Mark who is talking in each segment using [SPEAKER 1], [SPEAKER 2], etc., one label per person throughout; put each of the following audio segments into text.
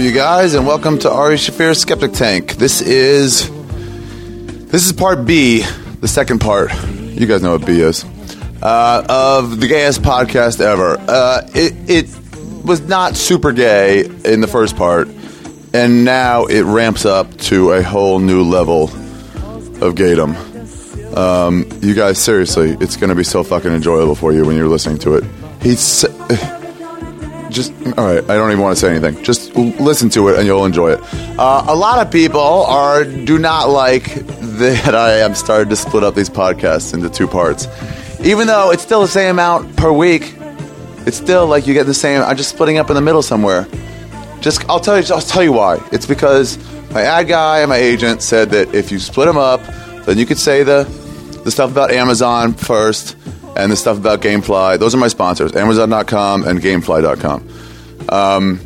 [SPEAKER 1] you guys, and welcome to Ari Shafir's Skeptic Tank. This is this is part B, the second part. You guys know what B is uh, of the gayest podcast ever. Uh, it it was not super gay in the first part, and now it ramps up to a whole new level of gaydom. Um, you guys, seriously, it's going to be so fucking enjoyable for you when you're listening to it. He's just all right. I don't even want to say anything. Just l- listen to it, and you'll enjoy it. Uh, a lot of people are do not like that I am started to split up these podcasts into two parts, even though it's still the same amount per week. It's still like you get the same. I'm just splitting up in the middle somewhere. Just I'll tell you. I'll tell you why. It's because my ad guy and my agent said that if you split them up, then you could say the the stuff about Amazon first, and the stuff about GameFly. Those are my sponsors: Amazon.com and GameFly.com. Um,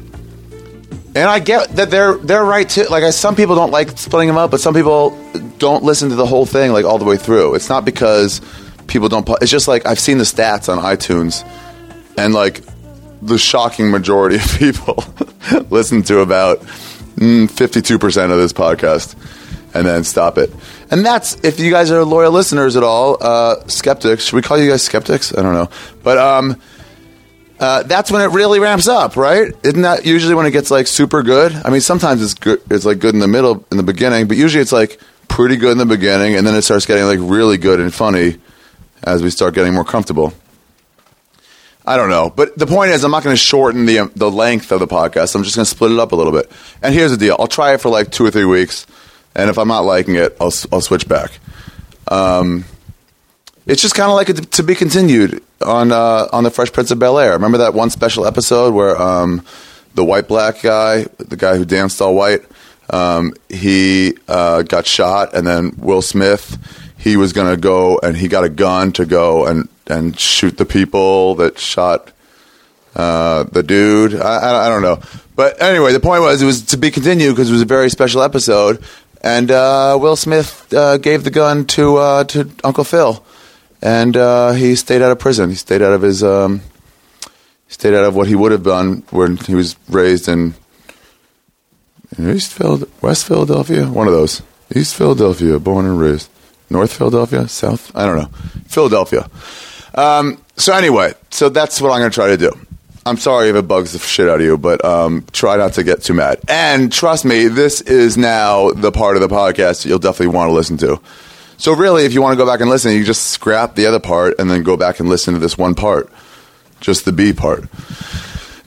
[SPEAKER 1] and I get that they're they're right to like I, some people don't like splitting them up, but some people don't listen to the whole thing like all the way through. It's not because people don't. pl- It's just like I've seen the stats on iTunes, and like the shocking majority of people listen to about mm, fifty-two percent of this podcast, and then stop it. And that's if you guys are loyal listeners at all, uh, skeptics. Should we call you guys skeptics? I don't know, but um, uh, that's when it really ramps up, right? Isn't that usually when it gets like super good? I mean, sometimes it's good. It's like good in the middle, in the beginning, but usually it's like pretty good in the beginning, and then it starts getting like really good and funny as we start getting more comfortable. I don't know, but the point is, I'm not going to shorten the um, the length of the podcast. I'm just going to split it up a little bit. And here's the deal: I'll try it for like two or three weeks, and if I'm not liking it, I'll s- I'll switch back. Um, it's just kind of like a t- to be continued on uh, on the Fresh Prince of Bel Air. Remember that one special episode where um, the white black guy, the guy who danced all white, um, he uh, got shot, and then Will Smith, he was gonna go and he got a gun to go and and shoot the people that shot uh, the dude. I, I, I don't know. But anyway, the point was it was to be continued because it was a very special episode. And uh, Will Smith uh, gave the gun to uh, to Uncle Phil, and uh, he stayed out of prison. He stayed out of his um, he stayed out of what he would have done when he was raised in, in East Phil- West Philadelphia, one of those. East Philadelphia, born and raised. North Philadelphia, South, I don't know. Philadelphia. Um, so anyway, so that's what I'm going to try to do. I'm sorry if it bugs the shit out of you, but um, try not to get too mad. And trust me, this is now the part of the podcast that you'll definitely want to listen to. So really, if you want to go back and listen, you just scrap the other part and then go back and listen to this one part, just the B part.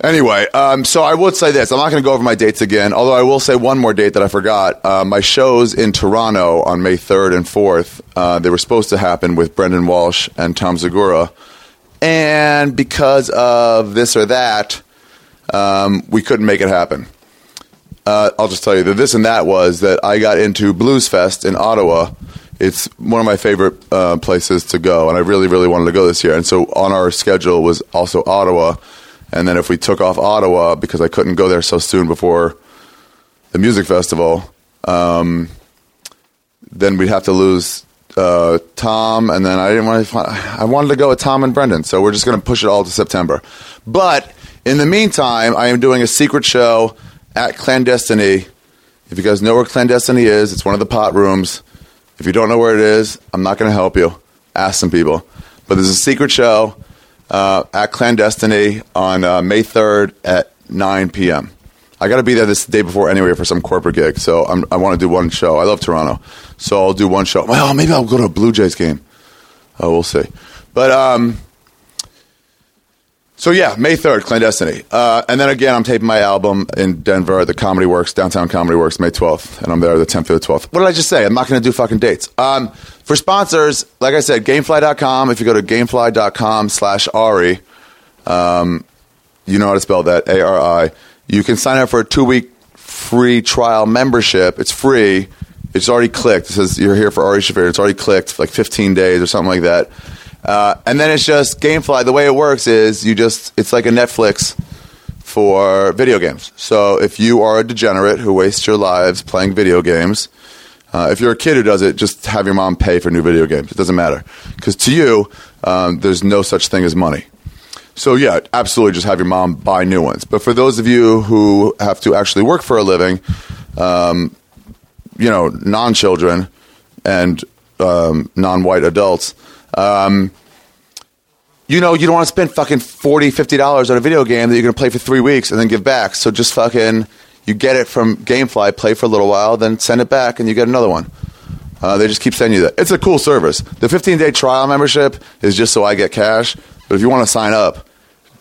[SPEAKER 1] Anyway, um, so I would say this. I'm not going to go over my dates again, although I will say one more date that I forgot. Uh, my shows in Toronto on May 3rd and 4th, uh, they were supposed to happen with Brendan Walsh and Tom Zagura. And because of this or that, um, we couldn't make it happen. Uh, I'll just tell you that this and that was that I got into Blues Fest in Ottawa. It's one of my favorite uh, places to go, and I really, really wanted to go this year. And so on our schedule was also Ottawa. And then if we took off Ottawa because I couldn't go there so soon before the music festival, um, then we'd have to lose uh, Tom. And then I didn't want to. Find, I wanted to go with Tom and Brendan, so we're just going to push it all to September. But in the meantime, I am doing a secret show at Clandestiny. If you guys know where Clandestiny is, it's one of the pot rooms. If you don't know where it is, I'm not going to help you. Ask some people. But there's a secret show uh, at Clandestiny on uh, May 3rd at 9 p.m. I got to be there this day before anyway for some corporate gig, so I'm, I want to do one show. I love Toronto, so I'll do one show. Well, maybe I'll go to a Blue Jays game. Oh, we'll see. But um, so yeah, May third, clandestiny, uh, and then again, I'm taping my album in Denver at the Comedy Works, downtown Comedy Works, May twelfth, and I'm there the tenth through the twelfth. What did I just say? I'm not going to do fucking dates. Um, for sponsors, like I said, GameFly.com. If you go to GameFly.com/ari, you know how to spell that A R I. You can sign up for a two week free trial membership. It's free. It's already clicked. It says you're here for Ari Shaffir. It's already clicked, like 15 days or something like that. Uh, and then it's just GameFly. The way it works is you just it's like a Netflix for video games. So if you are a degenerate who wastes your lives playing video games, uh, if you're a kid who does it, just have your mom pay for new video games. It doesn't matter because to you, um, there's no such thing as money. So yeah, absolutely, just have your mom buy new ones. But for those of you who have to actually work for a living, um, you know, non-children and um, non-white adults, um, you know, you don't want to spend fucking 40 dollars on a video game that you're going to play for three weeks and then give back. So just fucking, you get it from GameFly, play for a little while, then send it back, and you get another one. Uh, they just keep sending you that. It's a cool service. The 15 day trial membership is just so I get cash. But if you want to sign up,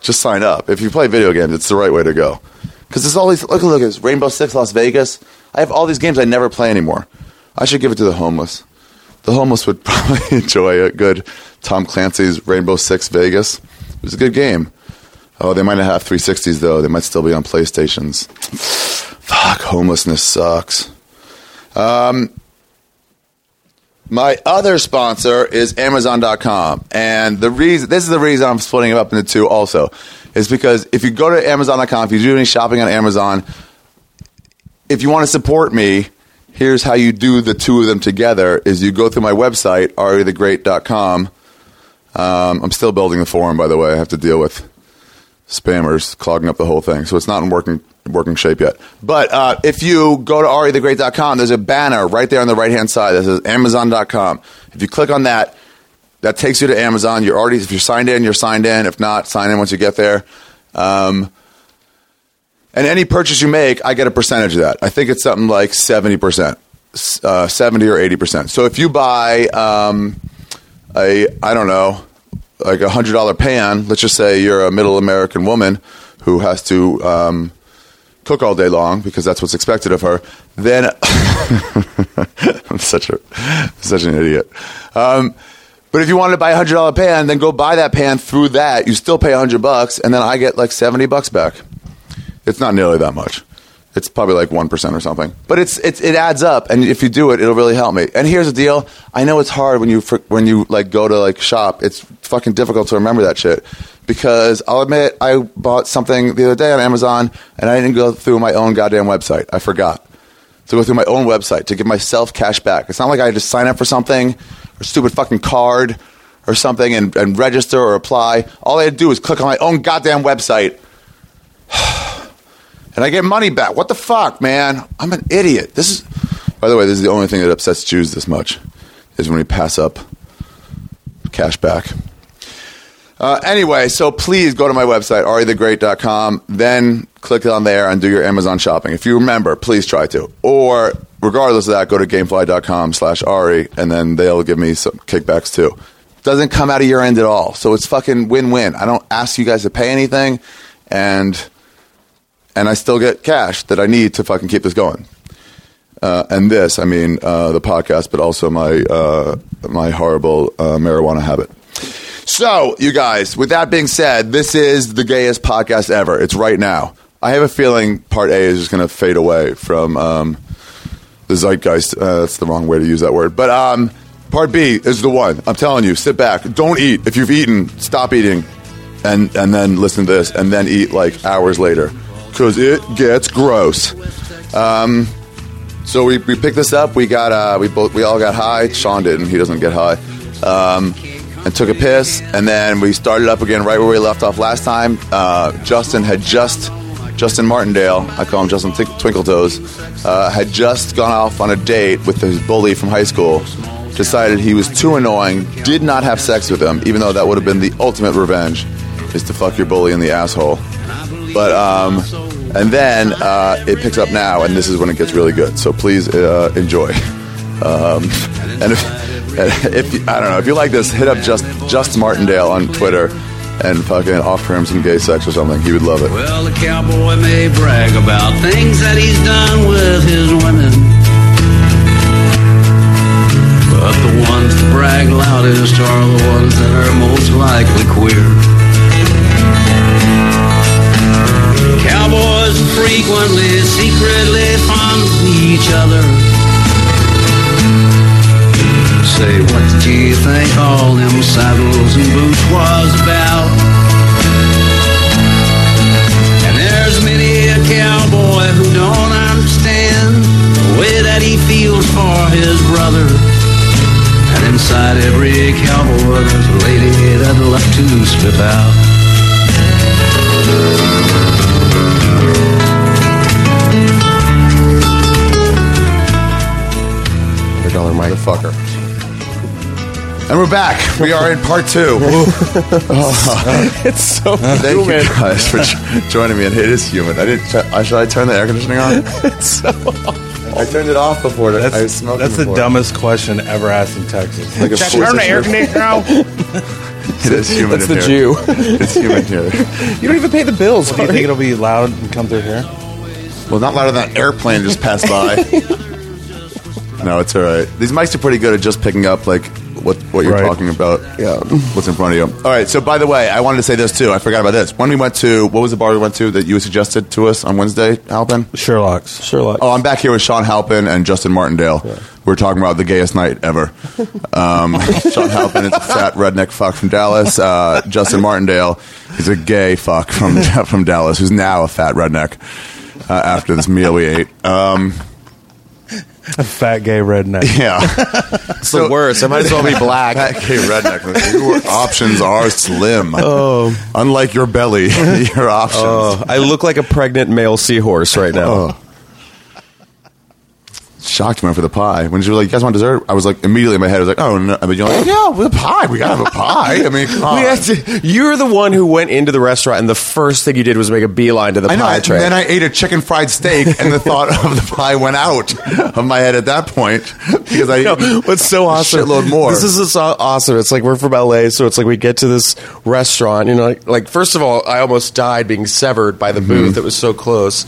[SPEAKER 1] just sign up. If you play video games, it's the right way to go. Because there's all these look, look, it's Rainbow Six Las Vegas. I have all these games I never play anymore. I should give it to the homeless. The homeless would probably enjoy a good Tom Clancy's Rainbow Six Vegas. It was a good game. Oh, they might not have 360s though. They might still be on PlayStations. Fuck, homelessness sucks. My other sponsor is Amazon.com, and the reason this is the reason I'm splitting it up into two. Also, is because if you go to Amazon.com, if you do any shopping on Amazon, if you want to support me, here's how you do the two of them together: is you go through my website arithegreat.com. Um, I'm still building the forum, by the way. I have to deal with spammers clogging up the whole thing. So it's not in working working shape yet. But uh, if you go to arithegreat.com, there's a banner right there on the right hand side that says Amazon.com. If you click on that, that takes you to Amazon. You're already if you're signed in, you're signed in. If not, sign in once you get there. Um, and any purchase you make, I get a percentage of that. I think it's something like 70%, uh, 70 or 80%. So if you buy um, a, I don't know, like a $100 pan, let's just say you're a middle American woman who has to um, cook all day long because that's what's expected of her, then I'm such, a, such an idiot. Um, but if you wanted to buy a hundred dollar pan, then go buy that pan through that. You still pay a hundred bucks, and then I get like seventy bucks back. It's not nearly that much. It's probably like one percent or something. But it's, it's it adds up, and if you do it, it'll really help me. And here's the deal: I know it's hard when you fr- when you like go to like shop. It's fucking difficult to remember that shit because I'll admit I bought something the other day on Amazon, and I didn't go through my own goddamn website. I forgot to go through my own website to give myself cash back. It's not like I just sign up for something or stupid fucking card or something and, and register or apply. All I had to do was click on my own goddamn website and I get money back. What the fuck, man? I'm an idiot. This is, by the way, this is the only thing that upsets Jews this much is when we pass up cash back. Uh, anyway, so please go to my website, arithegreat.com, then click on there and do your Amazon shopping. If you remember, please try to. Or, regardless of that, go to gamefly.com slash Ari, and then they'll give me some kickbacks too. Doesn't come out of your end at all. So it's fucking win win. I don't ask you guys to pay anything, and and I still get cash that I need to fucking keep this going. Uh, and this, I mean, uh, the podcast, but also my uh, my horrible uh, marijuana habit. So, you guys, with that being said, this is the gayest podcast ever. It's right now. I have a feeling part A is just going to fade away from um, the zeitgeist. Uh, that's the wrong way to use that word. But um, part B is the one. I'm telling you, sit back. Don't eat. If you've eaten, stop eating, and and then listen to this, and then eat like hours later, because it gets gross. Um, so we, we picked this up. We got uh, we both we all got high. Sean didn't. He doesn't get high. Um, and took a piss, and then we started up again right where we left off last time. Uh, Justin had just Justin Martindale. I call him Justin Tink Twinkletoes. Uh, had just gone off on a date with his bully from high school. Decided he was too annoying. Did not have sex with him, even though that would have been the ultimate revenge, is to fuck your bully in the asshole. But um, and then uh, it picks up now, and this is when it gets really good. So please uh, enjoy. Um, and if, and if you, I don't know if you like this, hit up just just Martindale on Twitter and fucking offer him some gay sex or something. He would love it.
[SPEAKER 2] Well, the cowboy may brag about things that he's done with his women. But the ones that brag loudest are the ones that are most likely queer. Cowboys frequently, secretly fond of each other. Say, what do you think all them saddles and boots was about? And there's many a cowboy who don't understand the way that he feels for his brother. And inside every cowboy, there's a lady that'd love to slip out.
[SPEAKER 3] Hundred dollar mic.
[SPEAKER 1] Motherfucker. And we're back. We are in part two.
[SPEAKER 3] It's so
[SPEAKER 1] Oh. Uh, Thank
[SPEAKER 3] human.
[SPEAKER 1] you guys for jo- joining me. And it is human. I didn't. I should I turn the air conditioning on? I turned it off before. That's, I was smoking
[SPEAKER 4] That's the
[SPEAKER 1] before.
[SPEAKER 4] dumbest question ever asked in Texas.
[SPEAKER 1] Like a
[SPEAKER 4] Check-
[SPEAKER 1] force
[SPEAKER 4] turn the
[SPEAKER 1] of
[SPEAKER 4] air
[SPEAKER 1] nature.
[SPEAKER 4] conditioner out.
[SPEAKER 1] It is human
[SPEAKER 3] That's
[SPEAKER 1] in
[SPEAKER 3] the
[SPEAKER 1] here.
[SPEAKER 3] Jew.
[SPEAKER 1] It's human here.
[SPEAKER 3] You don't even pay the bills.
[SPEAKER 4] Do you
[SPEAKER 3] Ari.
[SPEAKER 4] think it'll be loud and come through here?
[SPEAKER 1] Well, not louder than that airplane just passed by. no, it's all right. These mics are pretty good at just picking up like what what you're
[SPEAKER 4] Right.
[SPEAKER 1] talking about.
[SPEAKER 3] Yeah.
[SPEAKER 1] what's in front of you. All right. So, by the way, I wanted to say this too. I forgot about this. When we went to what was the bar we went to that you suggested to us on Wednesday, Halpin?
[SPEAKER 4] Sherlock's.
[SPEAKER 3] Sherlock.
[SPEAKER 1] Oh, I'm back here with Sean Halpin and Justin Martindale. We're talking about the gayest night ever. Um, Sean Halpin is a fat redneck fuck from Dallas. Uh, Justin Martindale is a gay fuck from from Dallas who's now a fat redneck uh, after this meal we ate. Um,
[SPEAKER 4] A fat gay redneck.
[SPEAKER 1] yeah,
[SPEAKER 3] It's the worst. I might as well be black.
[SPEAKER 1] fat gay redneck. Your options are slim. Oh. Unlike your belly, your options.
[SPEAKER 3] Oh, I look like a pregnant male seahorse right now.
[SPEAKER 1] Oh. Shocked man for the pie. When she was like, "You guys want dessert?" I was like, immediately in my head, I was like, "Oh no!" I mean, you're like, "Yeah, with a pie, we gotta have a pie." I mean, come on.
[SPEAKER 3] We had to- you're the one who went into the restaurant, and the first thing you did was make a beeline to the
[SPEAKER 1] I know.
[SPEAKER 3] pie
[SPEAKER 1] I-
[SPEAKER 3] tray.
[SPEAKER 1] Then I ate a chicken fried steak, and the thought of the pie went out of my head at that point because I
[SPEAKER 3] No, what's so awesome?
[SPEAKER 1] shitload more.
[SPEAKER 3] This is so awesome. It's like we're from LA, so it's like we get to this restaurant. You know, like, like first of all, I almost died being severed by the
[SPEAKER 1] Mm-hmm.
[SPEAKER 3] booth that was so close.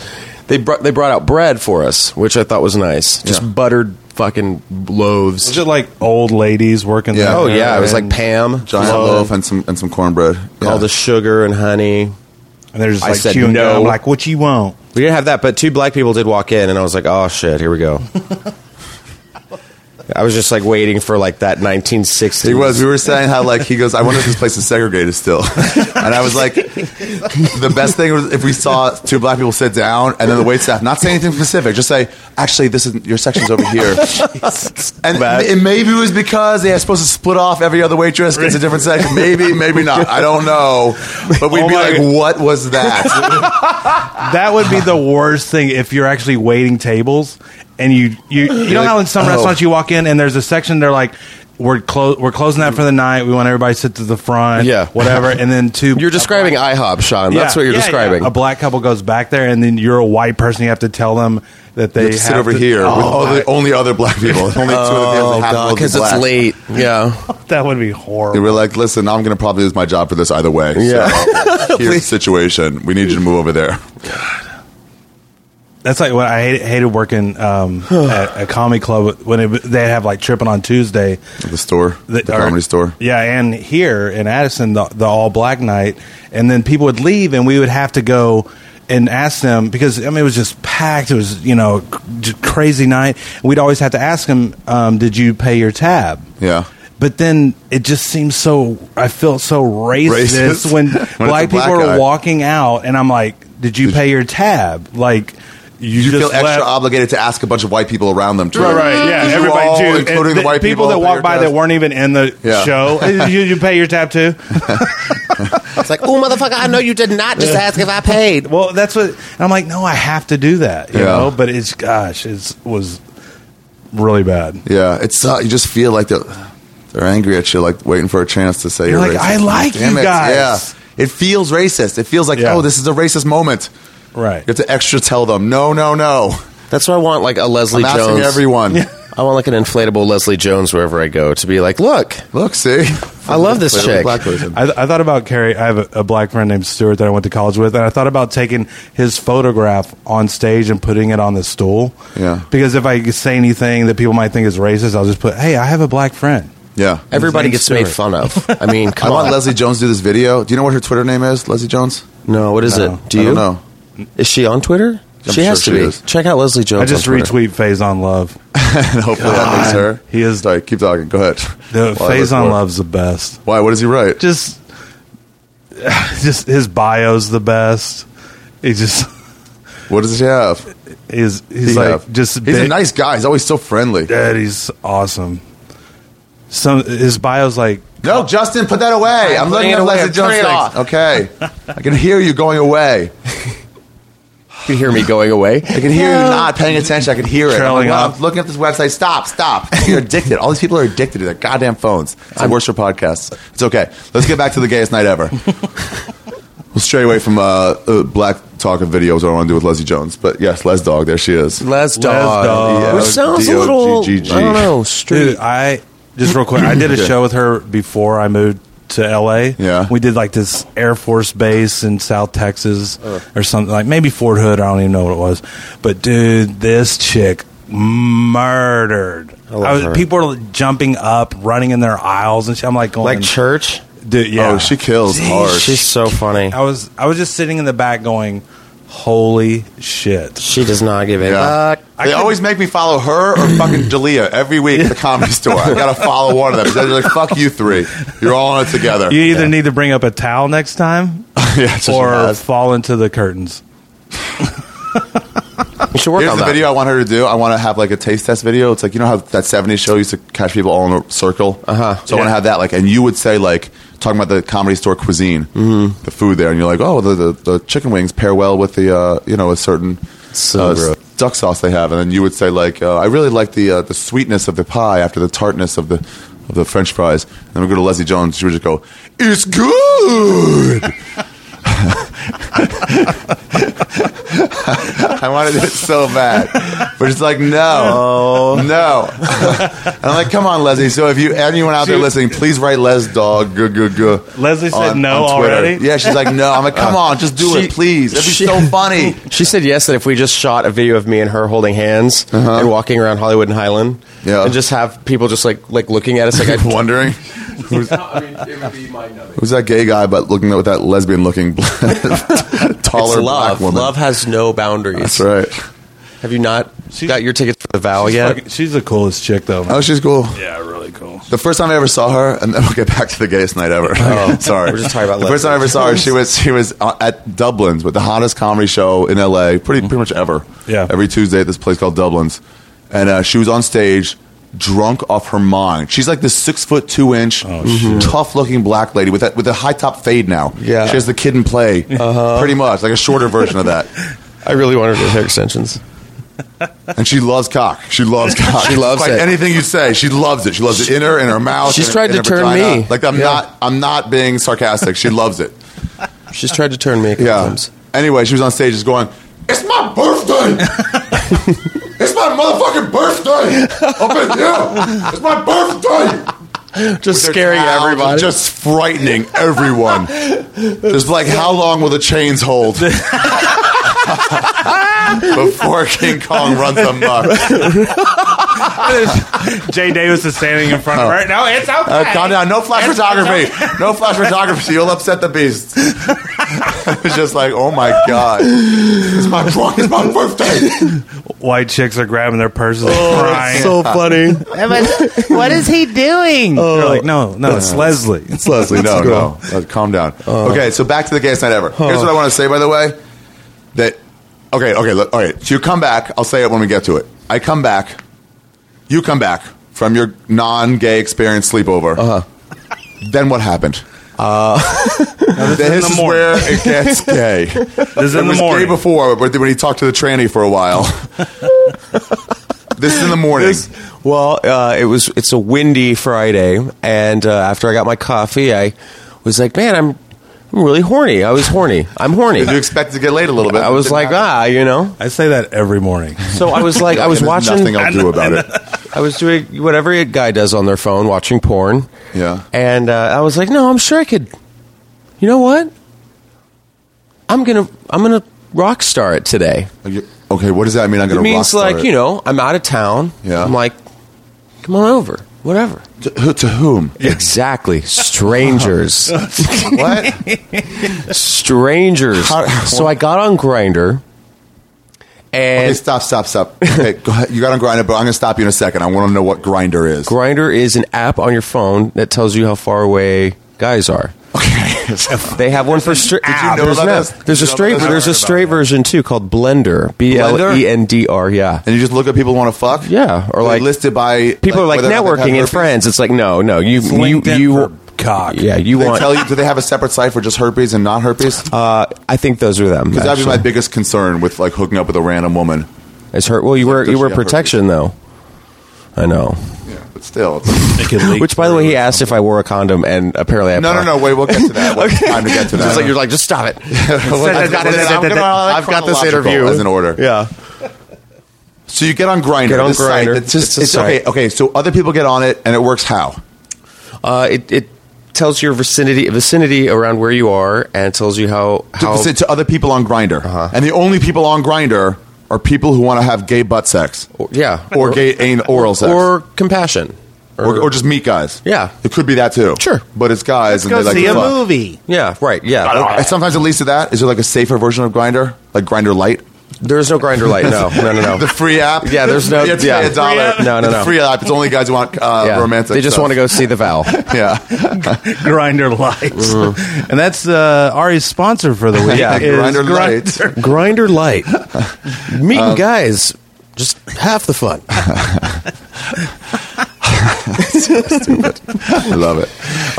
[SPEAKER 3] They brought they brought out bread for us, which I thought was nice. Just
[SPEAKER 1] Yeah.
[SPEAKER 3] buttered fucking loaves.
[SPEAKER 4] Just like old ladies working
[SPEAKER 1] Yeah.
[SPEAKER 4] there.
[SPEAKER 3] oh yeah, it was like
[SPEAKER 4] and-
[SPEAKER 3] Pam
[SPEAKER 1] giant loaf and some and some cornbread. Yeah.
[SPEAKER 3] all the sugar and honey.
[SPEAKER 4] And they're just
[SPEAKER 3] I
[SPEAKER 4] like
[SPEAKER 3] said
[SPEAKER 4] queuing
[SPEAKER 3] no.
[SPEAKER 4] up. Like, what you want?
[SPEAKER 3] We didn't have that, but two black people did walk in, and I was like, "Oh shit, here we go." I was just like waiting for like that 1960s.
[SPEAKER 1] He was. We were saying how like he goes. I wonder if this place is segregated still. And I was like, the best thing was if we saw two black people sit down and then the wait staff not say anything specific, just say, actually, this is your section's over here. and it maybe it was because they are supposed to split off every other waitress gets a different section. Maybe, maybe not. I don't know. But we'd
[SPEAKER 4] Oh
[SPEAKER 1] be
[SPEAKER 4] my
[SPEAKER 1] like,
[SPEAKER 4] God.
[SPEAKER 1] what was that?
[SPEAKER 4] That would be the worst thing if you're actually waiting tables and you you you know how in
[SPEAKER 3] Oh.
[SPEAKER 4] some restaurants you walk in and there's a section they're like we're clo- we're closing that for the night. We want everybody to sit to the front.
[SPEAKER 3] Yeah.
[SPEAKER 4] whatever. And then two.
[SPEAKER 3] You're describing IHOP, Sean. That's
[SPEAKER 4] Yeah,
[SPEAKER 3] what you're
[SPEAKER 4] yeah,
[SPEAKER 3] describing.
[SPEAKER 4] yeah. A black couple goes back there, and then you're a white person. You have to tell them that they
[SPEAKER 1] They sit over
[SPEAKER 4] to-
[SPEAKER 1] here with
[SPEAKER 4] Oh,
[SPEAKER 1] all the only other black people. Only two of the
[SPEAKER 3] Oh
[SPEAKER 1] other half
[SPEAKER 3] god,
[SPEAKER 1] will be
[SPEAKER 3] because it's
[SPEAKER 1] black.
[SPEAKER 3] late. Yeah,
[SPEAKER 4] Oh, that would be
[SPEAKER 1] They
[SPEAKER 4] horrible.
[SPEAKER 1] were like, listen, I'm going to probably lose my job for this either way.
[SPEAKER 3] Yeah.
[SPEAKER 1] So, here's the situation. We need you to move over there.
[SPEAKER 4] That's like what I hated, hated working um, at a comedy club when it, they have like tripping on Tuesday.
[SPEAKER 1] The store, the,
[SPEAKER 4] or-
[SPEAKER 1] comedy store.
[SPEAKER 4] Yeah, and here in Addison, the, the all black night, and then people would leave, and we would have to go and ask them because I mean it was just packed. It was you know c- just crazy night. We'd always have to ask them, um, "Did you pay your tab?"
[SPEAKER 1] Yeah.
[SPEAKER 4] But then it just seems so. I felt so racist,
[SPEAKER 1] Racist?
[SPEAKER 4] when,
[SPEAKER 1] When it's a
[SPEAKER 4] black people
[SPEAKER 1] black guy.
[SPEAKER 4] are walking out, and I'm like, "Did you pay your tab?" Like you,
[SPEAKER 1] You
[SPEAKER 4] just
[SPEAKER 1] feel extra
[SPEAKER 4] left.
[SPEAKER 1] obligated to ask a bunch of white people around them, too.
[SPEAKER 4] Right, right, yeah.
[SPEAKER 1] You
[SPEAKER 4] Everybody,
[SPEAKER 1] all,
[SPEAKER 4] Jew, and
[SPEAKER 1] including the,
[SPEAKER 4] the
[SPEAKER 1] white people,
[SPEAKER 4] that walked by that weren't even in the
[SPEAKER 1] Yeah.
[SPEAKER 4] show. Did you, you pay your tab too?
[SPEAKER 3] it's like, oh motherfucker, I know you did not just ask if I paid.
[SPEAKER 4] Well, that's what and I'm like. No, I have to do that, you
[SPEAKER 1] Yeah.
[SPEAKER 4] know. But it's gosh, it was really bad.
[SPEAKER 1] Yeah, it's uh, you just feel like they're, they're angry at you, like waiting for a chance to say
[SPEAKER 4] You're
[SPEAKER 1] you're,
[SPEAKER 4] like,
[SPEAKER 1] racist.
[SPEAKER 4] "I like
[SPEAKER 1] Damn
[SPEAKER 4] you
[SPEAKER 1] it.
[SPEAKER 4] guys."
[SPEAKER 1] Yeah, it feels racist. It feels like
[SPEAKER 4] Yeah.
[SPEAKER 1] oh, this is a racist moment.
[SPEAKER 4] Right.
[SPEAKER 1] You have to extra tell them, no, no, no.
[SPEAKER 3] That's why I want like a Leslie
[SPEAKER 1] I'm asking
[SPEAKER 3] Jones.
[SPEAKER 1] everyone.
[SPEAKER 3] I want like an inflatable Leslie Jones wherever I go to be like, look,
[SPEAKER 1] Look, see,
[SPEAKER 3] I love this chick.
[SPEAKER 1] Black person.
[SPEAKER 4] I, I thought about Carrie. I have a, a black friend named Stuart that I went to college with, and I thought about taking his photograph on stage and putting it on the stool.
[SPEAKER 1] Yeah.
[SPEAKER 4] Because if I say anything that people might think is racist, I'll just put, "Hey, I have a black friend."
[SPEAKER 1] yeah,
[SPEAKER 3] everybody gets
[SPEAKER 4] His
[SPEAKER 3] made
[SPEAKER 4] name's
[SPEAKER 3] fun of. I mean,
[SPEAKER 1] I
[SPEAKER 3] come
[SPEAKER 1] want
[SPEAKER 3] on,
[SPEAKER 1] Leslie Jones to do this video. Do you know what her Twitter name is, Leslie Jones?
[SPEAKER 3] No, what is
[SPEAKER 4] No.
[SPEAKER 3] it? Do
[SPEAKER 1] I
[SPEAKER 3] you
[SPEAKER 1] don't know.
[SPEAKER 3] Is she on Twitter?
[SPEAKER 1] I'm
[SPEAKER 3] she has
[SPEAKER 1] sure
[SPEAKER 3] to
[SPEAKER 1] she
[SPEAKER 3] be.
[SPEAKER 1] is.
[SPEAKER 3] Check out Leslie Jones.
[SPEAKER 4] I just
[SPEAKER 3] on Twitter.
[SPEAKER 4] retweet Phase on Love.
[SPEAKER 1] and hopefully that makes her.
[SPEAKER 4] He is-
[SPEAKER 1] Sorry, keep talking. Go ahead.
[SPEAKER 4] The
[SPEAKER 1] While I
[SPEAKER 4] Phase
[SPEAKER 1] look for
[SPEAKER 4] on
[SPEAKER 1] it.
[SPEAKER 4] Love's the best.
[SPEAKER 1] Why? What does he write?
[SPEAKER 4] Just, just his bio's the best. He just
[SPEAKER 1] What does he have?
[SPEAKER 4] is he's
[SPEAKER 1] He
[SPEAKER 4] like
[SPEAKER 1] have?
[SPEAKER 4] just
[SPEAKER 1] he's a
[SPEAKER 4] big-
[SPEAKER 1] nice guy. He's always so friendly.
[SPEAKER 4] Dad, he's awesome. Some his bio's like
[SPEAKER 1] No, Justin, put that away. I'm,
[SPEAKER 3] putting
[SPEAKER 1] letting
[SPEAKER 3] it
[SPEAKER 1] it
[SPEAKER 3] away.
[SPEAKER 1] Leslie
[SPEAKER 3] I'm turning
[SPEAKER 1] Jones
[SPEAKER 3] it
[SPEAKER 1] things.
[SPEAKER 3] off.
[SPEAKER 1] Okay, I can hear you going away.
[SPEAKER 3] You can hear me going away.
[SPEAKER 1] I can hear you not paying attention. I can hear it. I'm,
[SPEAKER 4] Trailing
[SPEAKER 1] like, wow,
[SPEAKER 4] off.
[SPEAKER 1] I'm looking at this website. Stop, stop. You're addicted. All these people are addicted to their goddamn phones. It's the worst for podcasts. It's okay. Let's get back to the gayest night ever. we'll stray away from uh, uh, black talk and videos. I don't want to do with Leslie Jones, but yes, Les Dog. There she is. Uh,
[SPEAKER 3] Les
[SPEAKER 4] Dog.
[SPEAKER 3] Dog. Which sounds a little, I
[SPEAKER 1] D-O-G-G-G.
[SPEAKER 3] don't know, street.
[SPEAKER 4] Dude, I just real quick. I did a
[SPEAKER 1] Yeah.
[SPEAKER 4] show with her before I moved to LA.
[SPEAKER 1] Yeah.
[SPEAKER 4] we did like this Air Force base in South Texas or something like maybe Fort Hood. I don't even know what it was, but dude, this chick murdered. I
[SPEAKER 3] love her.
[SPEAKER 4] People were jumping up, running in their aisles, and shit. I'm like going,
[SPEAKER 3] like church.
[SPEAKER 4] dude, yeah,
[SPEAKER 1] Oh, she kills hard.
[SPEAKER 3] She's so funny.
[SPEAKER 4] I was I was just sitting in the back going, holy shit.
[SPEAKER 3] She does not give a
[SPEAKER 1] Yeah.
[SPEAKER 3] fuck.
[SPEAKER 1] they always make me follow her or fucking Dalia every week at the comedy store. I gotta follow one of them. They're like, "Fuck you three, you're all in it together."
[SPEAKER 4] You either need to bring up a towel next time,
[SPEAKER 1] Yeah, that's what she
[SPEAKER 4] or
[SPEAKER 1] has.
[SPEAKER 4] fall into the curtains.
[SPEAKER 3] We should work
[SPEAKER 1] Here's
[SPEAKER 3] on
[SPEAKER 1] the
[SPEAKER 3] that.
[SPEAKER 1] video I want her to do. I want to have like a taste test video. It's like you know how that '70s show used to catch people all in a circle. Uh
[SPEAKER 3] Uh-huh.
[SPEAKER 1] huh. So I want to
[SPEAKER 4] Yeah.
[SPEAKER 1] have that. Like, and you would say like talking about the comedy store cuisine, mm-hmm. the food there, and you're like, oh, the, the the chicken wings pair well with the uh, you know a certain
[SPEAKER 3] So
[SPEAKER 1] uh,
[SPEAKER 3] gross.
[SPEAKER 1] duck sauce they have, and then you would say like, uh, I really like the uh, the sweetness of the pie after the tartness of the of the French fries. And then we go to Leslie Jones. She would just go, it's good. I want to do it so bad. But it's like, no. No. And I'm like, come on, Leslie. So if you anyone out there listening, please write Les Dog. Good, good, good.
[SPEAKER 4] Leslie said no
[SPEAKER 1] Twitter.
[SPEAKER 4] already?
[SPEAKER 1] Yeah, she's like, no. I'm like, come on, just do
[SPEAKER 3] she-
[SPEAKER 1] it, please. It'd be
[SPEAKER 3] she-
[SPEAKER 1] so funny.
[SPEAKER 3] She said yes that if we just shot a video of me and her holding hands and walking around Hollywood and Highland,
[SPEAKER 1] Uh-huh. Yeah.
[SPEAKER 3] and just have people just like like looking at us like I
[SPEAKER 1] Wondering
[SPEAKER 3] I mean, it would be mind numbing.
[SPEAKER 1] who's that gay guy, but looking at with that lesbian looking taller
[SPEAKER 3] It's love.
[SPEAKER 1] black woman.
[SPEAKER 3] Love has no boundaries.
[SPEAKER 1] That's right.
[SPEAKER 3] Have you not
[SPEAKER 4] She's-
[SPEAKER 3] got your tickets for the vow yet?
[SPEAKER 4] Fucking- she's the coolest chick though. man.
[SPEAKER 1] Oh, she's cool.
[SPEAKER 4] Yeah, really cool.
[SPEAKER 1] The first time I ever saw her, and then we'll get back to the gayest night ever. Oh, sorry,
[SPEAKER 3] We're just talking about
[SPEAKER 1] the first time I ever saw her. She was she was uh, at Dublin's with the hottest comedy show in L.A. Pretty pretty much ever.
[SPEAKER 4] Yeah.
[SPEAKER 1] every Tuesday at this place called Dublin's, and uh, she was on stage. Drunk off her mind. She's like this six foot two inch,
[SPEAKER 3] Oh,
[SPEAKER 1] tough looking black lady with that with a high top fade now.
[SPEAKER 3] Yeah. Uh-huh.
[SPEAKER 1] she has the kid and play, pretty much like a shorter version of that.
[SPEAKER 3] I really wanted her hair extensions.
[SPEAKER 1] And she loves cock. She loves cock.
[SPEAKER 3] She loves
[SPEAKER 1] Like,
[SPEAKER 3] it.
[SPEAKER 1] Anything you say, she loves it. She loves it in her, in her mouth.
[SPEAKER 3] She's
[SPEAKER 1] in-
[SPEAKER 3] tried
[SPEAKER 1] in
[SPEAKER 3] to
[SPEAKER 1] her
[SPEAKER 3] turn
[SPEAKER 1] vagina.
[SPEAKER 3] me.
[SPEAKER 1] Like I'm
[SPEAKER 3] Yeah.
[SPEAKER 1] not. I'm not being sarcastic. She loves it.
[SPEAKER 3] She's tried to turn me a couple
[SPEAKER 1] Yeah.
[SPEAKER 3] times.
[SPEAKER 1] Anyway, she was on stage, just going, "It's my birthday. it's my motherfucking birthday up in here. It's my birthday."
[SPEAKER 3] Just
[SPEAKER 1] They're
[SPEAKER 3] scaring
[SPEAKER 1] loud,
[SPEAKER 3] everybody.
[SPEAKER 1] just frightening everyone. Just like, how long will the chains hold? Before King Kong runs amok.
[SPEAKER 4] Jay Davis is standing in front of her. No, it's okay.
[SPEAKER 1] Oh. Uh, calm down. No flash photography. No flash photography. You'll upset the beast. It's just like, oh my god, it's my drunk. It's my birthday.
[SPEAKER 4] White chicks are grabbing their purses and
[SPEAKER 1] Oh,
[SPEAKER 4] crying.
[SPEAKER 3] funny.
[SPEAKER 4] what is he doing? You're
[SPEAKER 1] Oh.
[SPEAKER 4] like, no, no, it's Leslie.
[SPEAKER 1] It's Leslie. No, no. Uh, calm down. okay, so back to the gayest night ever. Here's what I want to say, by the way. That okay, okay, look, all right. So you come back. I'll say it when we get to it. I come back. You come back from your non-gay experience sleepover. Uh huh. Then what happened? Uh, this
[SPEAKER 4] the
[SPEAKER 1] is
[SPEAKER 4] morning.
[SPEAKER 1] where it gets gay.
[SPEAKER 4] This is in
[SPEAKER 1] It
[SPEAKER 4] the
[SPEAKER 1] was
[SPEAKER 4] morning.
[SPEAKER 1] day before, but when he talked to the tranny for a while. this is in the morning.
[SPEAKER 3] Well, uh, it was it's a windy Friday, and uh, after I got my coffee, I was like, man, I'm I'm really horny. I was horny. I'm horny.
[SPEAKER 1] you expected to get laid a little bit.
[SPEAKER 3] I was like, ah, you know.
[SPEAKER 4] I say that every morning.
[SPEAKER 3] So I was like, I was
[SPEAKER 1] There's
[SPEAKER 3] watching.
[SPEAKER 1] Nothing I'll do about it.
[SPEAKER 3] I was doing whatever a guy does on their phone, watching porn.
[SPEAKER 1] Yeah.
[SPEAKER 3] And uh, I was like, no, I'm sure I could. You know what? I'm gonna I'm gonna rock star it today.
[SPEAKER 1] Like, you- Okay, what does that mean? I'm
[SPEAKER 3] It
[SPEAKER 1] going to
[SPEAKER 3] means like you know I'm out of town.
[SPEAKER 1] Yeah.
[SPEAKER 3] I'm like, come on over, whatever.
[SPEAKER 1] to, who- to whom?
[SPEAKER 3] Exactly, strangers,
[SPEAKER 1] what?
[SPEAKER 3] strangers.
[SPEAKER 1] How-
[SPEAKER 3] so I got on Grinder,
[SPEAKER 1] Hey,
[SPEAKER 3] and
[SPEAKER 1] stop, stop, stop. Okay, go ahead. you got on Grinder, but I'm going to stop you in a second. I want to know what Grinder is.
[SPEAKER 3] Grinder is an app on your phone that tells you how far away guys are. They have one for straight.
[SPEAKER 1] know
[SPEAKER 3] there's,
[SPEAKER 1] about
[SPEAKER 3] an app.
[SPEAKER 1] this?
[SPEAKER 3] there's a
[SPEAKER 1] Did you know
[SPEAKER 3] straight.
[SPEAKER 1] about this?
[SPEAKER 3] There's
[SPEAKER 1] I
[SPEAKER 3] a
[SPEAKER 1] heard
[SPEAKER 3] straight version too called Blender. B L E N D R. Yeah,
[SPEAKER 1] and you just look at people who want to fuck?
[SPEAKER 3] yeah. Or
[SPEAKER 1] They're
[SPEAKER 3] like
[SPEAKER 1] listed by
[SPEAKER 3] people are like
[SPEAKER 1] whether or not they've had
[SPEAKER 3] networking and
[SPEAKER 1] herpes?
[SPEAKER 3] friends. It's like no, no. You
[SPEAKER 4] It's
[SPEAKER 3] you
[SPEAKER 4] LinkedIn
[SPEAKER 3] you
[SPEAKER 4] for cock.
[SPEAKER 3] Yeah, you
[SPEAKER 1] They
[SPEAKER 3] want.
[SPEAKER 1] tell you, do they have a separate site for just herpes and not herpes? Because
[SPEAKER 3] uh, I think those are them.
[SPEAKER 1] that'd be my
[SPEAKER 3] actually.
[SPEAKER 1] biggest concern with like hooking up with a random woman.
[SPEAKER 3] It's hurt. Well, you wear
[SPEAKER 1] does
[SPEAKER 3] you
[SPEAKER 1] she
[SPEAKER 3] wear
[SPEAKER 1] have herpes?
[SPEAKER 3] protection though. I know.
[SPEAKER 1] Yeah, but still. it's-
[SPEAKER 4] It could leak
[SPEAKER 3] Which, by the way,
[SPEAKER 4] through.
[SPEAKER 3] he asked if I wore a condom, and apparently I.
[SPEAKER 1] no, no, no. Wait, we'll get to that. We'll have time to get to that.
[SPEAKER 3] Just like you're like, just stop it. I've got this, I'm gonna- I've got this
[SPEAKER 1] Chronological
[SPEAKER 3] interview
[SPEAKER 1] as an order.
[SPEAKER 3] Yeah.
[SPEAKER 1] So you get on Grinder.
[SPEAKER 3] Get on Grindr.
[SPEAKER 1] It's
[SPEAKER 3] It's
[SPEAKER 1] just
[SPEAKER 3] a
[SPEAKER 1] it's okay.
[SPEAKER 3] site.
[SPEAKER 1] Okay, so other people get on it, and it works how?
[SPEAKER 3] Uh, it it tells your vicinity vicinity around where you are, and tells you how how. Uh-huh.
[SPEAKER 1] To, to- to other people on Grinder, and the only people on Grinder are people who want to have gay butt sex, or,
[SPEAKER 3] yeah.
[SPEAKER 1] gay anal oral sex,
[SPEAKER 3] or compassion,
[SPEAKER 1] or, or just meet guys.
[SPEAKER 3] Yeah.
[SPEAKER 1] it could be that too.
[SPEAKER 3] Sure.
[SPEAKER 1] but it's guys, and
[SPEAKER 4] Go
[SPEAKER 1] they like
[SPEAKER 4] see
[SPEAKER 1] to
[SPEAKER 4] a
[SPEAKER 1] fuck.
[SPEAKER 4] movie.
[SPEAKER 3] yeah, right, yeah.
[SPEAKER 1] And sometimes it leads to that. Is there like a safer version of Grinder, like Grinder Light?
[SPEAKER 3] There's no grinder light. No, no, no, no.
[SPEAKER 1] the free app.
[SPEAKER 3] Yeah, there's no-
[SPEAKER 1] You have to
[SPEAKER 3] yeah.
[SPEAKER 1] pay a dollar.
[SPEAKER 3] Free app. No, no,
[SPEAKER 1] It's a
[SPEAKER 3] no.
[SPEAKER 1] Free app. It's only guys who want uh,
[SPEAKER 3] Yeah.
[SPEAKER 1] romantic.
[SPEAKER 3] They just
[SPEAKER 1] stuff.
[SPEAKER 3] want to go see the Val.
[SPEAKER 1] Yeah,
[SPEAKER 4] Grinder Lights.
[SPEAKER 1] Uh-huh.
[SPEAKER 4] and that's uh, Ari's sponsor for the week.
[SPEAKER 3] Yeah,
[SPEAKER 4] is
[SPEAKER 1] Grindr Lights.
[SPEAKER 3] grinder light. Meeting
[SPEAKER 1] Um,
[SPEAKER 3] guys, just half the fun.
[SPEAKER 1] I love it.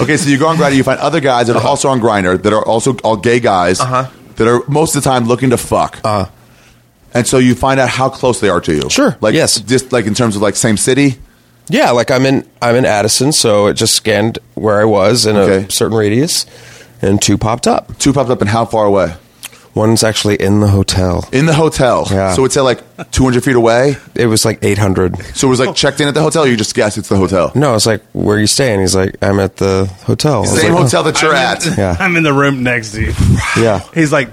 [SPEAKER 1] Okay, so you go on Grinder, you find other guys that are
[SPEAKER 3] Uh-huh.
[SPEAKER 1] also on Grinder that are also all gay guys that are most of the time looking to fuck. Uh-huh. And so you find out how close they are to you.
[SPEAKER 3] Sure,
[SPEAKER 1] Like
[SPEAKER 3] yes.
[SPEAKER 1] just like in terms of like same city.
[SPEAKER 3] Yeah, like I'm in I'm in Addison, so it just scanned where I was in
[SPEAKER 1] Okay.
[SPEAKER 3] a certain radius, and two popped up.
[SPEAKER 1] Two popped up and how far away?
[SPEAKER 3] One's actually in the hotel.
[SPEAKER 1] In the hotel.
[SPEAKER 3] Yeah.
[SPEAKER 1] So it's at like 200 feet away.
[SPEAKER 3] It was like 800.
[SPEAKER 1] So it was like checked in at the hotel. Or you just guessed it's the hotel.
[SPEAKER 3] No, I was like, "Where are you staying?" He's like, "I'm at the hotel." I was
[SPEAKER 1] Same
[SPEAKER 3] like,
[SPEAKER 1] hotel that you're at.
[SPEAKER 3] Yeah.
[SPEAKER 4] I'm in the room next to you.
[SPEAKER 3] Yeah,
[SPEAKER 4] He's like,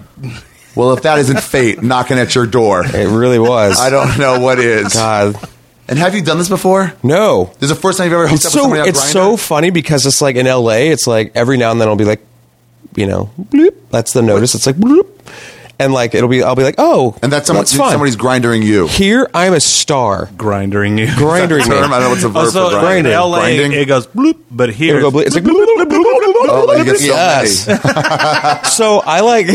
[SPEAKER 1] Well, if that isn't fate knocking at your door,
[SPEAKER 3] it really was.
[SPEAKER 1] I don't know what is.
[SPEAKER 3] God,
[SPEAKER 1] And have you done this before?
[SPEAKER 3] no.
[SPEAKER 1] This is the first time you've ever
[SPEAKER 3] It's
[SPEAKER 1] hooked up
[SPEAKER 3] so
[SPEAKER 1] with somebody on
[SPEAKER 3] it's
[SPEAKER 1] Grindr?
[SPEAKER 3] so funny because it's like in LA, it's like every now and then I'll be like, you know, bloop. That's the notice. It's like bloop, and like it'll be I'll be like, oh,
[SPEAKER 1] And that's, someone,
[SPEAKER 3] fun.
[SPEAKER 1] somebody's grindering you.
[SPEAKER 3] Here, I'm a star.
[SPEAKER 4] grindering you. Oh,
[SPEAKER 3] Grindering me.
[SPEAKER 1] Term, I don't know what's a verb
[SPEAKER 4] Also,
[SPEAKER 1] for
[SPEAKER 4] in
[SPEAKER 1] grinding.
[SPEAKER 4] LA,
[SPEAKER 1] Grinding?
[SPEAKER 4] it goes bloop, but here,
[SPEAKER 3] It'll go ble- it's like oh,
[SPEAKER 1] you get so
[SPEAKER 3] so I like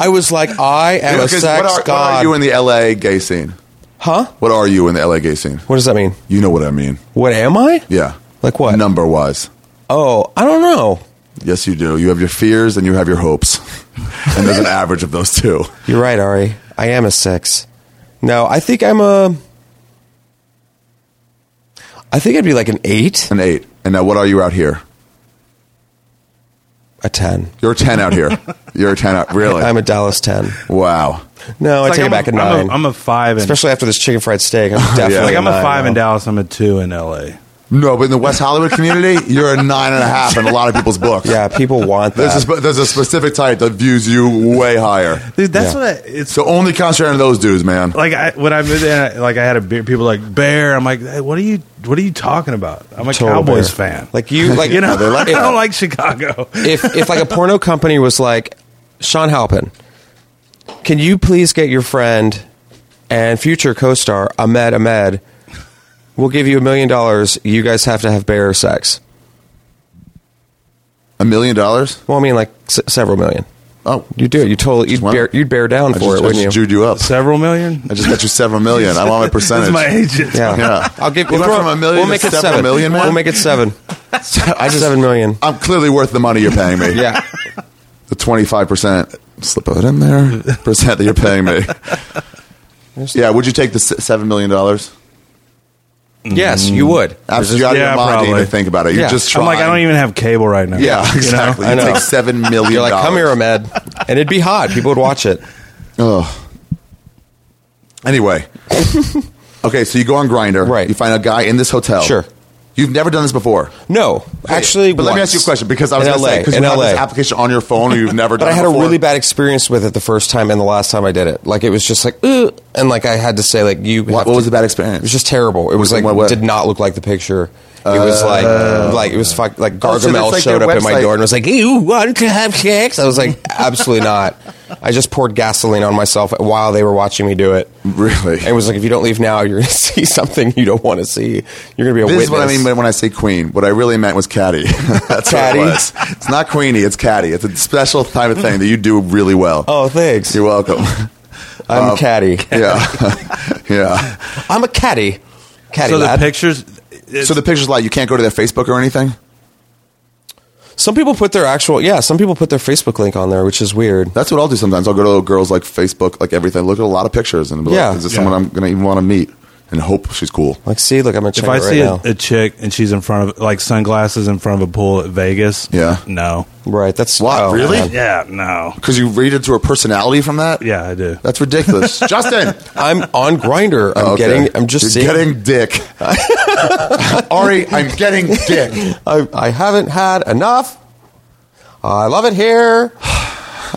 [SPEAKER 3] I was like I am a
[SPEAKER 1] Because
[SPEAKER 3] sex
[SPEAKER 1] what, are, what
[SPEAKER 3] god.
[SPEAKER 1] are you in the LA gay scene?
[SPEAKER 3] huh?
[SPEAKER 1] What are you in the LA gay scene?
[SPEAKER 3] What does that mean?
[SPEAKER 1] You know what I mean.
[SPEAKER 3] What am I?
[SPEAKER 1] Yeah.
[SPEAKER 3] Like what?
[SPEAKER 1] Number wise.
[SPEAKER 3] Oh, I don't know.
[SPEAKER 1] Yes, you do. You have your fears and you have your hopes. and there's an average of those two.
[SPEAKER 3] You're right, Ari. I am a six. No, I think I'm a. I think I'd be like an eight,
[SPEAKER 1] An eight. And now what are you out here?
[SPEAKER 3] a ten.
[SPEAKER 1] You're a 10 out here. You're a 10 out. Really?
[SPEAKER 3] I'm a Dallas ten.
[SPEAKER 1] wow.
[SPEAKER 3] No, I
[SPEAKER 4] It's like
[SPEAKER 3] take
[SPEAKER 4] I'm
[SPEAKER 3] it back a
[SPEAKER 4] I'm
[SPEAKER 3] nine.
[SPEAKER 4] I'm a five, in,
[SPEAKER 3] Especially after this chicken fried steak, I'm definitely
[SPEAKER 1] Yeah.
[SPEAKER 4] like I'm a
[SPEAKER 3] nine
[SPEAKER 4] five in
[SPEAKER 3] now.
[SPEAKER 4] Dallas. I'm a two in LA.
[SPEAKER 1] No, but in the West Hollywood community, you're a nine and a half in a lot of people's books.
[SPEAKER 3] Yeah, people want
[SPEAKER 1] There's a,
[SPEAKER 3] that.
[SPEAKER 1] spe- there's a specific type that views you way higher.
[SPEAKER 4] Dude, that's
[SPEAKER 3] Yeah.
[SPEAKER 4] what I, it's
[SPEAKER 1] So only concentrate on those dudes, man.
[SPEAKER 4] like. I, when I moved in, I, like I had a beer. People were like bear. I'm like, hey, what are you? What are you talking about? I'm a
[SPEAKER 3] Total
[SPEAKER 4] Cowboys
[SPEAKER 3] bear.
[SPEAKER 4] fan.
[SPEAKER 3] Like you, like
[SPEAKER 4] you know, I
[SPEAKER 3] if-
[SPEAKER 4] don't like Chicago.
[SPEAKER 3] if if like a porno company was like Sean Halpin, can you please get your friend and future co-star Ahmed Ahmed? We'll give you a million dollars. You guys have to have bear sex.
[SPEAKER 1] A million dollars?
[SPEAKER 3] Well, I mean, like s- several million.
[SPEAKER 1] Oh,
[SPEAKER 3] You do it. You totally. You'd
[SPEAKER 1] Wow.
[SPEAKER 3] bear, you'd bear down
[SPEAKER 1] I
[SPEAKER 3] for
[SPEAKER 1] just,
[SPEAKER 3] it,
[SPEAKER 1] I
[SPEAKER 3] wouldn't
[SPEAKER 1] just
[SPEAKER 3] you?
[SPEAKER 1] Jewed you up.
[SPEAKER 4] Several million.
[SPEAKER 1] I just got you several million. I want my
[SPEAKER 4] This
[SPEAKER 1] percentage.
[SPEAKER 4] is my agent.
[SPEAKER 3] Yeah.
[SPEAKER 1] Yeah.
[SPEAKER 3] I'll give.
[SPEAKER 1] You
[SPEAKER 3] We'll
[SPEAKER 1] went
[SPEAKER 3] throw-
[SPEAKER 1] from a million
[SPEAKER 3] We'll
[SPEAKER 1] to
[SPEAKER 3] make it
[SPEAKER 1] seven
[SPEAKER 3] seven
[SPEAKER 1] million, man?
[SPEAKER 3] We'll make it seven.
[SPEAKER 1] I just,
[SPEAKER 3] seven million.
[SPEAKER 1] I'm clearly worth the money you're paying me.
[SPEAKER 3] Yeah.
[SPEAKER 1] The 25%. Slip it in there. Percent that you're paying me. Yeah. Would you take the s- $7 million?
[SPEAKER 3] yes, you would.
[SPEAKER 1] Absolutely. You're out of
[SPEAKER 4] Yeah,
[SPEAKER 1] your mind to
[SPEAKER 4] probably.
[SPEAKER 1] even think about it. You're
[SPEAKER 3] Yeah.
[SPEAKER 1] just
[SPEAKER 4] I'm
[SPEAKER 1] trying.
[SPEAKER 4] like, I don't even have cable right now.
[SPEAKER 1] Yeah, exactly.
[SPEAKER 3] I
[SPEAKER 1] You,
[SPEAKER 3] know.
[SPEAKER 1] take $7 million.
[SPEAKER 3] You're like, come here, Ahmed, and it'd be hot. People would watch it.
[SPEAKER 1] Ugh. Anyway. okay, so you go on Grinder.
[SPEAKER 3] Right.
[SPEAKER 1] You find a guy in this hotel.
[SPEAKER 3] Sure.
[SPEAKER 1] You've never done this before.
[SPEAKER 3] No, actually,
[SPEAKER 1] but let me
[SPEAKER 3] once.
[SPEAKER 1] ask you a question because I was
[SPEAKER 3] in
[SPEAKER 1] going to
[SPEAKER 3] LA,
[SPEAKER 1] say because
[SPEAKER 3] in
[SPEAKER 1] you have
[SPEAKER 3] LA.
[SPEAKER 1] this application on your phone or you've never done.
[SPEAKER 3] But I had
[SPEAKER 1] it
[SPEAKER 3] a
[SPEAKER 1] before.
[SPEAKER 3] really bad experience with it the first time and the last time I did it. Like it was just like, Ugh, and like I had to say like you.
[SPEAKER 1] What,
[SPEAKER 3] have
[SPEAKER 1] what
[SPEAKER 3] to-
[SPEAKER 1] was the bad
[SPEAKER 3] It was
[SPEAKER 1] experience?
[SPEAKER 3] just terrible. It was
[SPEAKER 1] it-
[SPEAKER 3] like
[SPEAKER 1] what- what?
[SPEAKER 3] did not look like the picture. It was like like it was fuck, like
[SPEAKER 1] Oh, so
[SPEAKER 3] Gargamel
[SPEAKER 1] that's like
[SPEAKER 3] showed
[SPEAKER 1] their
[SPEAKER 3] up at my
[SPEAKER 1] website.
[SPEAKER 3] door and was like, "You want to have sex?" I was like, "Absolutely not." I just poured gasoline on myself while they were watching me do it.
[SPEAKER 1] really.
[SPEAKER 3] It was like if you don't leave now, you're going to see something you don't want to see. You're going to be a
[SPEAKER 1] this
[SPEAKER 3] witness.
[SPEAKER 1] is what I mean by- when I say queen. What I really meant was catty. That's
[SPEAKER 3] Catty?
[SPEAKER 1] what it was. It's not queenie. It's catty. It's a special type of thing that you do really well.
[SPEAKER 3] oh, thanks.
[SPEAKER 1] You're welcome.
[SPEAKER 3] I'm
[SPEAKER 1] um,
[SPEAKER 3] caddy.
[SPEAKER 1] yeah, yeah.
[SPEAKER 3] I'm a caddy. Caddy
[SPEAKER 4] So the
[SPEAKER 3] lad.
[SPEAKER 4] pictures.
[SPEAKER 1] So the pictures like you can't go to their Facebook or anything.
[SPEAKER 3] Some people put their actual yeah. Some people put their Facebook link on there, which is weird.
[SPEAKER 1] That's what I'll do sometimes. I'll go to little girls like Facebook, like everything. Look at a lot of pictures and be
[SPEAKER 3] Yeah.
[SPEAKER 1] like, is this
[SPEAKER 4] Yeah.
[SPEAKER 1] someone I'm gonna even want to meet and hope she's cool.
[SPEAKER 3] Like, see, look, I'm gonna check
[SPEAKER 4] If I
[SPEAKER 3] it right
[SPEAKER 4] see
[SPEAKER 3] now.
[SPEAKER 4] a, a chick and she's in front of like sunglasses in front of a pool at Vegas,
[SPEAKER 1] Yeah.
[SPEAKER 4] no,
[SPEAKER 3] right, that's oh.
[SPEAKER 1] What, really?
[SPEAKER 3] man.
[SPEAKER 4] yeah, no,
[SPEAKER 1] Because you read into her personality from that.
[SPEAKER 4] yeah, I do.
[SPEAKER 1] that's ridiculous, Justin.
[SPEAKER 3] I'm on Grinder. I'm
[SPEAKER 1] Oh, okay.
[SPEAKER 3] getting. I'm just
[SPEAKER 1] You're
[SPEAKER 3] seeing.
[SPEAKER 1] getting dick. Ari, I'm getting dick.
[SPEAKER 3] I, I haven't had enough. I love it here.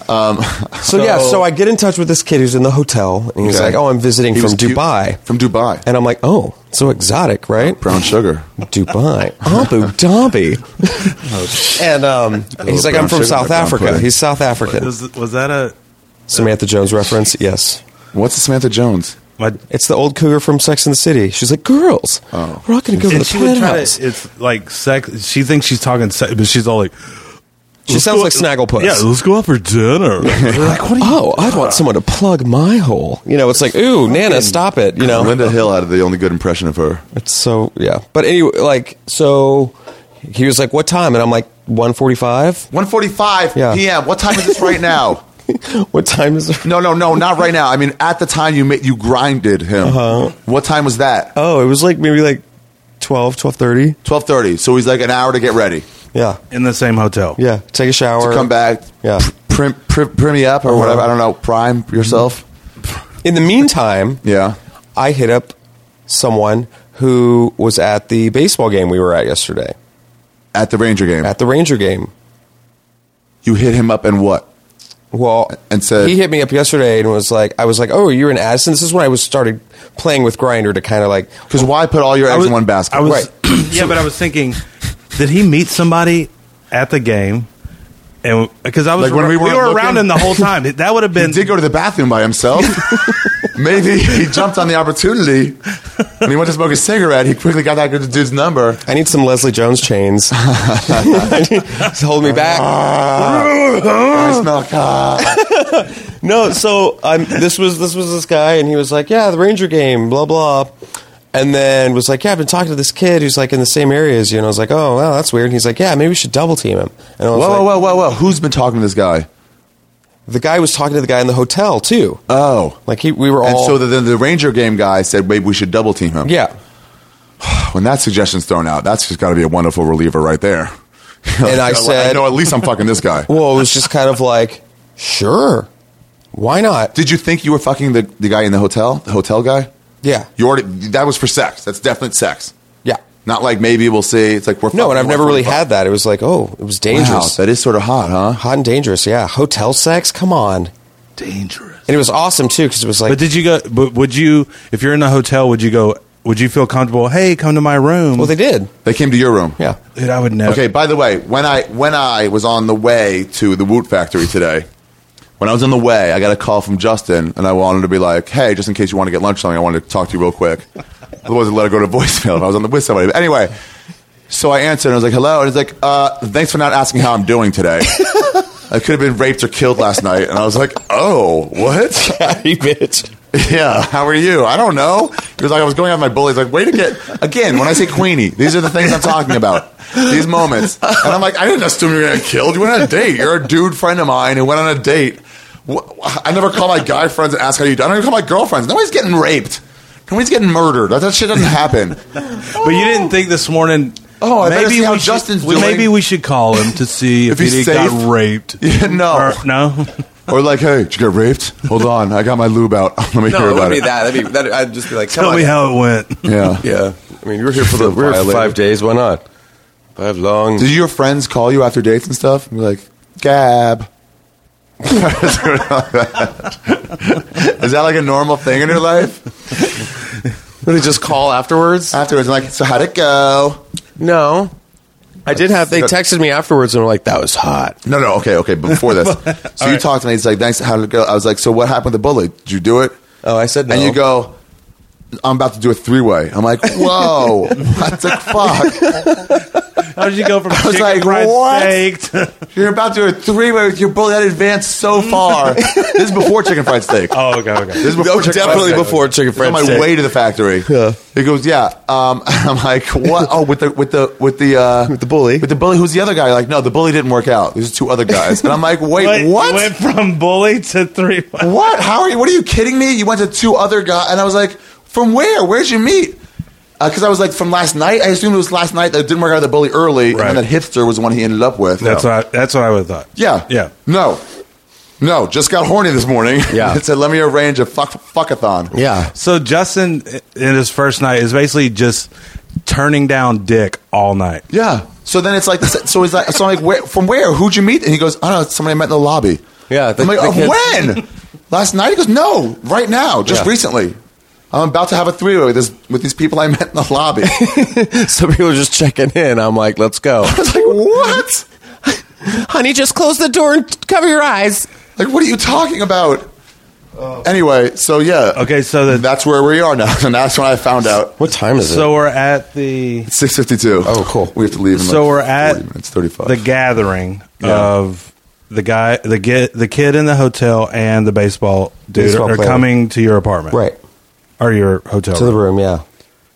[SPEAKER 1] Um,
[SPEAKER 3] so, yeah, so I get in touch with this kid who's in the hotel, and he's
[SPEAKER 1] Okay.
[SPEAKER 3] like, "Oh, I'm visiting
[SPEAKER 1] He
[SPEAKER 3] from
[SPEAKER 1] was cute-
[SPEAKER 3] Dubai,"
[SPEAKER 1] From Dubai.
[SPEAKER 3] and I'm like, "Oh, so exotic, right?"
[SPEAKER 1] brown sugar.
[SPEAKER 3] Dubai, Abu Dhabi, and um, he's like, "I'm
[SPEAKER 1] brown sugar
[SPEAKER 3] from
[SPEAKER 1] in
[SPEAKER 3] South
[SPEAKER 1] my brown
[SPEAKER 3] Africa."
[SPEAKER 1] pudding.
[SPEAKER 3] He's South African.
[SPEAKER 4] Was, was that a
[SPEAKER 3] Samantha Jones reference? Yes.
[SPEAKER 1] What's the Samantha Jones?
[SPEAKER 4] my?
[SPEAKER 3] It's the old cougar from Sex and the City. She's like, girls,
[SPEAKER 1] Oh.
[SPEAKER 3] we're not going to go to the
[SPEAKER 4] And she would try to.
[SPEAKER 3] penthouse.
[SPEAKER 4] It's like sex. She thinks she's talking sex, but she's all like,
[SPEAKER 3] She sounds like Snagglepuss.
[SPEAKER 4] Yeah, let's go out for dinner. We're like, what are you?
[SPEAKER 3] oh, I
[SPEAKER 1] Ah.
[SPEAKER 3] want someone to plug my hole. You know, it's like, ooh, Nana, stop it. You know,
[SPEAKER 1] Linda Hill had the only good impression of her.
[SPEAKER 3] it's so yeah. But anyway, like, so he was like, "What time?" And I'm like, "1:45."
[SPEAKER 1] 1:45
[SPEAKER 3] Yeah.
[SPEAKER 1] p.m. What time is this right now?
[SPEAKER 3] What time is it?
[SPEAKER 1] No, no, no, not right now. I mean, at the time you ma- you grinded him.
[SPEAKER 3] Uh-huh.
[SPEAKER 1] What time was that?
[SPEAKER 3] Oh, it was like maybe like 12, 12:30.
[SPEAKER 1] 12:30. So he's like an hour to get ready
[SPEAKER 3] Yeah,
[SPEAKER 4] In the same hotel.
[SPEAKER 3] yeah. Take a shower.
[SPEAKER 1] to come back.
[SPEAKER 3] Yeah. Uh-huh.
[SPEAKER 1] Prim, prim, prim me up or whatever. I don't know. Prime yourself.
[SPEAKER 3] Mm-hmm. In the meantime,
[SPEAKER 1] Yeah.
[SPEAKER 3] I hit up someone who was at the baseball game we were at yesterday,
[SPEAKER 1] At the Ranger game,
[SPEAKER 3] at the Ranger game.
[SPEAKER 1] you hit him up and what?
[SPEAKER 3] Well,
[SPEAKER 1] And said-
[SPEAKER 3] he hit me up yesterday and was like, I was like, oh, you're in Addison. This is when I was started playing with Grinder to kind of like,
[SPEAKER 1] Because why put all your eggs
[SPEAKER 4] was-
[SPEAKER 1] in one basket?
[SPEAKER 4] I was,
[SPEAKER 3] Right.
[SPEAKER 4] yeah, but I was thinking, did he meet somebody at the game? And because I was
[SPEAKER 1] Like when we
[SPEAKER 4] we
[SPEAKER 1] weren't
[SPEAKER 4] were
[SPEAKER 1] looking-
[SPEAKER 4] around him the whole time. That would have
[SPEAKER 1] He
[SPEAKER 4] been
[SPEAKER 1] did go to the bathroom by himself. Maybe he jumped on the opportunity and he went to smoke a cigarette. He quickly got that good dude's number.
[SPEAKER 3] I need some Leslie Jones chains. to hold me back.
[SPEAKER 1] Ah. I smell cock.
[SPEAKER 3] No, so I'm, this was this was this guy, and he was like, yeah, the Ranger game, blah blah, and then was like, yeah, I've been talking to this kid who's like in the same area as you, and I was like, oh, wow, that's weird. And he's like, yeah, maybe we should double team him. And I
[SPEAKER 1] Whoa,
[SPEAKER 3] was like,
[SPEAKER 1] whoa, whoa, whoa, whoa. Who's been talking to this guy?
[SPEAKER 3] the guy was talking to the guy in the hotel too.
[SPEAKER 1] Oh.
[SPEAKER 3] Like he, we were
[SPEAKER 1] And
[SPEAKER 3] all
[SPEAKER 1] so the, the Ranger game guy said, maybe we should double team him.
[SPEAKER 3] yeah.
[SPEAKER 1] When that suggestion's thrown out, that's just got to be a wonderful reliever right there.
[SPEAKER 3] And I
[SPEAKER 1] I
[SPEAKER 3] said-
[SPEAKER 1] know at least I'm fucking this guy.
[SPEAKER 3] Well, it was just kind of like, sure, why not?
[SPEAKER 1] Did you think you were fucking the, the guy in the hotel? The hotel guy?
[SPEAKER 3] Yeah,
[SPEAKER 1] You already, that was for sex. That's definite sex.
[SPEAKER 3] yeah.
[SPEAKER 1] Not like maybe we'll see. It's like we're
[SPEAKER 3] No,
[SPEAKER 1] fucking-
[SPEAKER 3] and I've
[SPEAKER 1] we're
[SPEAKER 3] never really
[SPEAKER 1] fucking-
[SPEAKER 3] had that. It was like, oh, it was
[SPEAKER 1] Wow,
[SPEAKER 3] dangerous,
[SPEAKER 1] that is sort of hot, huh?
[SPEAKER 3] hot and dangerous. Yeah, hotel sex. Come on, and
[SPEAKER 4] dangerous.
[SPEAKER 3] it was awesome too because it was like,
[SPEAKER 4] But did you go? But would you, if you're in the hotel, would you go? Would you feel comfortable? Hey, come to my room.
[SPEAKER 3] well, they did.
[SPEAKER 1] They came to your room.
[SPEAKER 3] Yeah,
[SPEAKER 4] Dude, I would never.
[SPEAKER 1] Okay. By the way, when I when I was on the way to the Woot Factory today, when I was on the way, I got a call from Justin, and I wanted to be like, "Hey, just in case you want to get lunch or something, I wanted to talk to you real quick." Otherwise, I let it go to voicemail if I was on the with somebody. But anyway, so I answered, and I was like, "Hello," and he's like, uh, "Thanks for not asking how I'm doing today." I could have been raped or killed last night, and I was like, "Oh, what?"
[SPEAKER 3] he bitch.
[SPEAKER 1] Yeah, how are you? I don't know. It was like I was going out with my bullies. Like, way to get again. When I say Queenie, these are the things I'm talking about. These moments, and I'm like, I didn't assume you were gonna get killed. You went on a date. You're a dude friend of mine who went on a date. Wh- I never call my guy friends and ask how you. do. I don't even call my girlfriends. Nobody's getting raped. Nobody's getting murdered. That, that shit doesn't happen.
[SPEAKER 4] But you didn't think this morning.
[SPEAKER 1] Oh, I better see how
[SPEAKER 4] we should-
[SPEAKER 1] Justin's
[SPEAKER 4] we- Maybe
[SPEAKER 1] doing.
[SPEAKER 4] we should call him to see if,
[SPEAKER 1] If he's
[SPEAKER 4] he got
[SPEAKER 1] safe.
[SPEAKER 4] raped.
[SPEAKER 1] Yeah, no.
[SPEAKER 4] Or- no.
[SPEAKER 1] Or like, hey, did you get raped? Hold on, I got my lube out. Let me hear
[SPEAKER 5] No, it
[SPEAKER 1] about
[SPEAKER 5] wouldn't be
[SPEAKER 1] it.
[SPEAKER 5] that. That'd be, that I'd just be like, come
[SPEAKER 4] Tell
[SPEAKER 5] on.
[SPEAKER 4] me how it went.
[SPEAKER 1] Yeah.
[SPEAKER 5] Yeah.
[SPEAKER 3] I mean, we were here for
[SPEAKER 1] the
[SPEAKER 3] we were here for
[SPEAKER 1] violator.
[SPEAKER 3] five days. Why not? Five long.
[SPEAKER 1] Did your friends call you after dates and stuff? And be like, Gab. Is that like a normal thing in your life?
[SPEAKER 3] Did they just call afterwards?
[SPEAKER 1] Afterwards, I'm like, so how'd it go?
[SPEAKER 3] No, I did have. They texted me afterwards and were like, "That was hot."
[SPEAKER 1] No, no, okay, okay. Before this, so you talked to me. It's like, thanks. How'd it go? I was like, so what happened with the bully? Did you do it?
[SPEAKER 3] Oh, I said no.
[SPEAKER 1] And you go, I'm about to do a three way. I'm like, whoa, what the fuck?
[SPEAKER 4] How did you go from
[SPEAKER 1] I was
[SPEAKER 4] chicken
[SPEAKER 1] like,
[SPEAKER 4] fried
[SPEAKER 1] "What?"
[SPEAKER 4] steak to
[SPEAKER 1] You're about to do a three way with your bullet that advanced so far. this is before chicken fried steak.
[SPEAKER 4] oh, okay, okay.
[SPEAKER 1] This is before
[SPEAKER 3] No,
[SPEAKER 1] chicken
[SPEAKER 3] definitely
[SPEAKER 1] fried steak.
[SPEAKER 3] before chicken
[SPEAKER 1] It's
[SPEAKER 3] fried
[SPEAKER 1] on my
[SPEAKER 3] steak.
[SPEAKER 1] way to the factory. He goes, yeah. Um, I'm like, what? Oh, with the with the with the uh, with
[SPEAKER 3] the bully.
[SPEAKER 1] With the bully. Who's the other guy? Like, no, the bully didn't work out. There's two other guys. And I'm like, wait,
[SPEAKER 4] But you
[SPEAKER 1] what?
[SPEAKER 4] Went from bully to three.
[SPEAKER 1] What? How are you? What are you kidding me? You went to two other guys, and I was like, from where? Where'd you meet? Because I was like, from last night. I assumed it was last night that it didn't work out with the bully early,
[SPEAKER 4] Right.
[SPEAKER 1] and then that hipster was the one he ended up with.
[SPEAKER 4] That's
[SPEAKER 1] No.
[SPEAKER 4] what I, that's what I would have thought.
[SPEAKER 1] Yeah.
[SPEAKER 4] yeah.
[SPEAKER 1] No. No. Just got horny this morning.
[SPEAKER 3] Yeah.
[SPEAKER 1] it said, let me arrange a fuck fuckathon.
[SPEAKER 3] Yeah.
[SPEAKER 4] So Justin i- in his first night is basically just turning down dick all night.
[SPEAKER 1] Yeah. So then it's like, this, so is that, so I'm like, where, from where? Who'd you meet? And he goes, I don't know, it's somebody I met in the lobby.
[SPEAKER 3] Yeah, the-
[SPEAKER 1] I'm like,
[SPEAKER 3] the
[SPEAKER 1] "Oh,
[SPEAKER 3] kid-
[SPEAKER 1] when? Last night? He goes, no, right now, just
[SPEAKER 3] Yeah.
[SPEAKER 1] recently. I'm about to have a three way with, this- with these people I met in the lobby.
[SPEAKER 3] Some people are just checking in. I'm like, let's go.
[SPEAKER 1] I was like, what?
[SPEAKER 6] Honey, just close the door and cover your eyes.
[SPEAKER 1] Like, what are you talking about?
[SPEAKER 4] Oh.
[SPEAKER 1] Anyway, so yeah.
[SPEAKER 4] Okay, so the-
[SPEAKER 1] that's where we are now. And that's when I found out.
[SPEAKER 3] What time is
[SPEAKER 4] So we're at the
[SPEAKER 1] 652.
[SPEAKER 3] Oh, cool.
[SPEAKER 1] We have to leave in
[SPEAKER 4] so
[SPEAKER 1] like
[SPEAKER 4] we're
[SPEAKER 1] 40
[SPEAKER 4] at
[SPEAKER 1] minutes, 35.
[SPEAKER 4] the gathering
[SPEAKER 1] Yeah.
[SPEAKER 4] of the guy, the get, the kid in the hotel, and the baseball dude
[SPEAKER 3] Baseball
[SPEAKER 4] are
[SPEAKER 3] player.
[SPEAKER 4] coming to your apartment,
[SPEAKER 3] Right.
[SPEAKER 4] Or your hotel
[SPEAKER 3] To the
[SPEAKER 4] room.
[SPEAKER 3] room, yeah.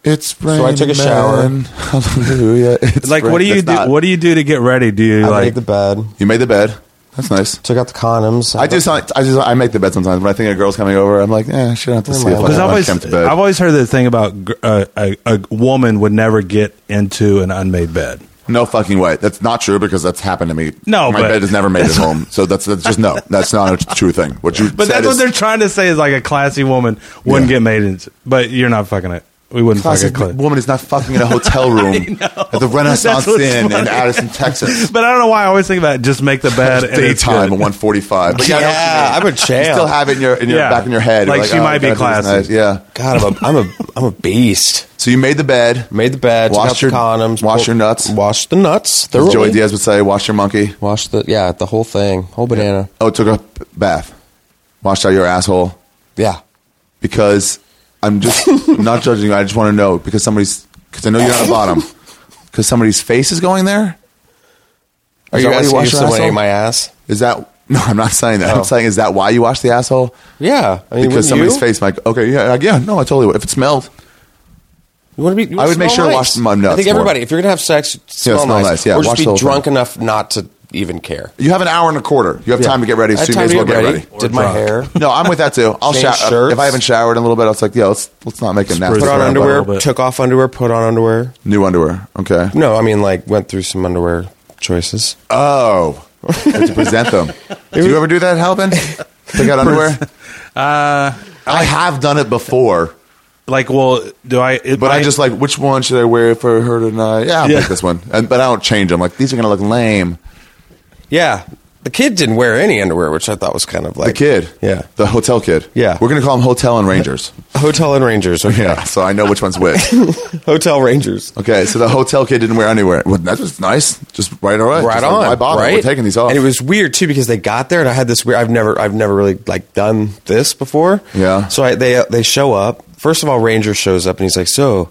[SPEAKER 1] It's raining.
[SPEAKER 3] I took a shower.
[SPEAKER 1] men. Hallelujah. It's
[SPEAKER 4] Like, what do
[SPEAKER 1] rain-
[SPEAKER 4] you
[SPEAKER 1] That's
[SPEAKER 4] do?
[SPEAKER 1] not-
[SPEAKER 4] What do you do to get ready? Do you
[SPEAKER 3] I
[SPEAKER 4] like
[SPEAKER 3] made the bed,
[SPEAKER 1] you made the bed. That's nice.
[SPEAKER 3] took out the condoms.
[SPEAKER 1] I do. Something, I just. I make the bed sometimes. When I think a girl's coming over, I'm like, eh, she don't have to see if
[SPEAKER 4] Because
[SPEAKER 1] I want
[SPEAKER 4] I've always,
[SPEAKER 1] to come to bed.
[SPEAKER 4] I've always heard the thing about gr- uh, a, a woman would never get into an unmade bed.
[SPEAKER 1] no fucking way. That's not true because that's happened to me.
[SPEAKER 4] No,
[SPEAKER 1] my
[SPEAKER 4] but-
[SPEAKER 1] bed is never made at home. So that's, that's just no. That's not a true thing. What you
[SPEAKER 4] But
[SPEAKER 1] said
[SPEAKER 4] that's what
[SPEAKER 1] is-
[SPEAKER 4] they're trying to say is like a classy woman wouldn't
[SPEAKER 1] Yeah.
[SPEAKER 4] get made into. But you're not fucking it. We wouldn't
[SPEAKER 1] classic
[SPEAKER 4] fuck a cla-
[SPEAKER 1] woman is not fucking in a hotel room at the Renaissance
[SPEAKER 4] That's what's
[SPEAKER 1] Inn in
[SPEAKER 4] funny.
[SPEAKER 1] Addison, Texas.
[SPEAKER 4] But I don't know why I always think about it. just make the bed and it's
[SPEAKER 1] Daytime at
[SPEAKER 4] good.
[SPEAKER 1] one forty-five. But yeah, I know what you
[SPEAKER 3] Yeah,
[SPEAKER 1] mean.
[SPEAKER 3] I'm a
[SPEAKER 1] You
[SPEAKER 3] champ.
[SPEAKER 1] still have it in your in your
[SPEAKER 4] Yeah.
[SPEAKER 1] back in your head. You're
[SPEAKER 4] Like, she might be
[SPEAKER 1] I gotta do this
[SPEAKER 4] classy.
[SPEAKER 1] night. Yeah.
[SPEAKER 3] God, I'm a, I'm a, I'm a beast.
[SPEAKER 1] So you made the bed.
[SPEAKER 3] Made the bed,
[SPEAKER 1] Wash
[SPEAKER 3] took
[SPEAKER 1] your-
[SPEAKER 3] out the condoms,
[SPEAKER 1] wash
[SPEAKER 3] pulled-
[SPEAKER 1] your nuts.
[SPEAKER 3] washed the nuts.
[SPEAKER 1] As
[SPEAKER 3] thoroughly.
[SPEAKER 1] Joey Diaz would say, "Wash your monkey."
[SPEAKER 3] Washed the yeah, the whole thing, whole banana.
[SPEAKER 1] Oh, took a bath, washed out your asshole
[SPEAKER 3] Yeah,
[SPEAKER 1] because I'm just I'm not judging you. I just want to know because somebody's because I know you're not a bottom because somebody's face is going there.
[SPEAKER 3] are
[SPEAKER 1] Is
[SPEAKER 3] you
[SPEAKER 1] that why
[SPEAKER 3] asking
[SPEAKER 1] wash
[SPEAKER 3] if
[SPEAKER 1] your
[SPEAKER 3] someone
[SPEAKER 1] asshole?
[SPEAKER 3] ate my ass?
[SPEAKER 1] Is that no? I'm not saying that. I'm saying is that why you wash the asshole?
[SPEAKER 3] Yeah, I mean,
[SPEAKER 1] because
[SPEAKER 3] Oh. wouldn't
[SPEAKER 1] somebody's
[SPEAKER 3] you?
[SPEAKER 1] face might. Okay, yeah, like, yeah. No, I totally would. If it smelled,
[SPEAKER 3] You want to be? You
[SPEAKER 1] I would make
[SPEAKER 3] smell
[SPEAKER 1] sure to
[SPEAKER 3] nice.
[SPEAKER 1] wash my nuts
[SPEAKER 3] I think
[SPEAKER 1] more.
[SPEAKER 3] everybody, if you're gonna have sex, smell,
[SPEAKER 1] smell
[SPEAKER 3] nice.
[SPEAKER 1] nice, yeah,
[SPEAKER 3] or just
[SPEAKER 1] wash the
[SPEAKER 3] be
[SPEAKER 1] whole
[SPEAKER 3] drunk
[SPEAKER 1] thing.
[SPEAKER 3] enough not to even care.
[SPEAKER 1] you have an hour and a quarter. You have time to get ready,
[SPEAKER 3] I
[SPEAKER 1] so
[SPEAKER 3] had
[SPEAKER 1] you may
[SPEAKER 3] time
[SPEAKER 1] as
[SPEAKER 3] to
[SPEAKER 1] well get ready.
[SPEAKER 3] Did my hair?
[SPEAKER 1] No, I'm with that too. I'll
[SPEAKER 3] Change
[SPEAKER 1] shower
[SPEAKER 3] shirts.
[SPEAKER 1] if I haven't showered in a little bit. I was like, yeah, let's let's not make a nasty.
[SPEAKER 4] Put
[SPEAKER 3] Put
[SPEAKER 4] on
[SPEAKER 3] on
[SPEAKER 4] a little
[SPEAKER 3] underwear.
[SPEAKER 4] bit.
[SPEAKER 3] Took off underwear. Put on underwear.
[SPEAKER 1] New underwear. Okay.
[SPEAKER 3] No, I mean like went through some underwear choices.
[SPEAKER 1] Oh, to present them. Do you ever do that, Halvin? Pick out underwear. Uh,
[SPEAKER 3] Uh,
[SPEAKER 1] I have done it before,
[SPEAKER 4] Like, well, do I? It
[SPEAKER 1] but I
[SPEAKER 4] might-
[SPEAKER 1] just like which one should I wear for her tonight? Yeah, I'll
[SPEAKER 4] Yeah.
[SPEAKER 1] pick this one, and, but I don't change them. Like these are gonna look lame.
[SPEAKER 3] Yeah, the kid didn't wear any underwear, which I thought was kind of like
[SPEAKER 1] The kid,
[SPEAKER 3] Yeah,
[SPEAKER 1] the hotel kid,
[SPEAKER 3] Yeah.
[SPEAKER 1] We're gonna call him Hotel and Rangers.
[SPEAKER 3] hotel and Rangers. Okay,
[SPEAKER 1] Yeah, so I know which one's which.
[SPEAKER 3] hotel Rangers.
[SPEAKER 1] Okay, so the hotel kid didn't wear underwear. Well, that was nice. Just right, all right,
[SPEAKER 3] right
[SPEAKER 1] Just
[SPEAKER 3] on.
[SPEAKER 1] Like, why bother?
[SPEAKER 3] Right,
[SPEAKER 1] We're taking these off.
[SPEAKER 3] And it was weird too because they got there and I had this weird. I've never, I've never really like done this before.
[SPEAKER 1] Yeah.
[SPEAKER 3] So I, they they show up. First of all, Ranger shows up and he's like, so,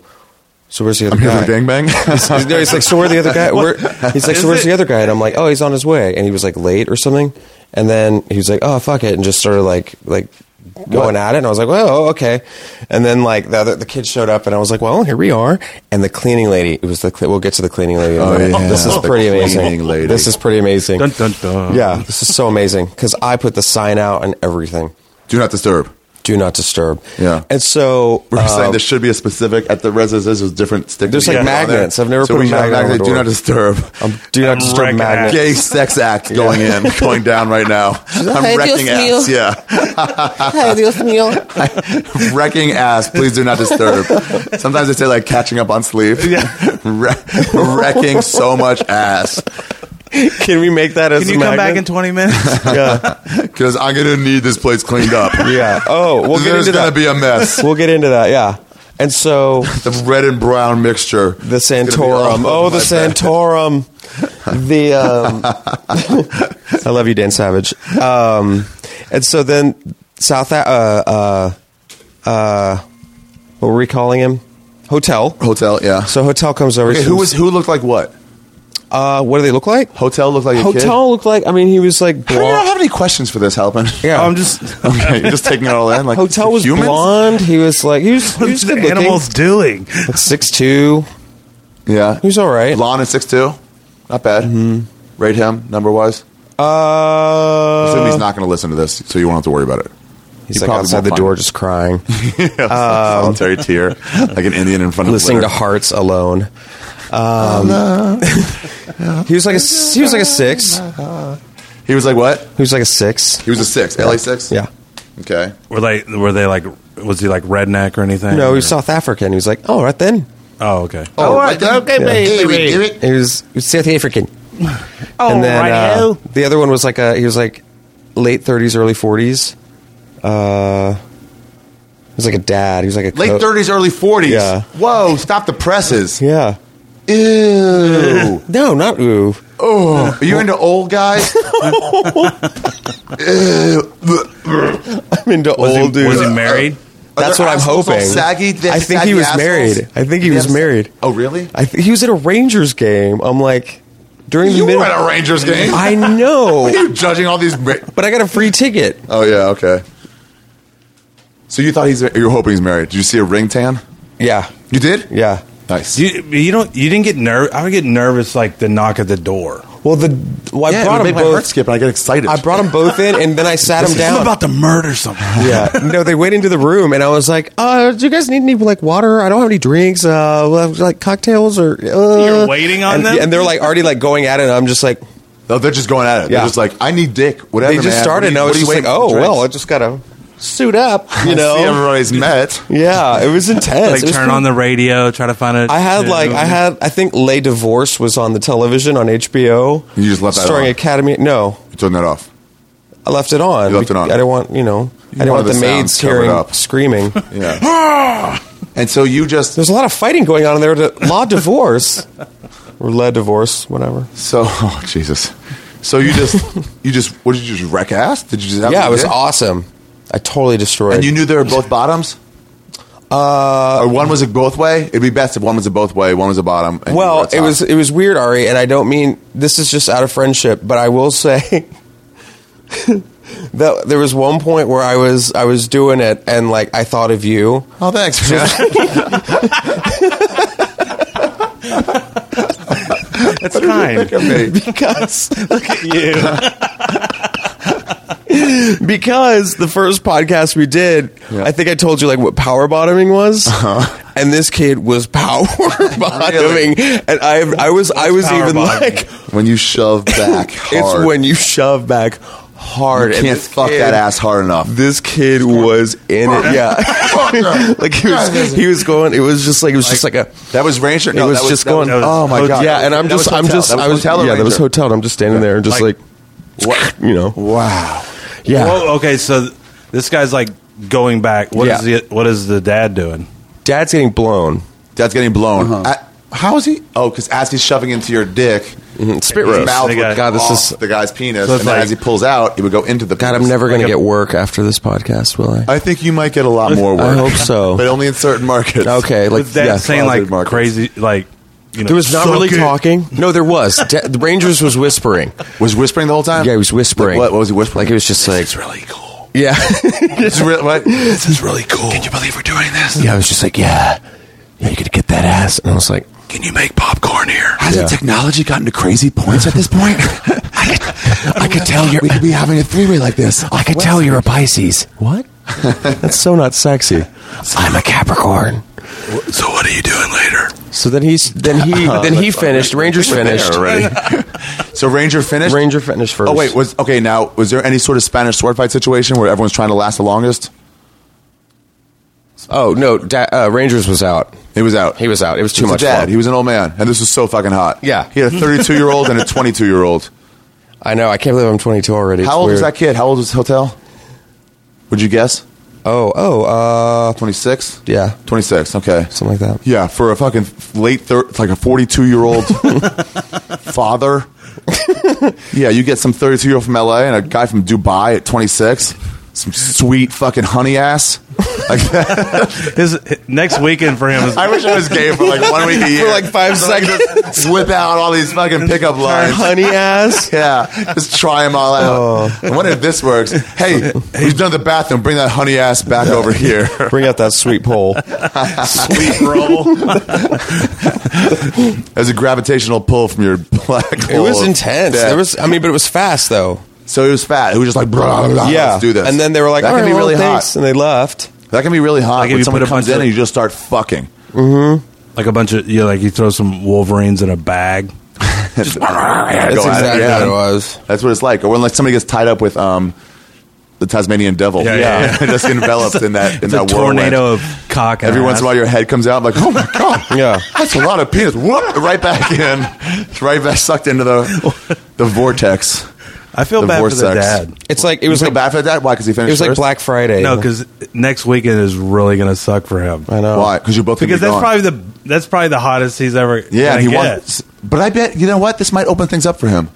[SPEAKER 3] so where's the other
[SPEAKER 1] I'm here
[SPEAKER 3] guy?
[SPEAKER 1] for the gangbang.
[SPEAKER 3] He's, no, he's like, so where the other guy? Where, he's like, so where's the other guy? And I'm like, oh, he's on his way. And he was like late or something. And then he was like, oh, fuck it, and just started like like going at it. And I was like, well, oh, okay. And then like the other, the kid showed up, and I was like, well, here we are. And the cleaning lady, it was the cle- we'll get to the cleaning lady. in a
[SPEAKER 1] Oh,
[SPEAKER 3] minute.
[SPEAKER 1] yeah.
[SPEAKER 3] This is
[SPEAKER 1] The
[SPEAKER 3] pretty
[SPEAKER 1] cleaning
[SPEAKER 3] amazing.
[SPEAKER 1] lady.
[SPEAKER 3] This is pretty amazing.
[SPEAKER 4] Dun, dun, dun.
[SPEAKER 3] Yeah, this is so amazing because I put the sign out and everything.
[SPEAKER 1] Do not disturb.
[SPEAKER 3] Do not disturb.
[SPEAKER 1] Yeah.
[SPEAKER 3] And so
[SPEAKER 1] We're
[SPEAKER 3] uh,
[SPEAKER 1] saying there should be a specific at the residences with different stickers.
[SPEAKER 3] There's,
[SPEAKER 1] you
[SPEAKER 3] like,
[SPEAKER 1] can put on
[SPEAKER 3] magnets.
[SPEAKER 1] there.
[SPEAKER 3] I've never
[SPEAKER 1] so
[SPEAKER 3] put
[SPEAKER 1] we
[SPEAKER 3] a
[SPEAKER 1] should have
[SPEAKER 3] magnet on
[SPEAKER 1] Do
[SPEAKER 3] the
[SPEAKER 1] not
[SPEAKER 3] door.
[SPEAKER 1] disturb.
[SPEAKER 3] I'm um, do not
[SPEAKER 4] I'm
[SPEAKER 3] disturb
[SPEAKER 4] wrecking
[SPEAKER 3] magnet.
[SPEAKER 4] ass.
[SPEAKER 1] Gay sex act going in, going down right now. I'm wrecking ass. Yeah, wrecking ass. Please do not disturb. Sometimes they say like catching up on sleep. Yeah, wrecking so much ass
[SPEAKER 3] Can we make that as
[SPEAKER 4] Can you
[SPEAKER 3] a
[SPEAKER 4] come back in
[SPEAKER 3] magnet?
[SPEAKER 4] 20 minutes?
[SPEAKER 3] yeah.
[SPEAKER 1] because I'm gonna need this place cleaned up.
[SPEAKER 3] yeah. Oh, we'll get
[SPEAKER 1] There's
[SPEAKER 3] into
[SPEAKER 1] gonna
[SPEAKER 3] that.
[SPEAKER 1] be a mess.
[SPEAKER 3] we'll get into that. Yeah. And so
[SPEAKER 1] The red and brown mixture.
[SPEAKER 3] the
[SPEAKER 1] It's gonna be all
[SPEAKER 3] Santorum.
[SPEAKER 1] over
[SPEAKER 3] Oh, the
[SPEAKER 1] my bed.
[SPEAKER 3] Santorum. The um, I love you, Dan Savage. Um, and so then South. A- Uh, uh, uh, what were we calling him? Hotel.
[SPEAKER 1] hotel. Yeah.
[SPEAKER 3] So hotel comes over.
[SPEAKER 1] Okay, who was who looked like what?
[SPEAKER 3] Uh, what do they look like?
[SPEAKER 1] Hotel looked like a kid.
[SPEAKER 3] Hotel looked like. I mean, he was like
[SPEAKER 1] How do you not
[SPEAKER 3] blonde.
[SPEAKER 1] have any questions for this, Halpin?
[SPEAKER 3] Yeah.
[SPEAKER 4] I'm just.
[SPEAKER 1] okay, you're just taking it all in. Like
[SPEAKER 3] Hotel was
[SPEAKER 1] humans?
[SPEAKER 3] blonde. He was like he was, he
[SPEAKER 4] What's
[SPEAKER 3] was
[SPEAKER 4] the
[SPEAKER 3] good looking.
[SPEAKER 4] animals doing?
[SPEAKER 3] Six two.
[SPEAKER 1] Yeah,
[SPEAKER 3] He was all right.
[SPEAKER 1] blonde and six two. Not bad.
[SPEAKER 3] Mm-hmm.
[SPEAKER 1] Rate him number wise.
[SPEAKER 3] Uh,
[SPEAKER 1] Assume he's not going to listen to this, so you won't have to worry about it.
[SPEAKER 3] he's
[SPEAKER 1] he
[SPEAKER 3] like
[SPEAKER 1] probably
[SPEAKER 3] outside
[SPEAKER 1] won't
[SPEAKER 3] the
[SPEAKER 1] find
[SPEAKER 3] door,
[SPEAKER 1] it.
[SPEAKER 3] just crying,
[SPEAKER 1] Solitary tear, like an Indian in front of
[SPEAKER 3] um, listening to
[SPEAKER 1] litter.
[SPEAKER 3] Hearts alone. Um, he was like a s- he was like a six. He
[SPEAKER 1] He was like, "What?
[SPEAKER 3] was like a six.
[SPEAKER 1] He was a six, LA six.
[SPEAKER 3] Yeah.
[SPEAKER 1] Okay.
[SPEAKER 4] Were they? Were they like? Was he like redneck or anything?
[SPEAKER 3] No,
[SPEAKER 4] or?
[SPEAKER 3] he was South African. He was like, oh, right then.
[SPEAKER 4] Oh, okay.
[SPEAKER 1] Oh, right then.
[SPEAKER 3] okay,
[SPEAKER 1] Hey,
[SPEAKER 3] baby.
[SPEAKER 1] we did it.
[SPEAKER 3] He was, he was South African. Oh, and then uh, the other one was like a he was like late thirties, early forties. Uh, he was like a dad. He was like a
[SPEAKER 1] Late
[SPEAKER 3] co-
[SPEAKER 1] thirties, early forties.
[SPEAKER 3] Yeah.
[SPEAKER 1] Whoa! Stop the presses.
[SPEAKER 3] Yeah.
[SPEAKER 1] Ew.
[SPEAKER 3] No, not ooh. Oh.
[SPEAKER 1] Are you into old guys?
[SPEAKER 3] I'm into
[SPEAKER 4] Was
[SPEAKER 3] old
[SPEAKER 4] he,
[SPEAKER 3] dudes.
[SPEAKER 4] was he married?
[SPEAKER 3] That's
[SPEAKER 1] Are
[SPEAKER 3] what I'm
[SPEAKER 1] their assholes all
[SPEAKER 3] hoping.
[SPEAKER 1] Saggy, They
[SPEAKER 3] I
[SPEAKER 1] have
[SPEAKER 3] think
[SPEAKER 1] saggy
[SPEAKER 3] he was
[SPEAKER 1] assholes?
[SPEAKER 3] married. I think he
[SPEAKER 1] They
[SPEAKER 3] was
[SPEAKER 1] have-
[SPEAKER 3] married.
[SPEAKER 1] Oh, really?
[SPEAKER 3] I th- he was at a Rangers game. I'm like during the
[SPEAKER 1] You
[SPEAKER 3] middle.
[SPEAKER 1] were at a Rangers game.
[SPEAKER 3] I know,
[SPEAKER 1] you judging all these. Ra-
[SPEAKER 3] but I got a free ticket.
[SPEAKER 1] oh yeah. Okay. So you thought he's you're hoping he's married? Did you see a ring tan?
[SPEAKER 3] Yeah,
[SPEAKER 1] You did?
[SPEAKER 3] yeah.
[SPEAKER 1] Nice.
[SPEAKER 4] You, you don't. You didn't get nervous. I would get nervous like the knock at the door.
[SPEAKER 3] Well, the well, I
[SPEAKER 1] yeah,
[SPEAKER 3] brought
[SPEAKER 1] it would
[SPEAKER 3] them
[SPEAKER 1] make my heart
[SPEAKER 3] both.
[SPEAKER 1] skip, and I get excited.
[SPEAKER 3] I brought them both in, and then I sat them down.
[SPEAKER 4] I'm about to murder someone.
[SPEAKER 3] yeah, no, they went into the room, and I was like, "Uh, do you guys need any like water? I don't have any drinks. Uh, well, like cocktails or." Uh.
[SPEAKER 4] You're waiting on
[SPEAKER 3] and,
[SPEAKER 4] them?
[SPEAKER 3] and they're like already like going at it. and I'm just like,
[SPEAKER 1] No, they're just going at it.
[SPEAKER 3] Yeah.
[SPEAKER 1] They're just like, I need dick. Whatever.
[SPEAKER 3] they just
[SPEAKER 1] man.
[SPEAKER 3] started, and I
[SPEAKER 1] What
[SPEAKER 3] was
[SPEAKER 1] are you-
[SPEAKER 3] just
[SPEAKER 1] what are you
[SPEAKER 3] like, "Oh
[SPEAKER 1] waiting for
[SPEAKER 3] well, I
[SPEAKER 1] drinks?"
[SPEAKER 3] just gotta suit up," you
[SPEAKER 1] I see
[SPEAKER 3] know.
[SPEAKER 1] everybody's met.
[SPEAKER 3] Yeah, it was intense.
[SPEAKER 4] Like
[SPEAKER 3] It was
[SPEAKER 4] turn
[SPEAKER 3] pretty-
[SPEAKER 4] on the radio, try to find a.
[SPEAKER 3] I had
[SPEAKER 4] you
[SPEAKER 3] like
[SPEAKER 4] know,
[SPEAKER 3] I had I think Lay Divorce was on the television on HBO.
[SPEAKER 1] You just left that
[SPEAKER 3] starring
[SPEAKER 1] on.
[SPEAKER 3] Academy. No,
[SPEAKER 1] You turn that off.
[SPEAKER 3] I left it on.
[SPEAKER 1] You left it on.
[SPEAKER 3] I didn't want you know. I didn't
[SPEAKER 1] wanted
[SPEAKER 3] want the,
[SPEAKER 1] the
[SPEAKER 3] maids
[SPEAKER 1] sounds covered
[SPEAKER 3] hearing
[SPEAKER 1] up.
[SPEAKER 3] screaming.
[SPEAKER 1] Yeah. and so you just
[SPEAKER 3] There's a lot of fighting going on in there. To, law divorce or led divorce, whatever.
[SPEAKER 1] so oh, Jesus. So you just you just what did you just wreck ass? Did you just have
[SPEAKER 3] yeah,
[SPEAKER 1] what
[SPEAKER 3] it
[SPEAKER 1] you
[SPEAKER 3] was
[SPEAKER 1] did?
[SPEAKER 3] awesome. I totally destroyed.
[SPEAKER 1] And you knew they were both bottoms. Uh, or one was a both way. It'd be best if one was a both way, one was a bottom. and you were
[SPEAKER 3] well,
[SPEAKER 1] a
[SPEAKER 3] it
[SPEAKER 1] top.
[SPEAKER 3] was it was weird, Ari, and I don't mean this is just out of friendship, but I will say that there was one point where I was I was doing it, and like I thought of you.
[SPEAKER 1] Oh, thanks. man.
[SPEAKER 4] That's kind.
[SPEAKER 3] because look at you. because the first podcast we did,
[SPEAKER 1] Yeah. Uh-huh.
[SPEAKER 3] I think I told you like what power bottoming was, and this kid was power bottoming, and I I was I was
[SPEAKER 4] power
[SPEAKER 3] even
[SPEAKER 4] bottoming?
[SPEAKER 3] like
[SPEAKER 1] when you shove back hard,
[SPEAKER 3] it's when you shove back hard
[SPEAKER 1] you
[SPEAKER 3] and
[SPEAKER 1] can't
[SPEAKER 3] this
[SPEAKER 1] fuck
[SPEAKER 3] kid-
[SPEAKER 1] that ass hard enough.
[SPEAKER 3] This kid was in it, yeah. like he was, he was going. It was just like it was just like a.
[SPEAKER 1] That was Ranger. No,
[SPEAKER 3] it was
[SPEAKER 1] that
[SPEAKER 3] just
[SPEAKER 1] that
[SPEAKER 3] going.
[SPEAKER 4] was
[SPEAKER 3] oh my
[SPEAKER 4] hotel.
[SPEAKER 3] god! Yeah, and I'm
[SPEAKER 1] That was
[SPEAKER 3] just, I'm
[SPEAKER 1] hotel.
[SPEAKER 3] just,
[SPEAKER 1] That was
[SPEAKER 3] I was,
[SPEAKER 1] hotel or
[SPEAKER 3] yeah, that was
[SPEAKER 1] Ranger?
[SPEAKER 3] hotel. And I'm just standing there and just
[SPEAKER 4] Like-
[SPEAKER 3] like, you know,
[SPEAKER 1] Wow.
[SPEAKER 3] yeah.
[SPEAKER 4] Whoa, okay, so th- this guy's like going back. What is
[SPEAKER 3] Yeah.
[SPEAKER 4] the what is the dad doing?
[SPEAKER 3] Dad's getting blown.
[SPEAKER 1] Dad's getting blown.
[SPEAKER 3] Uh-huh.
[SPEAKER 1] I- how is he? Oh, because as he's shoving into your dick,
[SPEAKER 3] Mm, Spit
[SPEAKER 1] his
[SPEAKER 3] roast.
[SPEAKER 1] mouth
[SPEAKER 4] They
[SPEAKER 1] would
[SPEAKER 4] got-
[SPEAKER 3] God,
[SPEAKER 1] God,
[SPEAKER 3] this
[SPEAKER 1] this
[SPEAKER 3] is-
[SPEAKER 1] is the guy's penis,
[SPEAKER 4] So it's
[SPEAKER 1] and then
[SPEAKER 4] like-
[SPEAKER 1] as he pulls out, it would go into the.
[SPEAKER 3] God, I'm
[SPEAKER 1] penis.
[SPEAKER 3] never going
[SPEAKER 4] Like
[SPEAKER 3] to
[SPEAKER 4] a-
[SPEAKER 3] get work after this podcast, will I?
[SPEAKER 1] I think you might get a lot more work.
[SPEAKER 3] I hope so.
[SPEAKER 1] but only in certain markets.
[SPEAKER 3] Okay, like
[SPEAKER 4] Was dad
[SPEAKER 3] yeah.
[SPEAKER 4] saying like
[SPEAKER 1] closeted markets.
[SPEAKER 4] crazy like you know
[SPEAKER 3] there was not
[SPEAKER 4] "Suck
[SPEAKER 3] really
[SPEAKER 4] it."
[SPEAKER 3] talking. No, there was. Da- the Rangers was whispering.
[SPEAKER 1] Was he whispering the whole time?
[SPEAKER 3] Yeah, he was whispering.
[SPEAKER 1] Like, what, what was he whispering?
[SPEAKER 3] Like it was just like,
[SPEAKER 2] It's really cool.
[SPEAKER 3] yeah,
[SPEAKER 1] This is real- what?
[SPEAKER 2] This is really cool. Can you believe we're doing this?
[SPEAKER 3] yeah. I was just like, yeah, yeah. You gonna get that ass? And I was like,
[SPEAKER 2] Can you make popcorn here?
[SPEAKER 1] Has
[SPEAKER 3] Yeah.
[SPEAKER 1] the technology gotten to crazy points at this point?
[SPEAKER 3] I could tell you're.
[SPEAKER 1] we could be having a three-way like this.
[SPEAKER 3] I could tell you're a Pisces. What? That's so not sexy. I'm a Capricorn.
[SPEAKER 2] So what are you doing later?
[SPEAKER 3] So then he's then he then he finished. Rangers finished.
[SPEAKER 1] already. so Ranger finished.
[SPEAKER 3] Ranger finished first.
[SPEAKER 1] Oh wait, was okay. Now was there any sort of Spanish sword fight situation where everyone's trying to last the longest?
[SPEAKER 3] Oh no, da- uh, Rangers was out.
[SPEAKER 1] He was out.
[SPEAKER 3] He was out. It was too
[SPEAKER 1] He was
[SPEAKER 3] much.
[SPEAKER 1] a dad.
[SPEAKER 3] for him.
[SPEAKER 1] He was an old man, and this was so fucking hot.
[SPEAKER 3] Yeah.
[SPEAKER 1] he had a 32 year old and a 22 year old.
[SPEAKER 3] I know. I can't believe I'm 22 already. It's
[SPEAKER 1] How old was
[SPEAKER 3] weird.
[SPEAKER 1] that kid? How old was Hotel? Would you guess?
[SPEAKER 3] Oh, oh, uh,
[SPEAKER 1] 26.
[SPEAKER 3] Yeah.
[SPEAKER 1] 26. Okay.
[SPEAKER 3] something like that.
[SPEAKER 1] Yeah, for a fucking late thir- like a 42 year old father. yeah, you get some 32 year old from LA and a guy from Dubai at 26. Some sweet fucking honey ass. Like that.
[SPEAKER 4] His next weekend for him is
[SPEAKER 1] I wish I was gay for like one week a year.
[SPEAKER 7] For like five
[SPEAKER 1] So I could just Whip out all these fucking pickup lines.
[SPEAKER 7] honey ass.
[SPEAKER 1] Yeah, just try them all
[SPEAKER 7] Oh.
[SPEAKER 1] out. I wonder if this works. Hey, he's done the bathroom. Bring that honey ass back over here.
[SPEAKER 7] Bring out that sweet pole.
[SPEAKER 4] sweet roll.
[SPEAKER 1] There's a gravitational pull from your black
[SPEAKER 7] It
[SPEAKER 1] hole.
[SPEAKER 7] was
[SPEAKER 1] of
[SPEAKER 7] intense.
[SPEAKER 1] death.
[SPEAKER 7] There was, I mean, but it was fast though.
[SPEAKER 1] so he was fat. He was just like, blah, blah, blah,
[SPEAKER 7] yeah,
[SPEAKER 1] let's do this.
[SPEAKER 7] And then they were like,
[SPEAKER 1] that
[SPEAKER 7] "All
[SPEAKER 1] can
[SPEAKER 7] right,
[SPEAKER 1] be
[SPEAKER 7] well,
[SPEAKER 1] really
[SPEAKER 7] thanks,"
[SPEAKER 1] hot.
[SPEAKER 7] and they left.
[SPEAKER 1] That can be really hot
[SPEAKER 4] Like if
[SPEAKER 1] when
[SPEAKER 4] you
[SPEAKER 1] someone
[SPEAKER 4] put a
[SPEAKER 1] comes in
[SPEAKER 4] bunch of-
[SPEAKER 1] and you just start fucking.
[SPEAKER 4] like a bunch of you know, like you throw some wolverines in a bag.
[SPEAKER 1] Yeah,
[SPEAKER 7] That's
[SPEAKER 1] go at it,
[SPEAKER 7] exactly
[SPEAKER 1] yeah.
[SPEAKER 7] what it was.
[SPEAKER 1] That's what it's like. Or when like somebody gets tied up with um, the Tasmanian devil.
[SPEAKER 4] Yeah, yeah,
[SPEAKER 1] just enveloped in that in
[SPEAKER 4] It's
[SPEAKER 1] that
[SPEAKER 4] a tornado
[SPEAKER 1] whirlwind.
[SPEAKER 4] of cock. and
[SPEAKER 1] Every once
[SPEAKER 4] ass.
[SPEAKER 1] in a while, your head comes out. I'm like, oh my god,
[SPEAKER 7] Yeah.
[SPEAKER 1] that's a lot of penis. Whoop, right back in, It's right back sucked into the the vortex.
[SPEAKER 4] I feel
[SPEAKER 1] the
[SPEAKER 4] bad for the
[SPEAKER 1] vortex.
[SPEAKER 4] dad.
[SPEAKER 3] It's like it
[SPEAKER 1] It
[SPEAKER 3] was
[SPEAKER 1] was
[SPEAKER 3] like
[SPEAKER 1] like bad for that. Why? Because he
[SPEAKER 3] it
[SPEAKER 1] finished.
[SPEAKER 3] was like
[SPEAKER 1] first?
[SPEAKER 3] Black Friday.
[SPEAKER 4] No, because next weekend is really going to suck for him.
[SPEAKER 3] I know.
[SPEAKER 1] Why? Because you're both gonna
[SPEAKER 4] Because
[SPEAKER 1] be
[SPEAKER 4] that's
[SPEAKER 1] gone.
[SPEAKER 4] probably the that's probably the hottest he's ever.
[SPEAKER 1] yeah.
[SPEAKER 4] gonna
[SPEAKER 1] And he
[SPEAKER 4] get.
[SPEAKER 1] wants, but I bet you know what this might open things up for him.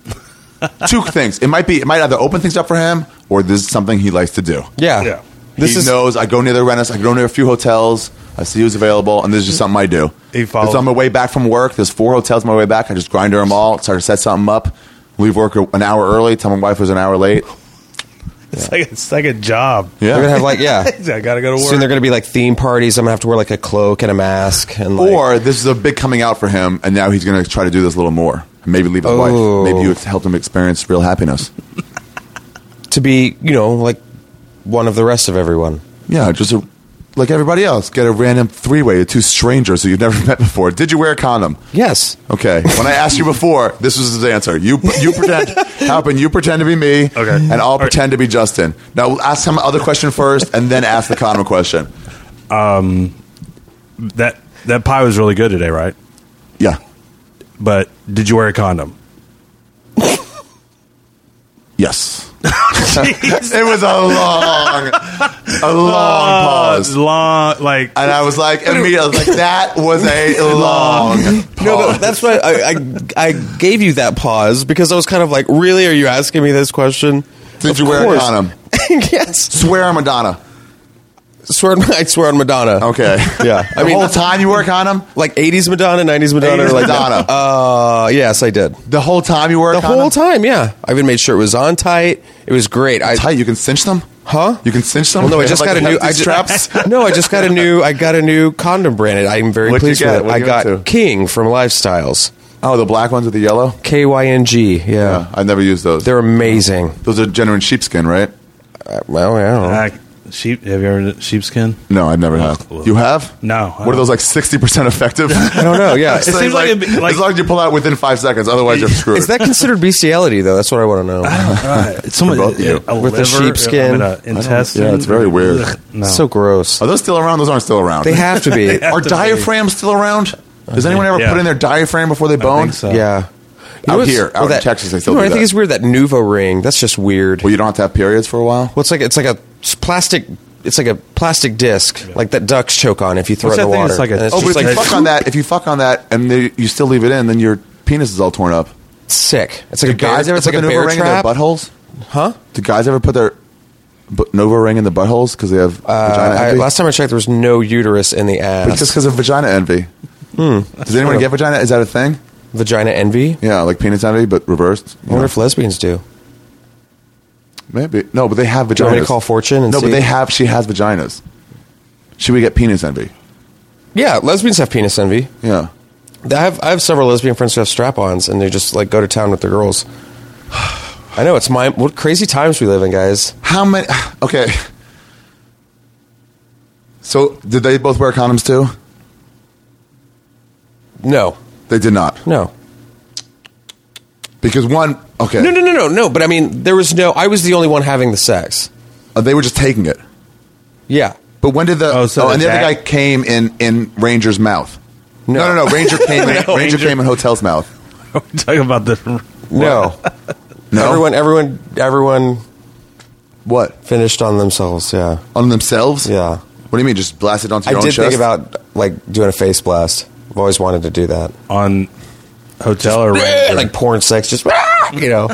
[SPEAKER 1] Two things. It might be. It might either open things up for him, or this is something he likes to do.
[SPEAKER 3] Yeah.
[SPEAKER 4] Yeah.
[SPEAKER 3] This
[SPEAKER 1] he
[SPEAKER 3] is
[SPEAKER 1] knows I go near the Renaissance. I go near a few hotels. I see who's available, and this is just something I do.
[SPEAKER 4] He follows-
[SPEAKER 1] It's on my way back from work. There's four hotels on my way back. I just grind them all. Start to set something up. Leave work an hour early. Tell my wife it was an hour late.
[SPEAKER 4] It's like it's like a job.
[SPEAKER 1] Yeah.
[SPEAKER 3] they're gonna have like yeah.
[SPEAKER 4] I gotta go to work.
[SPEAKER 3] Soon they're gonna be like theme parties. I'm gonna have to wear like a cloak and a mask and like
[SPEAKER 1] or this is a big coming out for him, and now he's going to try to do this a little more. Maybe leave his
[SPEAKER 3] Oh.
[SPEAKER 1] wife. Maybe you helped him experience real happiness.
[SPEAKER 3] to be you know like one of the rest of everyone.
[SPEAKER 1] Yeah, just a, like everybody else, get a random three way of two strangers who you've never met before. Did you wear a condom?
[SPEAKER 3] Yes.
[SPEAKER 1] Okay. When I asked you before, this was his answer. You you pretend happen. You pretend to be me.
[SPEAKER 4] Okay.
[SPEAKER 1] And I'll
[SPEAKER 4] All right.
[SPEAKER 1] pretend to be Justin. Now we'll ask him other question first, and then ask the condom question.
[SPEAKER 4] that that pie was really good today, right?
[SPEAKER 1] Yeah.
[SPEAKER 4] But did you wear a condom?
[SPEAKER 1] Yes. it was a long, a long
[SPEAKER 3] Uh,
[SPEAKER 1] pause.
[SPEAKER 4] long, Uh, like
[SPEAKER 1] And I was like, immediately, I was like, that was a long.
[SPEAKER 3] No,
[SPEAKER 1] pause.
[SPEAKER 3] but that's why I, I I gave you that pause because I was kind of like, really, are you asking me this question?
[SPEAKER 1] Did
[SPEAKER 3] Of
[SPEAKER 1] you wear a
[SPEAKER 3] course.
[SPEAKER 1] condom?
[SPEAKER 3] yes.
[SPEAKER 1] Swear on Madonna.
[SPEAKER 3] Swear on, I swear on Madonna.
[SPEAKER 1] Okay.
[SPEAKER 3] Yeah.
[SPEAKER 1] I
[SPEAKER 3] I
[SPEAKER 1] mean,
[SPEAKER 3] mean-
[SPEAKER 1] the whole time you wore a condom.
[SPEAKER 3] Like 80s Madonna, 90s Madonna,
[SPEAKER 1] 80s
[SPEAKER 3] like
[SPEAKER 1] Madonna.
[SPEAKER 3] Uh, yes, I did.
[SPEAKER 1] The whole time you wore a
[SPEAKER 3] The
[SPEAKER 1] condom.
[SPEAKER 3] whole time, yeah. I even made sure it was on tight. It was great. I
[SPEAKER 1] Tight. You can cinch them.
[SPEAKER 3] Huh?
[SPEAKER 1] You can cinch them.
[SPEAKER 3] Well, no, I
[SPEAKER 1] They
[SPEAKER 3] just
[SPEAKER 1] have,
[SPEAKER 3] got a
[SPEAKER 1] like,
[SPEAKER 3] new
[SPEAKER 1] hefty
[SPEAKER 3] I just,
[SPEAKER 1] straps.
[SPEAKER 3] No, I just got a new I got a new condom branded. I'm very
[SPEAKER 1] What'd you
[SPEAKER 3] pleased
[SPEAKER 1] get?
[SPEAKER 3] with it.
[SPEAKER 1] What'd
[SPEAKER 3] I
[SPEAKER 1] you get
[SPEAKER 3] got
[SPEAKER 1] to?
[SPEAKER 3] King from Lifestyles.
[SPEAKER 1] Oh, the black ones with the yellow.
[SPEAKER 3] K Y N G. Yeah.
[SPEAKER 1] Yeah, I never used those.
[SPEAKER 3] They're amazing.
[SPEAKER 1] those are genuine sheepskin, right?
[SPEAKER 3] Uh, well, yeah. I don't know.
[SPEAKER 4] Uh, sheep. Have you ever done sheepskin?
[SPEAKER 1] No, I've never had.
[SPEAKER 4] Ugh.
[SPEAKER 1] You have?
[SPEAKER 4] No, I
[SPEAKER 1] What are those
[SPEAKER 4] don't.
[SPEAKER 1] like sixty percent effective? I
[SPEAKER 3] don't know, yeah. It
[SPEAKER 4] seems like it'd be, like-
[SPEAKER 1] as long as you pull out within five seconds, otherwise you're screwed.
[SPEAKER 3] Is that considered bestiality though? That's what I want to know.
[SPEAKER 4] Someone
[SPEAKER 1] both of you.
[SPEAKER 4] a
[SPEAKER 3] With the
[SPEAKER 4] liver,
[SPEAKER 3] sheepskin.
[SPEAKER 4] I mean, a intestine.
[SPEAKER 1] yeah, it's very weird.
[SPEAKER 4] Ugh, no.
[SPEAKER 3] It's so gross.
[SPEAKER 1] are those still around? Those aren't still around.
[SPEAKER 3] They have to be.
[SPEAKER 1] Are diaphragms still around? Does anyone ever
[SPEAKER 4] Yeah.
[SPEAKER 1] put in their diaphragm before they bone?
[SPEAKER 4] think so.
[SPEAKER 3] yeah.
[SPEAKER 1] Out
[SPEAKER 3] what's-
[SPEAKER 1] here, out in Texas, they still
[SPEAKER 3] you know what
[SPEAKER 1] do
[SPEAKER 3] I think
[SPEAKER 1] that.
[SPEAKER 3] it's weird that Nuvo ring. That's just weird.
[SPEAKER 1] Well, you don't have to have periods for a while.
[SPEAKER 3] What's like? It's like a s- plastic. It's like a plastic disc, like that ducks choke on if you throw
[SPEAKER 4] What's
[SPEAKER 3] it in
[SPEAKER 4] that
[SPEAKER 3] the
[SPEAKER 4] thing?
[SPEAKER 3] water.
[SPEAKER 4] It's like a-
[SPEAKER 3] And
[SPEAKER 4] Oh,
[SPEAKER 1] Oh, but
[SPEAKER 3] just
[SPEAKER 1] if you
[SPEAKER 3] like
[SPEAKER 1] fuck on that, if you fuck on that and they, you still leave it in, then your penis is all torn up.
[SPEAKER 3] sick. It's like
[SPEAKER 1] Do
[SPEAKER 3] a bear,
[SPEAKER 1] guys ever
[SPEAKER 3] it's like
[SPEAKER 1] put
[SPEAKER 3] a
[SPEAKER 1] the Nova
[SPEAKER 3] bear
[SPEAKER 1] ring
[SPEAKER 3] trap.
[SPEAKER 1] in their buttholes?
[SPEAKER 3] Huh?
[SPEAKER 1] Do guys ever put their bu- Nova ring in the buttholes because they have
[SPEAKER 3] Uh,
[SPEAKER 1] vagina
[SPEAKER 3] I,
[SPEAKER 1] envy?
[SPEAKER 3] last time I checked, there was no uterus in the ass.
[SPEAKER 1] It's just because of vagina envy.
[SPEAKER 3] Hmm.
[SPEAKER 1] Does anyone get vagina? Is that a thing?
[SPEAKER 3] vagina envy.
[SPEAKER 1] Yeah, like penis envy, but reversed.
[SPEAKER 3] I wonder if lesbians do.
[SPEAKER 1] Maybe no, but they have vaginas.
[SPEAKER 3] you want me to call Fortune and
[SPEAKER 1] no, but
[SPEAKER 3] see?
[SPEAKER 1] they have. She has vaginas. Should we get penis envy?
[SPEAKER 3] Yeah, lesbians have penis envy.
[SPEAKER 1] Yeah.
[SPEAKER 3] I have I have several lesbian friends who have strap-ons, and they just like go to town with their girls. I know it's my what crazy times we live in, guys.
[SPEAKER 1] How many? Okay. So did they both wear condoms too?
[SPEAKER 3] No,
[SPEAKER 1] They did not
[SPEAKER 3] no,
[SPEAKER 1] because one. Okay.
[SPEAKER 3] no, no, no, no, no. But I mean, there was no. I was the only one having the sex.
[SPEAKER 1] Uh, they were just taking it.
[SPEAKER 3] Yeah,
[SPEAKER 1] But when did the
[SPEAKER 4] Oh, so
[SPEAKER 1] oh, and the
[SPEAKER 4] the
[SPEAKER 1] other guy
[SPEAKER 4] Jack-
[SPEAKER 1] came in in Ranger's mouth? No,
[SPEAKER 3] No.
[SPEAKER 1] no, no. Ranger came in. Ranger,
[SPEAKER 4] Ranger-
[SPEAKER 1] came in Hotel's mouth.
[SPEAKER 4] We're talking about the.
[SPEAKER 3] no.
[SPEAKER 1] No,
[SPEAKER 3] Everyone, everyone, everyone
[SPEAKER 1] what
[SPEAKER 3] finished on themselves. Yeah,
[SPEAKER 1] on themselves?
[SPEAKER 3] Yeah.
[SPEAKER 1] What do you mean? Just blast it onto
[SPEAKER 3] I
[SPEAKER 1] your
[SPEAKER 3] did
[SPEAKER 1] own chest?
[SPEAKER 3] think about like doing a face blast. I've always wanted to do that.
[SPEAKER 4] on hotel or
[SPEAKER 3] Yeah,
[SPEAKER 4] ranger.
[SPEAKER 3] like porn sex, just you know.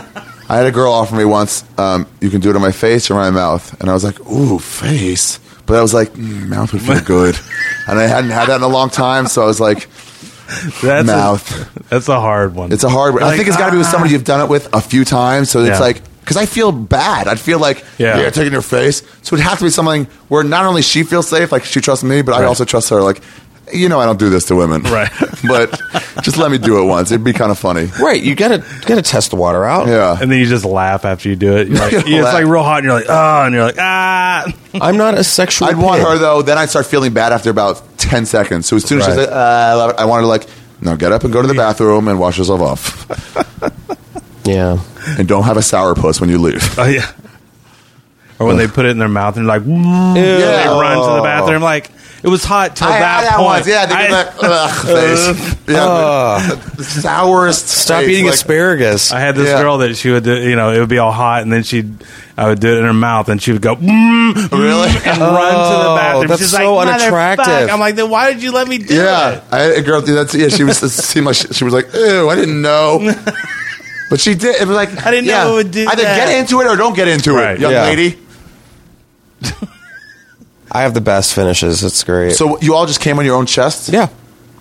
[SPEAKER 1] I had a girl offer me once. Um, you can do it on my face or my mouth, and I was like, "Ooh, face." But I was like, mm, mouth would feel good, and I hadn't had that in a long time. So I was like,
[SPEAKER 4] That's
[SPEAKER 1] Mouth.
[SPEAKER 4] A, that's a hard one.
[SPEAKER 1] it's a hard.
[SPEAKER 4] You're
[SPEAKER 1] I
[SPEAKER 4] like,
[SPEAKER 1] think it's got to be with
[SPEAKER 4] "Ah."
[SPEAKER 1] somebody you've done it with a few times. So
[SPEAKER 4] Yeah.
[SPEAKER 1] it's like because I feel bad. I'd feel like
[SPEAKER 4] Yeah.
[SPEAKER 1] yeah, taking your face. So it'd have to be something where not only she feels safe, like she trusts me, but I
[SPEAKER 4] Right.
[SPEAKER 1] also trust her. Like. You know I don't do this to women,
[SPEAKER 4] Right.
[SPEAKER 1] but just let me do it once. It'd be kind of funny.
[SPEAKER 3] Right, you gotta gotta test the water out.
[SPEAKER 1] Yeah,
[SPEAKER 4] And then you just laugh after you do it. You're like, it's
[SPEAKER 1] Laugh.
[SPEAKER 4] like real hot, and you're like, oh, and you're like, ah.
[SPEAKER 3] I'm not a sexual.
[SPEAKER 1] I'd want
[SPEAKER 3] pig.
[SPEAKER 1] her though. Then I'd start feeling bad after about ten seconds. So as soon as she's like, uh, I love it," I want her to like, no, get up and go to the bathroom and wash yourself off,
[SPEAKER 3] Yeah.
[SPEAKER 1] and don't have a sourpuss when you leave.
[SPEAKER 4] Oh yeah. Or when they put it in their mouth and like, "Mm," and they
[SPEAKER 1] Yeah.
[SPEAKER 4] run to the bathroom. Like it was hot till
[SPEAKER 1] I
[SPEAKER 4] that
[SPEAKER 1] had that
[SPEAKER 4] point.
[SPEAKER 1] once. Yeah, they
[SPEAKER 4] I-
[SPEAKER 1] get that ugh face. Yeah, the sourest.
[SPEAKER 3] Uh, Stop
[SPEAKER 1] face,
[SPEAKER 3] eating
[SPEAKER 1] like-
[SPEAKER 3] asparagus.
[SPEAKER 4] I had this
[SPEAKER 1] Yeah.
[SPEAKER 4] girl that she would do, you know, it would be all hot, and then she'd, I would do it in her mouth, and she would go, mm, mm,"
[SPEAKER 1] Really?
[SPEAKER 4] and run to the
[SPEAKER 3] Oh,
[SPEAKER 4] bathroom.
[SPEAKER 3] that's
[SPEAKER 4] She's
[SPEAKER 3] so
[SPEAKER 4] like, "Motherfuck."
[SPEAKER 3] unattractive.
[SPEAKER 4] I'm like, then why did you let me do
[SPEAKER 1] Yeah,
[SPEAKER 4] it?
[SPEAKER 1] I had a girl do that. too. Yeah, she was. It seemed like she, she was like, ew, I didn't know. But she did. It was like
[SPEAKER 4] I didn't know
[SPEAKER 1] yeah,
[SPEAKER 4] it would do
[SPEAKER 1] Either
[SPEAKER 4] that.
[SPEAKER 1] get into it or don't get into
[SPEAKER 4] Right.
[SPEAKER 1] it, young
[SPEAKER 3] Yeah.
[SPEAKER 1] lady.
[SPEAKER 3] I have the best finishes. It's great.
[SPEAKER 1] So you all just came on your own chests.
[SPEAKER 3] yeah,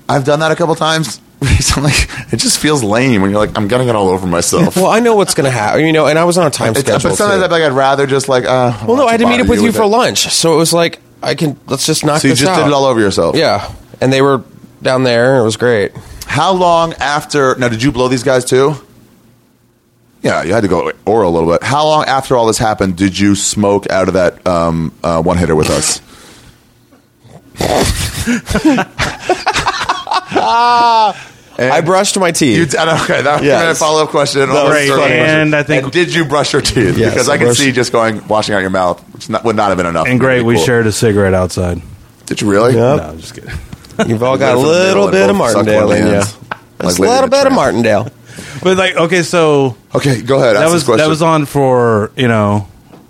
[SPEAKER 1] I've done that a couple times. I'm like, it just feels lame when you're like, I'm getting it all over myself.
[SPEAKER 3] well, I know what's gonna happen. You know, and I was on a time
[SPEAKER 1] It's- but
[SPEAKER 3] schedule.
[SPEAKER 1] sometimes
[SPEAKER 3] too.
[SPEAKER 1] I'd be like, I'd rather just like, uh,
[SPEAKER 3] well, no, I had to meet up with you, for
[SPEAKER 1] a
[SPEAKER 3] lunch, so it was like I can let's just knock
[SPEAKER 1] So you
[SPEAKER 3] this
[SPEAKER 1] just
[SPEAKER 3] out.
[SPEAKER 1] did it all over yourself.
[SPEAKER 3] Yeah, and they were down there, and it was great.
[SPEAKER 1] How long after? Now, did you blow these guys too? Yeah, you had to go oral a little bit. How long after all this happened did you smoke out of that um, uh, one hitter with us?
[SPEAKER 3] I brushed my teeth.
[SPEAKER 1] You, and okay, that was
[SPEAKER 3] Yes.
[SPEAKER 1] a follow up question. And, all
[SPEAKER 4] Great,
[SPEAKER 1] those sort of
[SPEAKER 4] and
[SPEAKER 1] questions.
[SPEAKER 4] I think-
[SPEAKER 1] And did you brush your teeth?
[SPEAKER 3] Yes,
[SPEAKER 1] because
[SPEAKER 3] I
[SPEAKER 1] I can
[SPEAKER 3] brushed-
[SPEAKER 1] see just going washing out your mouth, which not, would not have been enough.
[SPEAKER 4] And great,
[SPEAKER 1] It'd be
[SPEAKER 4] we
[SPEAKER 1] cool.
[SPEAKER 4] shared a cigarette outside.
[SPEAKER 1] Did you really?
[SPEAKER 3] Yeah.
[SPEAKER 4] No, I'm just kidding.
[SPEAKER 3] You've all got a
[SPEAKER 1] Right from the
[SPEAKER 3] little
[SPEAKER 1] middle
[SPEAKER 3] bit of
[SPEAKER 1] and both suck
[SPEAKER 3] Martindale
[SPEAKER 1] oily
[SPEAKER 3] in you.
[SPEAKER 1] hands. Like
[SPEAKER 3] Just a
[SPEAKER 1] waiting
[SPEAKER 3] little
[SPEAKER 1] to
[SPEAKER 3] bit of
[SPEAKER 1] try.
[SPEAKER 3] Martindale.
[SPEAKER 4] But like, okay, so
[SPEAKER 1] Okay, go ahead.
[SPEAKER 4] that
[SPEAKER 1] ask this
[SPEAKER 4] was
[SPEAKER 1] question.
[SPEAKER 4] that was on for you know,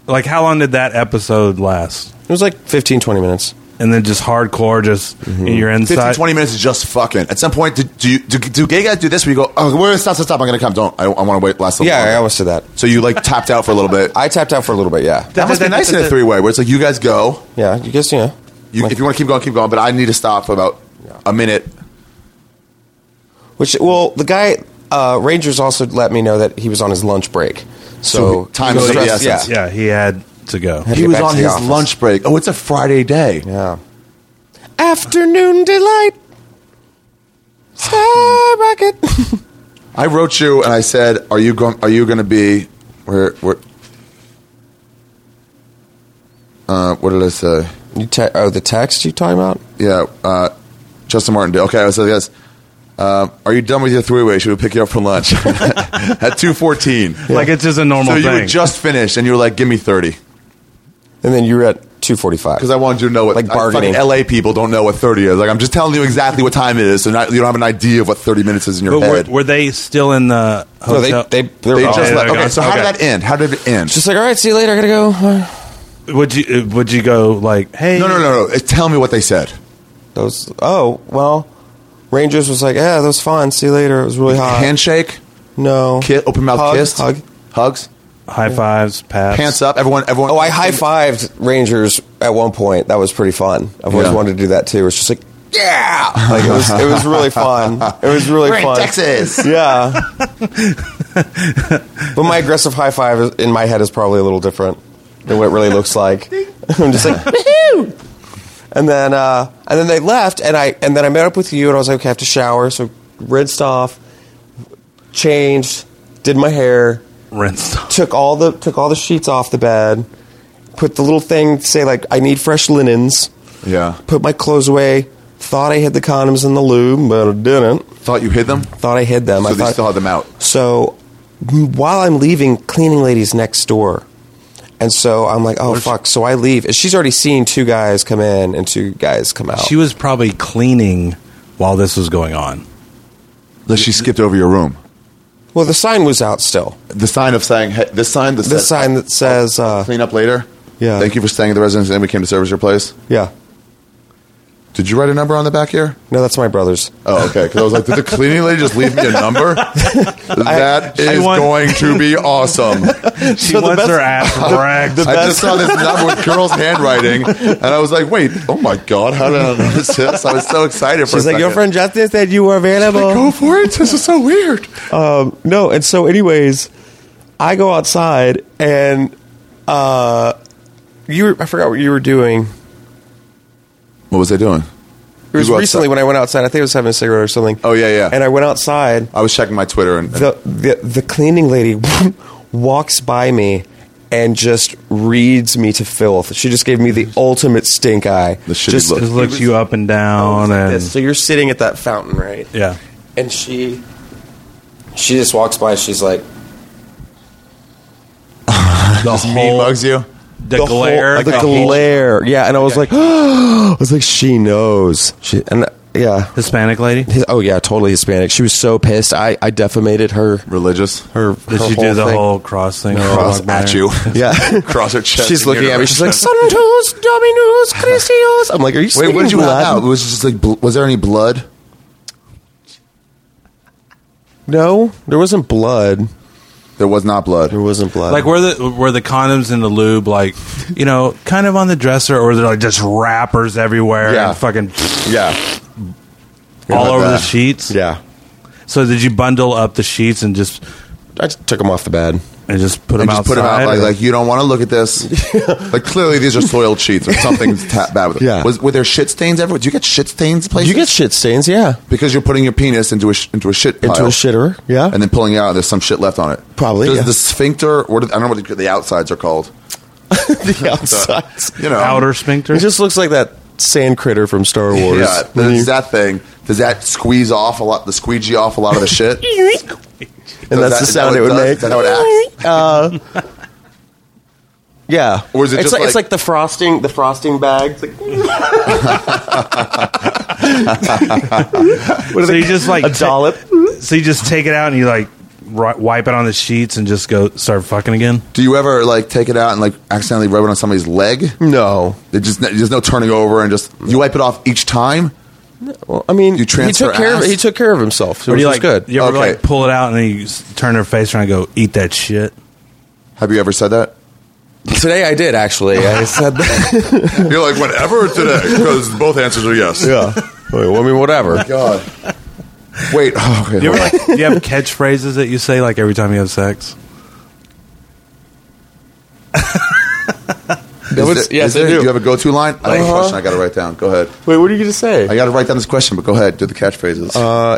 [SPEAKER 4] like how long did that episode last?
[SPEAKER 3] It was like 15, 20 minutes.
[SPEAKER 4] And then just hardcore, just
[SPEAKER 1] Mm-hmm.
[SPEAKER 4] you're
[SPEAKER 1] 15,
[SPEAKER 4] inside.
[SPEAKER 1] 20 minutes is just fucking. At some point, do, do, you, do, do gay guys do this where you go, oh, wait, stop, stop, stop, I'm going to come. Don't. I, I want to wait last a little
[SPEAKER 3] Yeah,
[SPEAKER 1] longer.
[SPEAKER 3] I almost did that.
[SPEAKER 1] So you like tapped out for a little bit.
[SPEAKER 3] I tapped out for a little bit. Yeah,
[SPEAKER 1] that must be nice in a three way where it's like you guys go.
[SPEAKER 3] yeah. You guess you know.
[SPEAKER 1] You, if you want to keep going, keep going. But I need to stop for about a minute.
[SPEAKER 3] Which well, the guy uh, Rangers also let me know that he was on his lunch break. So,
[SPEAKER 1] So time
[SPEAKER 3] he
[SPEAKER 1] is of
[SPEAKER 3] was
[SPEAKER 1] the
[SPEAKER 3] stressed-
[SPEAKER 1] essence.
[SPEAKER 3] Yeah.
[SPEAKER 4] Yeah, he had to go.
[SPEAKER 3] Had to
[SPEAKER 1] He
[SPEAKER 3] get
[SPEAKER 1] was
[SPEAKER 3] back
[SPEAKER 1] on
[SPEAKER 3] to the
[SPEAKER 1] his
[SPEAKER 3] office.
[SPEAKER 1] lunch break. Oh, it's a Friday day.
[SPEAKER 3] Yeah. Afternoon delight. Sky bucket.
[SPEAKER 1] I wrote you and I said, "Are you going? Are you going to be where? Where? Uh, what did I say?
[SPEAKER 3] you te- oh, the text you talking about?
[SPEAKER 1] Yeah, uh, Justin Martindale. Okay, I said yes. Um, are you done with your three way? Should we pick you up for lunch at two fourteen?
[SPEAKER 4] Like it's just a normal
[SPEAKER 1] So you
[SPEAKER 4] thing.
[SPEAKER 1] were just finished, and you were like, "Give me 30.
[SPEAKER 3] And then you were at two forty-five.
[SPEAKER 1] because I wanted you to know what
[SPEAKER 3] Like
[SPEAKER 1] I-
[SPEAKER 3] bargaining.
[SPEAKER 1] fucking LA people don't know what thirty is. Like I'm just telling you exactly what time it is, so not, you don't have an idea of what thirty minutes is in your
[SPEAKER 4] But were,
[SPEAKER 1] head.
[SPEAKER 4] were they still in the
[SPEAKER 3] No, they
[SPEAKER 4] hotel?
[SPEAKER 3] they
[SPEAKER 1] they
[SPEAKER 3] were
[SPEAKER 1] just
[SPEAKER 4] okay,
[SPEAKER 1] left.
[SPEAKER 4] they're
[SPEAKER 1] Okay,
[SPEAKER 4] gone.
[SPEAKER 1] so how did
[SPEAKER 4] Okay.
[SPEAKER 1] that end? How did it end?
[SPEAKER 3] just like all right. See you later. I gotta go. Uh,
[SPEAKER 4] would you uh, would you go like hey
[SPEAKER 1] no, no, no, no. It- Tell me what they said.
[SPEAKER 3] Those. Oh well. Rangers was like, yeah, that was fun. See you later. It was really hot.
[SPEAKER 1] Handshake,
[SPEAKER 3] no.
[SPEAKER 1] ki- open mouth
[SPEAKER 3] Uh, Hug,
[SPEAKER 1] kiss,
[SPEAKER 3] Hug.
[SPEAKER 1] hugs,
[SPEAKER 4] high fives pass
[SPEAKER 1] pants up. Everyone, everyone.
[SPEAKER 3] Oh, I high fived Rangers at one point. That was pretty fun. I've always
[SPEAKER 1] Yeah.
[SPEAKER 3] wanted to do that too. It's just like, yeah, like it was. It was really fun. It was really
[SPEAKER 1] We're in
[SPEAKER 3] fun.
[SPEAKER 1] Texas.
[SPEAKER 3] Yeah. but my aggressive high five is- in my head is probably a little different than what it really looks like. I'm just like, woohoo! And then, uh, and then they left, and I and then I met up with you, and I was like, okay, I have to shower, so rinsed off, changed, did my hair,
[SPEAKER 4] rinsed off.
[SPEAKER 3] took all the took all the sheets off the bed, put the little thing to say like I need fresh linens,
[SPEAKER 1] Yeah.
[SPEAKER 3] put my clothes away. Thought I hid the condoms in the lube, but I didn't.
[SPEAKER 1] Thought you hid them.
[SPEAKER 3] Thought I hid them.
[SPEAKER 1] So
[SPEAKER 3] I
[SPEAKER 1] they
[SPEAKER 3] thought-
[SPEAKER 1] still had them out.
[SPEAKER 3] So m- while I'm leaving, cleaning lady's next door, and so I'm like, oh fuck. So I leave. And She's already seen two guys come in and two guys come out.
[SPEAKER 4] she was probably cleaning while this was going on
[SPEAKER 1] Like she skipped over your room.
[SPEAKER 3] well, the sign was out still.
[SPEAKER 1] The sign of saying hey, this sign. This
[SPEAKER 3] The sign that says, uh,
[SPEAKER 1] oh, Clean up later.
[SPEAKER 3] Yeah.
[SPEAKER 1] Thank you for staying at the residence, and we came to service your place.
[SPEAKER 3] yeah.
[SPEAKER 1] Did you write a number on the back here?
[SPEAKER 3] No, that's my brother's.
[SPEAKER 1] Oh, okay. Because I was like, did the cleaning lady just leave me a number? That is
[SPEAKER 4] want-
[SPEAKER 1] going to be awesome.
[SPEAKER 4] She wants her ass ragged.
[SPEAKER 1] I just saw this number with girls' handwriting, and I was like, wait, oh my God, how did I notice this? I was so excited for
[SPEAKER 3] She's
[SPEAKER 1] a
[SPEAKER 3] like, your
[SPEAKER 1] second.
[SPEAKER 3] friend Justin said you were available.
[SPEAKER 1] Go for it. This is so weird.
[SPEAKER 3] Um, no, and so, anyways, I go outside and uh, you. Were, I forgot what you were doing.
[SPEAKER 1] What was I doing?
[SPEAKER 3] It was
[SPEAKER 1] You go
[SPEAKER 3] recently
[SPEAKER 1] outside-
[SPEAKER 3] when I went outside. I think I was having a cigarette or something.
[SPEAKER 1] Oh, yeah, yeah.
[SPEAKER 3] And I went outside.
[SPEAKER 1] I was checking my Twitter, and
[SPEAKER 3] The the, the cleaning lady walks by me and just reads me to filth. She just gave me the ultimate stink eye.
[SPEAKER 1] The shitty
[SPEAKER 3] just,
[SPEAKER 1] look.
[SPEAKER 4] Just looks you up and down,
[SPEAKER 3] Oh, like
[SPEAKER 4] and
[SPEAKER 3] this. So you're sitting at that fountain, right?
[SPEAKER 4] yeah.
[SPEAKER 3] And she she just walks by. She's like.
[SPEAKER 4] The
[SPEAKER 1] me bugs you.
[SPEAKER 4] the,
[SPEAKER 3] whole-
[SPEAKER 4] glare,
[SPEAKER 3] the
[SPEAKER 4] whole
[SPEAKER 3] glare. Yeah, and I was like, I was like, she knows. She and uh, yeah,
[SPEAKER 4] Hispanic lady.
[SPEAKER 3] His- oh yeah, totally Hispanic. She was so pissed. I I defamated her.
[SPEAKER 1] Religious.
[SPEAKER 3] Her.
[SPEAKER 4] Did
[SPEAKER 3] her
[SPEAKER 4] she do the
[SPEAKER 3] thing.
[SPEAKER 4] whole cross thing?
[SPEAKER 1] Cross
[SPEAKER 4] Walk
[SPEAKER 1] at
[SPEAKER 4] by?
[SPEAKER 1] you.
[SPEAKER 3] Yeah.
[SPEAKER 1] Cross her chest.
[SPEAKER 3] She's
[SPEAKER 1] and
[SPEAKER 3] looking
[SPEAKER 1] you're
[SPEAKER 3] at me.
[SPEAKER 1] like-
[SPEAKER 3] She's like, Santos, Dominus, Christios. I'm like, are you
[SPEAKER 1] Wait,
[SPEAKER 3] speaking
[SPEAKER 1] what did you have out?
[SPEAKER 3] Latin?
[SPEAKER 1] Was it just like, bl- was there any blood?
[SPEAKER 3] No, there wasn't blood.
[SPEAKER 1] There was not blood.
[SPEAKER 3] There wasn't blood.
[SPEAKER 4] Like were the were the condoms and the lube like you know kind of on the dresser or they're like just wrappers everywhere
[SPEAKER 1] Yeah.
[SPEAKER 4] and fucking
[SPEAKER 1] Yeah.
[SPEAKER 4] all
[SPEAKER 1] about
[SPEAKER 4] over the
[SPEAKER 1] that?
[SPEAKER 4] sheets.
[SPEAKER 3] yeah,
[SPEAKER 4] So did you bundle up the sheets and just
[SPEAKER 3] I just took them off the bed.
[SPEAKER 4] and just put
[SPEAKER 1] And
[SPEAKER 4] them
[SPEAKER 1] just
[SPEAKER 4] outside?
[SPEAKER 1] put them out like,
[SPEAKER 4] or-
[SPEAKER 1] like you don't want to look at this. like clearly these are soiled sheets or something's ta- bad with it.
[SPEAKER 3] Yeah.
[SPEAKER 1] Was, were there shit stains everywhere? Do you get shit stains places?
[SPEAKER 3] You get shit stains, yeah,
[SPEAKER 1] because you're putting your penis into a sh- into a shit pile.
[SPEAKER 3] into a shitter, yeah.
[SPEAKER 1] and then pulling it out. There's some shit left on it.
[SPEAKER 3] Probably,
[SPEAKER 1] Does
[SPEAKER 3] yeah.
[SPEAKER 1] the sphincter or do, I don't know what the, the outsides are called.
[SPEAKER 3] the outside.
[SPEAKER 1] You know,
[SPEAKER 4] outer sphincter.
[SPEAKER 3] It just looks like that sand critter from Star Wars.
[SPEAKER 1] Yeah,
[SPEAKER 3] When you-
[SPEAKER 1] there's that thing. Does that squeeze off a lot? The squeegee off a lot of the shit.
[SPEAKER 3] and that's the sound it would make. Uh,
[SPEAKER 1] Is that how it acts?
[SPEAKER 3] Yeah,
[SPEAKER 1] Or is it
[SPEAKER 3] it's
[SPEAKER 1] just
[SPEAKER 3] like,
[SPEAKER 1] like-
[SPEAKER 3] it's like the frosting, the frosting bag. It's like,
[SPEAKER 4] so you just like
[SPEAKER 3] a
[SPEAKER 4] ta-
[SPEAKER 3] dollop.
[SPEAKER 4] So you just take it out and you like ri- wipe it on the sheets and just go start fucking again.
[SPEAKER 1] Do you ever like take it out and like accidentally rub it on somebody's leg?
[SPEAKER 3] Mm. No,
[SPEAKER 1] It just there's no turning over and just you wipe it off each time.
[SPEAKER 3] well, I mean,
[SPEAKER 1] You
[SPEAKER 3] he
[SPEAKER 1] transfer
[SPEAKER 3] took care of
[SPEAKER 1] ass?
[SPEAKER 3] he took care of himself, so
[SPEAKER 4] Or
[SPEAKER 3] which
[SPEAKER 4] do you
[SPEAKER 3] was
[SPEAKER 4] like
[SPEAKER 3] good.
[SPEAKER 4] You ever
[SPEAKER 1] Okay.
[SPEAKER 4] like pull it out and then you s- turn her face around and go eat that shit.
[SPEAKER 1] Have you ever said that?
[SPEAKER 3] Today I did actually. I said that.
[SPEAKER 1] You're like whenever today because both answers are yes.
[SPEAKER 3] yeah. Well, I mean, whatever.
[SPEAKER 1] God. Wait. Oh, okay.
[SPEAKER 4] You ever like do you have catchphrases that you say like every time you have sex?
[SPEAKER 1] Is
[SPEAKER 3] No, it's- yes, I do.
[SPEAKER 1] Do you have a go-to line? I got a
[SPEAKER 3] Uh-huh.
[SPEAKER 1] question. I got to write down. Go ahead.
[SPEAKER 3] Wait, what are you gonna say?
[SPEAKER 1] I got to write down this question, but go ahead. Do the catchphrases.
[SPEAKER 3] uh,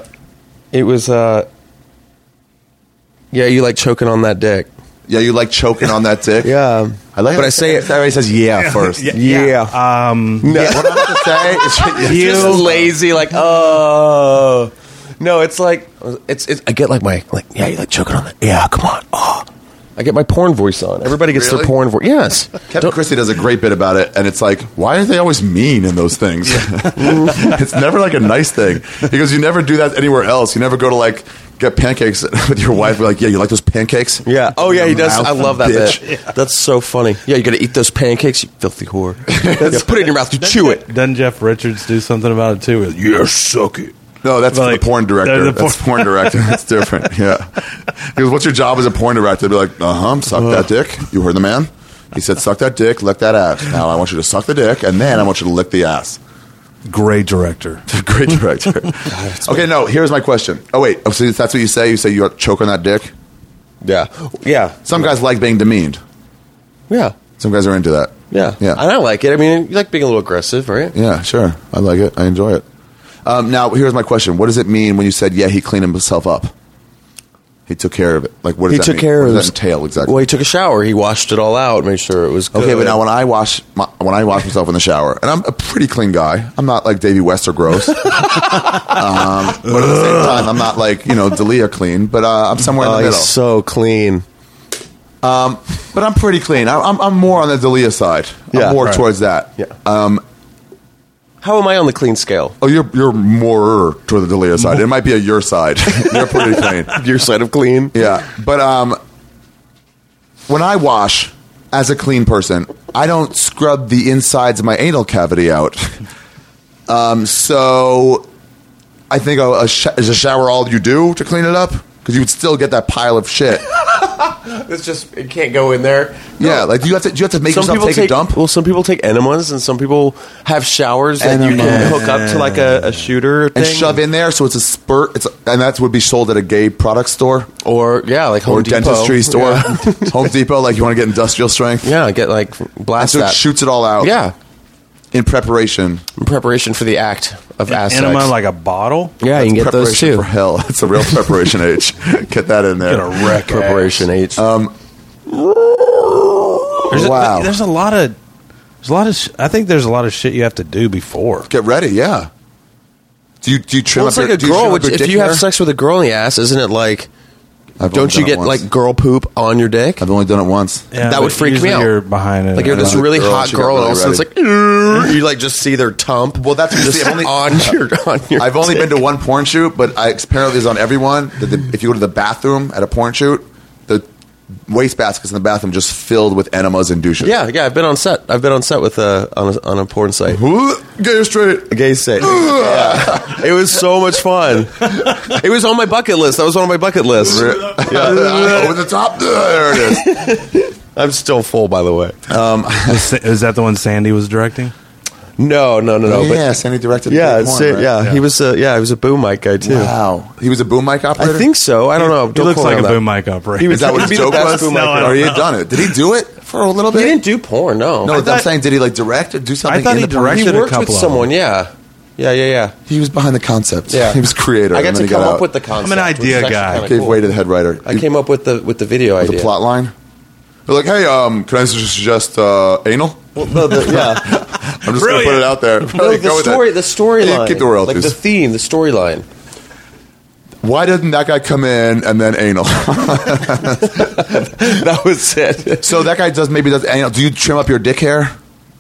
[SPEAKER 3] it was. Uh, yeah, you like choking on that dick.
[SPEAKER 1] yeah, you like choking on that dick.
[SPEAKER 3] Yeah,
[SPEAKER 1] I like.
[SPEAKER 3] But I say it-
[SPEAKER 1] Everybody says yeah first.
[SPEAKER 4] Yeah.
[SPEAKER 3] yeah.
[SPEAKER 1] Yeah, What I'm about to say is
[SPEAKER 3] It's just lazy, like oh. No, it's like it's, it's. I get like my like yeah, you like choking on that. Yeah, come on. Oh, I get my porn voice on. Everybody gets
[SPEAKER 1] Really?
[SPEAKER 3] their porn voice. Yes.
[SPEAKER 1] Kevin Christie does a great bit about it, and it's like, why are they always mean in those things? it's never like a nice thing because you never do that anywhere else. You never go to like get pancakes with your wife. Be like, yeah, you like those pancakes?
[SPEAKER 3] Yeah. Oh, yeah, he
[SPEAKER 1] Your
[SPEAKER 3] does.
[SPEAKER 1] mouth,
[SPEAKER 3] I love that
[SPEAKER 1] bitch.
[SPEAKER 3] bit. That's so funny. Yeah, you gotta eat those pancakes, you filthy whore. yeah, put it in your mouth. You chew it.
[SPEAKER 4] Doesn't Jeff Richards do something about it too? With, yeah, suck it.
[SPEAKER 1] No, that's
[SPEAKER 4] Like,
[SPEAKER 1] the porn director.
[SPEAKER 4] the
[SPEAKER 1] that's porn director. That's different. Yeah, because what's your job as a porn director? Be like, uh huh, suck that dick. You heard the man. He said, suck that dick, lick that ass. Now I want you to suck the dick, and then I want you to lick the ass.
[SPEAKER 4] Great director.
[SPEAKER 1] Great director. okay, no. Here's my question. Oh wait, oh, so that's what you say. You say you choke on that dick.
[SPEAKER 3] Yeah. Yeah.
[SPEAKER 1] Some guys like being demeaned.
[SPEAKER 3] Yeah.
[SPEAKER 1] Some guys are into that.
[SPEAKER 3] Yeah.
[SPEAKER 1] Yeah.
[SPEAKER 3] And I like it. I mean, you like being a little aggressive, right?
[SPEAKER 1] Yeah, sure. I like it. I enjoy it. Um, now, here's my question. What does it mean when you said, yeah, he cleaned himself up? He took care of it. Like, what does
[SPEAKER 3] he
[SPEAKER 1] that
[SPEAKER 3] took
[SPEAKER 1] mean?
[SPEAKER 3] care
[SPEAKER 1] what
[SPEAKER 3] of
[SPEAKER 1] does
[SPEAKER 3] his
[SPEAKER 1] that entail exactly?
[SPEAKER 3] Well, he took a shower. He washed it all out, made sure it was good.
[SPEAKER 1] okay, but now when I wash my, when I wash myself in the shower, and I'm a pretty clean guy. I'm not like Davey West or gross. um, but at the same time, I'm not like you know Dalia clean. But uh, I'm somewhere in
[SPEAKER 3] oh,
[SPEAKER 1] the
[SPEAKER 3] he's
[SPEAKER 1] middle.
[SPEAKER 3] so clean.
[SPEAKER 1] But I'm pretty clean. I, I'm, I'm more on the Dalia side.
[SPEAKER 3] Yeah,
[SPEAKER 1] I'm more
[SPEAKER 3] right.
[SPEAKER 1] towards that.
[SPEAKER 3] Yeah.
[SPEAKER 1] Um,
[SPEAKER 3] How am I on the clean scale?
[SPEAKER 1] Oh, you're you're more toward the Dalia side. It might be a your side. you're pretty clean.
[SPEAKER 3] Your side of clean?
[SPEAKER 1] Yeah, but um, when I wash as a clean person, I don't scrub the insides of my anal cavity out. Um, so I think a, a sh- is a shower all you do to clean it up because you would still get that pile of shit.
[SPEAKER 3] It's just it can't go in there.
[SPEAKER 1] yeah, like do you have to do you have to make yourself take, a dump?
[SPEAKER 3] Well, some people take enemas, and some people have showers that you
[SPEAKER 1] Enemas.
[SPEAKER 3] can hook up to like a, a shooter thing.
[SPEAKER 1] And shove in there, so it's a spurt. It's and that would be sold at a gay product store
[SPEAKER 3] or yeah, like Home
[SPEAKER 1] or
[SPEAKER 3] Depot.
[SPEAKER 1] dentistry store,
[SPEAKER 3] Yeah.
[SPEAKER 1] Home Depot. Like you want to get industrial strength,
[SPEAKER 3] Yeah, get like
[SPEAKER 1] And
[SPEAKER 3] blast
[SPEAKER 1] so it
[SPEAKER 3] that.
[SPEAKER 1] shoots it all out.
[SPEAKER 3] Yeah,
[SPEAKER 1] in preparation.
[SPEAKER 3] in preparation for the act of ass
[SPEAKER 4] Enema
[SPEAKER 3] sex.
[SPEAKER 4] like a bottle.
[SPEAKER 3] yeah, you can get those
[SPEAKER 1] preparation
[SPEAKER 3] too.
[SPEAKER 1] for hell. It's a real preparation age. Get that in there.
[SPEAKER 4] Get a wreck
[SPEAKER 3] Preparation H.
[SPEAKER 4] There's
[SPEAKER 1] wow.
[SPEAKER 4] A, there's a lot of. There's a lot of. Sh- I think there's a lot of shit you have to do before.
[SPEAKER 1] Get ready. Yeah. Do you do you trim
[SPEAKER 3] well, it's
[SPEAKER 1] up
[SPEAKER 3] like
[SPEAKER 1] your,
[SPEAKER 3] a
[SPEAKER 1] do you trim
[SPEAKER 3] girl.
[SPEAKER 1] up
[SPEAKER 3] Which,
[SPEAKER 1] your
[SPEAKER 3] if
[SPEAKER 1] dick
[SPEAKER 3] you have
[SPEAKER 1] hair?
[SPEAKER 3] sex with a girl in the ass, isn't it like?
[SPEAKER 1] I've only
[SPEAKER 3] Don't you
[SPEAKER 1] done it
[SPEAKER 3] get
[SPEAKER 1] once.
[SPEAKER 3] like girl poop on your dick?
[SPEAKER 1] I've only done it once.
[SPEAKER 4] Yeah,
[SPEAKER 3] That would
[SPEAKER 4] but
[SPEAKER 3] freak me
[SPEAKER 4] usually
[SPEAKER 3] out.
[SPEAKER 4] You're behind it.
[SPEAKER 3] Like you're
[SPEAKER 4] and
[SPEAKER 3] this
[SPEAKER 4] all.
[SPEAKER 3] really
[SPEAKER 1] girl,
[SPEAKER 3] hot
[SPEAKER 1] she got
[SPEAKER 3] girl, and all
[SPEAKER 1] really
[SPEAKER 3] of a sudden it's like "Urgh," you like just see their tump.
[SPEAKER 1] Well, that's
[SPEAKER 3] just
[SPEAKER 1] see, I've only-
[SPEAKER 3] on your on your.
[SPEAKER 1] I've only
[SPEAKER 3] dick.
[SPEAKER 1] been to one porn shoot, but I apparently it's on everyone. That the, if you go to the bathroom at a porn shoot, the waste baskets in the bathroom just filled with enemas and douches.
[SPEAKER 3] Yeah, yeah, I've been on set. I've been on set with uh, on a on a porn site.
[SPEAKER 1] Get it straight.
[SPEAKER 3] Gay set. Yeah. It was so much fun. It was on my bucket list. That was on my bucket list.
[SPEAKER 1] Over the top. There it is.
[SPEAKER 3] I'm still full, by the way.
[SPEAKER 4] Is, is that the one Sandy was directing?
[SPEAKER 3] No, no, no, no.
[SPEAKER 1] yeah,
[SPEAKER 3] but
[SPEAKER 1] Sandy directed.
[SPEAKER 3] yeah,
[SPEAKER 1] gay
[SPEAKER 3] it's
[SPEAKER 1] porn,
[SPEAKER 3] it,
[SPEAKER 1] right?
[SPEAKER 3] yeah, He was a yeah, he was a boom mic guy too.
[SPEAKER 1] Wow. He was a boom mic operator.
[SPEAKER 3] I think so. I don't know.
[SPEAKER 4] He
[SPEAKER 3] Don't
[SPEAKER 4] looks
[SPEAKER 3] quote
[SPEAKER 4] like
[SPEAKER 3] me
[SPEAKER 4] a
[SPEAKER 3] on that.
[SPEAKER 4] boom mic operator.
[SPEAKER 3] He
[SPEAKER 1] Is that what
[SPEAKER 3] He'd
[SPEAKER 1] his
[SPEAKER 3] be the
[SPEAKER 1] joke
[SPEAKER 3] best
[SPEAKER 1] was?
[SPEAKER 3] boom mic
[SPEAKER 1] Or
[SPEAKER 4] operator.
[SPEAKER 1] he had done it. Did he do it for a little
[SPEAKER 3] He
[SPEAKER 1] bit?
[SPEAKER 3] didn't do porn. No,
[SPEAKER 1] No,
[SPEAKER 3] I
[SPEAKER 1] I'm
[SPEAKER 3] thought-
[SPEAKER 1] saying did he like direct or do something?
[SPEAKER 4] I thought
[SPEAKER 1] in
[SPEAKER 4] he
[SPEAKER 1] the porn?
[SPEAKER 4] directed
[SPEAKER 3] he
[SPEAKER 4] a
[SPEAKER 3] worked
[SPEAKER 4] couple
[SPEAKER 3] with
[SPEAKER 4] of
[SPEAKER 3] someone. Yeah, yeah, yeah, yeah.
[SPEAKER 1] He was behind the concept.
[SPEAKER 3] Yeah,
[SPEAKER 1] he was creator.
[SPEAKER 3] I
[SPEAKER 1] and
[SPEAKER 3] got
[SPEAKER 1] then
[SPEAKER 3] to
[SPEAKER 1] he got
[SPEAKER 3] come
[SPEAKER 1] out.
[SPEAKER 3] up with the concept.
[SPEAKER 4] I'm an
[SPEAKER 3] which is
[SPEAKER 4] idea
[SPEAKER 3] actually
[SPEAKER 4] guy.
[SPEAKER 3] kinda
[SPEAKER 1] Gave
[SPEAKER 3] cool.
[SPEAKER 1] way to the head writer.
[SPEAKER 3] I came up with the with the video
[SPEAKER 1] with
[SPEAKER 3] idea.
[SPEAKER 1] a plot line. They're like, hey, um, can I suggest uh, anal?
[SPEAKER 3] yeah,
[SPEAKER 1] I'm just going to put it out there.
[SPEAKER 3] no,
[SPEAKER 1] Go
[SPEAKER 3] the
[SPEAKER 1] with
[SPEAKER 3] story,
[SPEAKER 1] it.
[SPEAKER 3] the
[SPEAKER 1] Yeah,
[SPEAKER 3] storyline,
[SPEAKER 1] Keep the royalties.
[SPEAKER 3] like the theme, the storyline.
[SPEAKER 1] Why didn't that guy come in and then anal?
[SPEAKER 3] That was it.
[SPEAKER 1] so that guy does maybe does anal. Do you trim up your dick hair? Do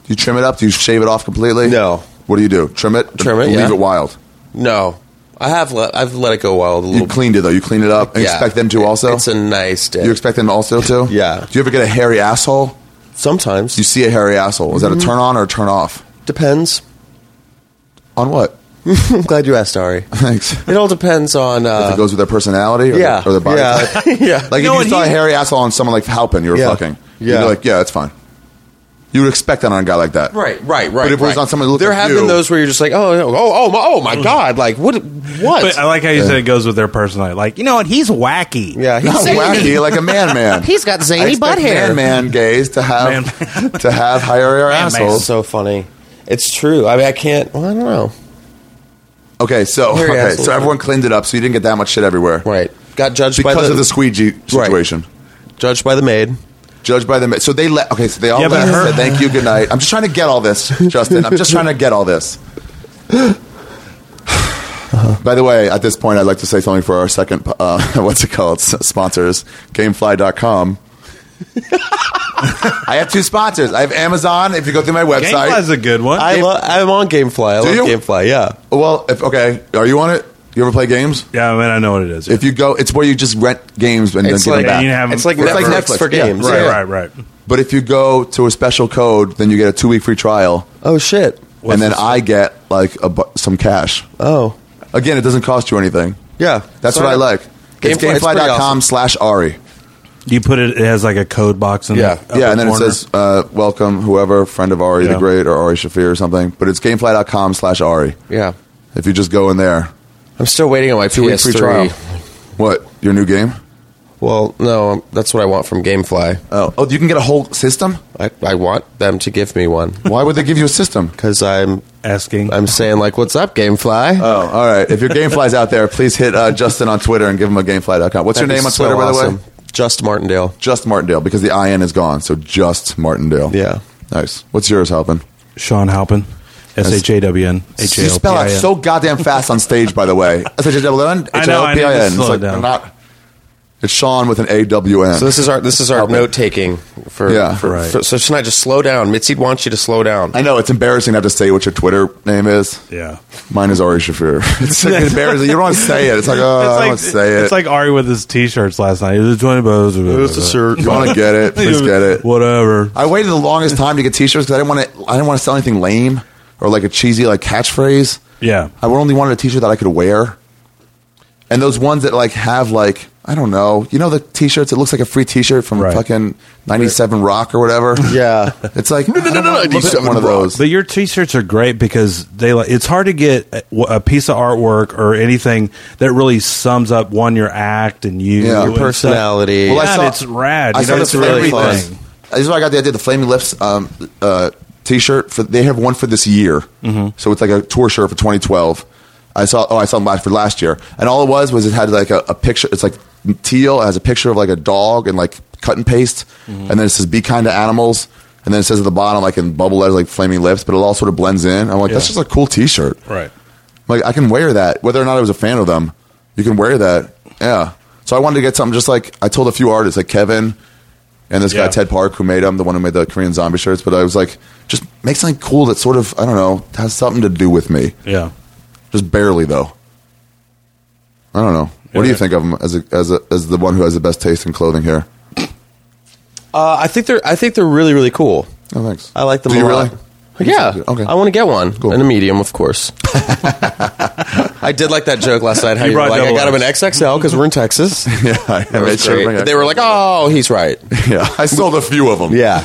[SPEAKER 1] you trim it up? Do you shave it off completely?
[SPEAKER 3] No.
[SPEAKER 1] What do you do? Trim it.
[SPEAKER 3] Trim it,
[SPEAKER 1] Leave
[SPEAKER 3] yeah.
[SPEAKER 1] it wild.
[SPEAKER 3] No, I have let I've let it go wild a little.
[SPEAKER 1] You cleaned it though. You cleaned it up. And
[SPEAKER 3] Yeah.
[SPEAKER 1] expect them to
[SPEAKER 3] It-
[SPEAKER 1] also.
[SPEAKER 3] It's a nice day.
[SPEAKER 1] you expect them also to.
[SPEAKER 3] Yeah.
[SPEAKER 1] Do you ever get a hairy asshole?
[SPEAKER 3] Sometimes
[SPEAKER 1] Do you see a hairy asshole? Is that a turn on or a turn off?
[SPEAKER 3] depends.
[SPEAKER 1] On what?
[SPEAKER 3] I'm glad you asked, Ari.
[SPEAKER 1] Thanks. If
[SPEAKER 3] It all depends on. Uh,
[SPEAKER 1] it goes with their personality or,
[SPEAKER 3] yeah,
[SPEAKER 1] the, or their body
[SPEAKER 3] yeah,
[SPEAKER 1] type.
[SPEAKER 3] yeah.
[SPEAKER 1] Like if you saw a hairy asshole on someone like Halpin, you were
[SPEAKER 3] Yeah.
[SPEAKER 1] fucking.
[SPEAKER 3] Yeah.
[SPEAKER 1] You'd be like, yeah, that's fine. You would expect that on a guy like that.
[SPEAKER 3] Right, right, right.
[SPEAKER 1] But if it was
[SPEAKER 3] right.
[SPEAKER 1] on someone who looked
[SPEAKER 3] there
[SPEAKER 1] like
[SPEAKER 3] have
[SPEAKER 1] you-
[SPEAKER 3] been those where you're just like, oh, oh, oh, my, oh my god, like what, what?
[SPEAKER 4] Mm. But uh, I like how you said it goes with their personality. Like you know what? He's wacky.
[SPEAKER 3] yeah,
[SPEAKER 1] Not
[SPEAKER 3] he's-
[SPEAKER 1] wacky, like a man man.
[SPEAKER 8] He's got zany butt hair.
[SPEAKER 1] Man man gays to have
[SPEAKER 4] Man-
[SPEAKER 1] to have hairy
[SPEAKER 3] It's
[SPEAKER 1] assholes.
[SPEAKER 3] so funny. It's true. I mean, I can't. Well, I don't know.
[SPEAKER 1] Okay, so
[SPEAKER 3] Hairy
[SPEAKER 1] okay,
[SPEAKER 3] assholes.
[SPEAKER 1] so everyone cleaned it up, so you didn't get that much shit everywhere.
[SPEAKER 3] Right. Got judged by
[SPEAKER 1] Because
[SPEAKER 3] the,
[SPEAKER 1] of the squeegee situation.
[SPEAKER 3] judged by the maid.
[SPEAKER 1] Judged by them. So they let. Okay, so they all
[SPEAKER 4] Yeah, but
[SPEAKER 1] left.
[SPEAKER 4] her-
[SPEAKER 1] Said thank you, good night. I'm just trying to get all this, Justin. I'm just trying to get all this. By the way, at this point, I'd like to say something for our second, uh, what's it called, S- sponsors, Gamefly.com. I have two sponsors. I have Amazon. If you go through my website,
[SPEAKER 4] Gamefly's a good one.
[SPEAKER 3] I lo- I'm on GameFly. I
[SPEAKER 1] Do
[SPEAKER 3] love
[SPEAKER 1] you?
[SPEAKER 3] GameFly. Yeah.
[SPEAKER 1] well, if, okay, are you on it? You ever play games?
[SPEAKER 4] yeah, I mean, I know what it is.
[SPEAKER 1] If you go, it's where you just rent games and
[SPEAKER 3] It's
[SPEAKER 1] then
[SPEAKER 3] like
[SPEAKER 1] give them back.
[SPEAKER 4] And you have
[SPEAKER 3] it's like
[SPEAKER 4] It's
[SPEAKER 1] like
[SPEAKER 3] Netflix,
[SPEAKER 1] Netflix.
[SPEAKER 3] for
[SPEAKER 1] Yeah,
[SPEAKER 3] games.
[SPEAKER 4] right,
[SPEAKER 3] yeah.
[SPEAKER 4] right, right.
[SPEAKER 1] But if you go to a special code, then you get a two week free trial,
[SPEAKER 3] Oh shit.
[SPEAKER 1] and then I get like a, bu- some cash.
[SPEAKER 3] Oh
[SPEAKER 1] Again, it doesn't cost you anything.
[SPEAKER 3] yeah.
[SPEAKER 1] That's what I like. It's
[SPEAKER 3] Gamefly- it's pretty
[SPEAKER 1] gamefly.com
[SPEAKER 3] awesome.
[SPEAKER 1] slash Ari.
[SPEAKER 4] You put it. It has like a code box in
[SPEAKER 3] Yeah.
[SPEAKER 4] the upper
[SPEAKER 1] yeah, and then
[SPEAKER 4] corner.
[SPEAKER 1] it says, uh, welcome, whoever, friend of Ari the
[SPEAKER 4] Yeah.
[SPEAKER 1] Great or Ari Shafir or something. But it's gamefly.com slash Ari.
[SPEAKER 3] Yeah.
[SPEAKER 1] If you just go in there.
[SPEAKER 3] I'm still waiting on my
[SPEAKER 1] Two week
[SPEAKER 3] PS3.
[SPEAKER 1] free trial. What? Your new game?
[SPEAKER 3] Well, no, that's what I want from GameFly.
[SPEAKER 1] Oh. Oh, you can get a whole system?
[SPEAKER 3] I, I want them to give me one
[SPEAKER 1] Why would they give you a system?
[SPEAKER 3] because I'm
[SPEAKER 4] asking.
[SPEAKER 3] I'm saying like, what's up, GameFly?
[SPEAKER 1] Oh, all right. If your Gamefly's out there, please hit uh, Justin on Twitter and give him a Gamefly.com. What's
[SPEAKER 3] That'd be
[SPEAKER 1] your name on
[SPEAKER 3] so
[SPEAKER 1] Twitter, by the
[SPEAKER 3] awesome.
[SPEAKER 1] way?
[SPEAKER 3] Just Martindale.
[SPEAKER 1] Just Martindale, because the IN is gone. So just Martindale.
[SPEAKER 3] Yeah.
[SPEAKER 1] Nice. What's yours, Halpin?
[SPEAKER 4] Sean Halpin. S H A W N H A L P I N.
[SPEAKER 1] You spell out so goddamn fast on stage, by the way. S-H-A-W-N,
[SPEAKER 4] I know, I need to
[SPEAKER 1] H-A-L-P-I-N. It's
[SPEAKER 4] slow
[SPEAKER 1] like,
[SPEAKER 4] down.
[SPEAKER 1] I'm not, it's Sean with an A-W-N.
[SPEAKER 3] So this is our this is our
[SPEAKER 1] Help me.
[SPEAKER 3] note taking for,
[SPEAKER 1] Yeah.
[SPEAKER 3] for,
[SPEAKER 4] Right.
[SPEAKER 3] for- so tonight just slow down. Mitzi'd wants you to slow down.
[SPEAKER 1] I know, it's embarrassing not to say what your Twitter name is.
[SPEAKER 4] Yeah.
[SPEAKER 1] Mine is Ari Shafir. It's like embarrassing. You don't want to say it. It's like, oh, I don't want to say it.
[SPEAKER 4] It's like Ari with his T-shirts last night. It was twenty bucks. It was
[SPEAKER 1] you want to get it, please get it.
[SPEAKER 4] Whatever.
[SPEAKER 1] I waited the longest time to get T-shirts because I didn't want to. I didn't want to sell anything lame. or like a cheesy like catchphrase.
[SPEAKER 4] Yeah.
[SPEAKER 1] I only wanted a T-shirt that I could wear, and those ones that like have like I don't know, you know the T-shirts. It looks like a free T-shirt from
[SPEAKER 4] Right.
[SPEAKER 1] fucking '97 Rock or whatever.
[SPEAKER 7] Yeah.
[SPEAKER 1] it's like no, no, no, no, one of those.
[SPEAKER 4] But your T-shirts are great because they. like It's hard to get a, a piece of artwork or anything that really sums up one your act and you,
[SPEAKER 1] Yeah. Your
[SPEAKER 4] and stuff.
[SPEAKER 3] personality.
[SPEAKER 4] Yeah, and it's rad.
[SPEAKER 1] I
[SPEAKER 4] you
[SPEAKER 1] saw
[SPEAKER 4] know,
[SPEAKER 1] the
[SPEAKER 4] it's
[SPEAKER 1] really
[SPEAKER 4] really
[SPEAKER 1] fun.
[SPEAKER 4] thing.
[SPEAKER 1] This is why I got the idea. The Flaming Lips um, uh, T-shirt for they have one for this year,
[SPEAKER 4] Mm-hmm.
[SPEAKER 1] so it's like a tour shirt for 2012. I saw oh I saw them last for last year, and all it was was it had like a, a picture. It's like teal. It has a picture of like a dog and like cut and paste,
[SPEAKER 4] Mm-hmm.
[SPEAKER 1] and then it says "Be kind to animals." And then it says at the bottom, like in bubble letters, like flaming lips, but it all sort of blends in. I'm like, that's just a cool T-shirt.
[SPEAKER 4] Right.
[SPEAKER 1] Like I can wear that, whether or not I was a fan of them. You can wear that, yeah. So I wanted to get something just like I told a few artists, like Kevin and this
[SPEAKER 4] Yeah.
[SPEAKER 1] guy Ted Park, who made them, the one who made the Korean zombie shirts. But I was like, just make something cool that sort of I don't know has something to do with me,
[SPEAKER 4] Yeah.
[SPEAKER 1] just barely though. I don't know. What do you
[SPEAKER 4] Yeah.
[SPEAKER 1] think of him as a, as a, as the one who has the best taste in clothing here?
[SPEAKER 3] Uh, I think they're I think they're really really cool.
[SPEAKER 1] Oh, thanks.
[SPEAKER 3] I like them.
[SPEAKER 1] Do
[SPEAKER 3] a
[SPEAKER 1] you
[SPEAKER 3] lot.
[SPEAKER 1] really?
[SPEAKER 3] Yeah.
[SPEAKER 1] Okay.
[SPEAKER 3] I want to get one.
[SPEAKER 1] Cool.
[SPEAKER 3] And a medium, of course. I did like that joke last night. How you were
[SPEAKER 4] brought
[SPEAKER 3] like, I
[SPEAKER 4] double
[SPEAKER 3] got him an
[SPEAKER 4] X.
[SPEAKER 3] XXL because we're in Texas.
[SPEAKER 1] Yeah, I made sure to bring
[SPEAKER 3] Great.
[SPEAKER 1] it.
[SPEAKER 3] They were like, oh, he's right.
[SPEAKER 1] yeah, I sold a few of them.
[SPEAKER 3] Yeah.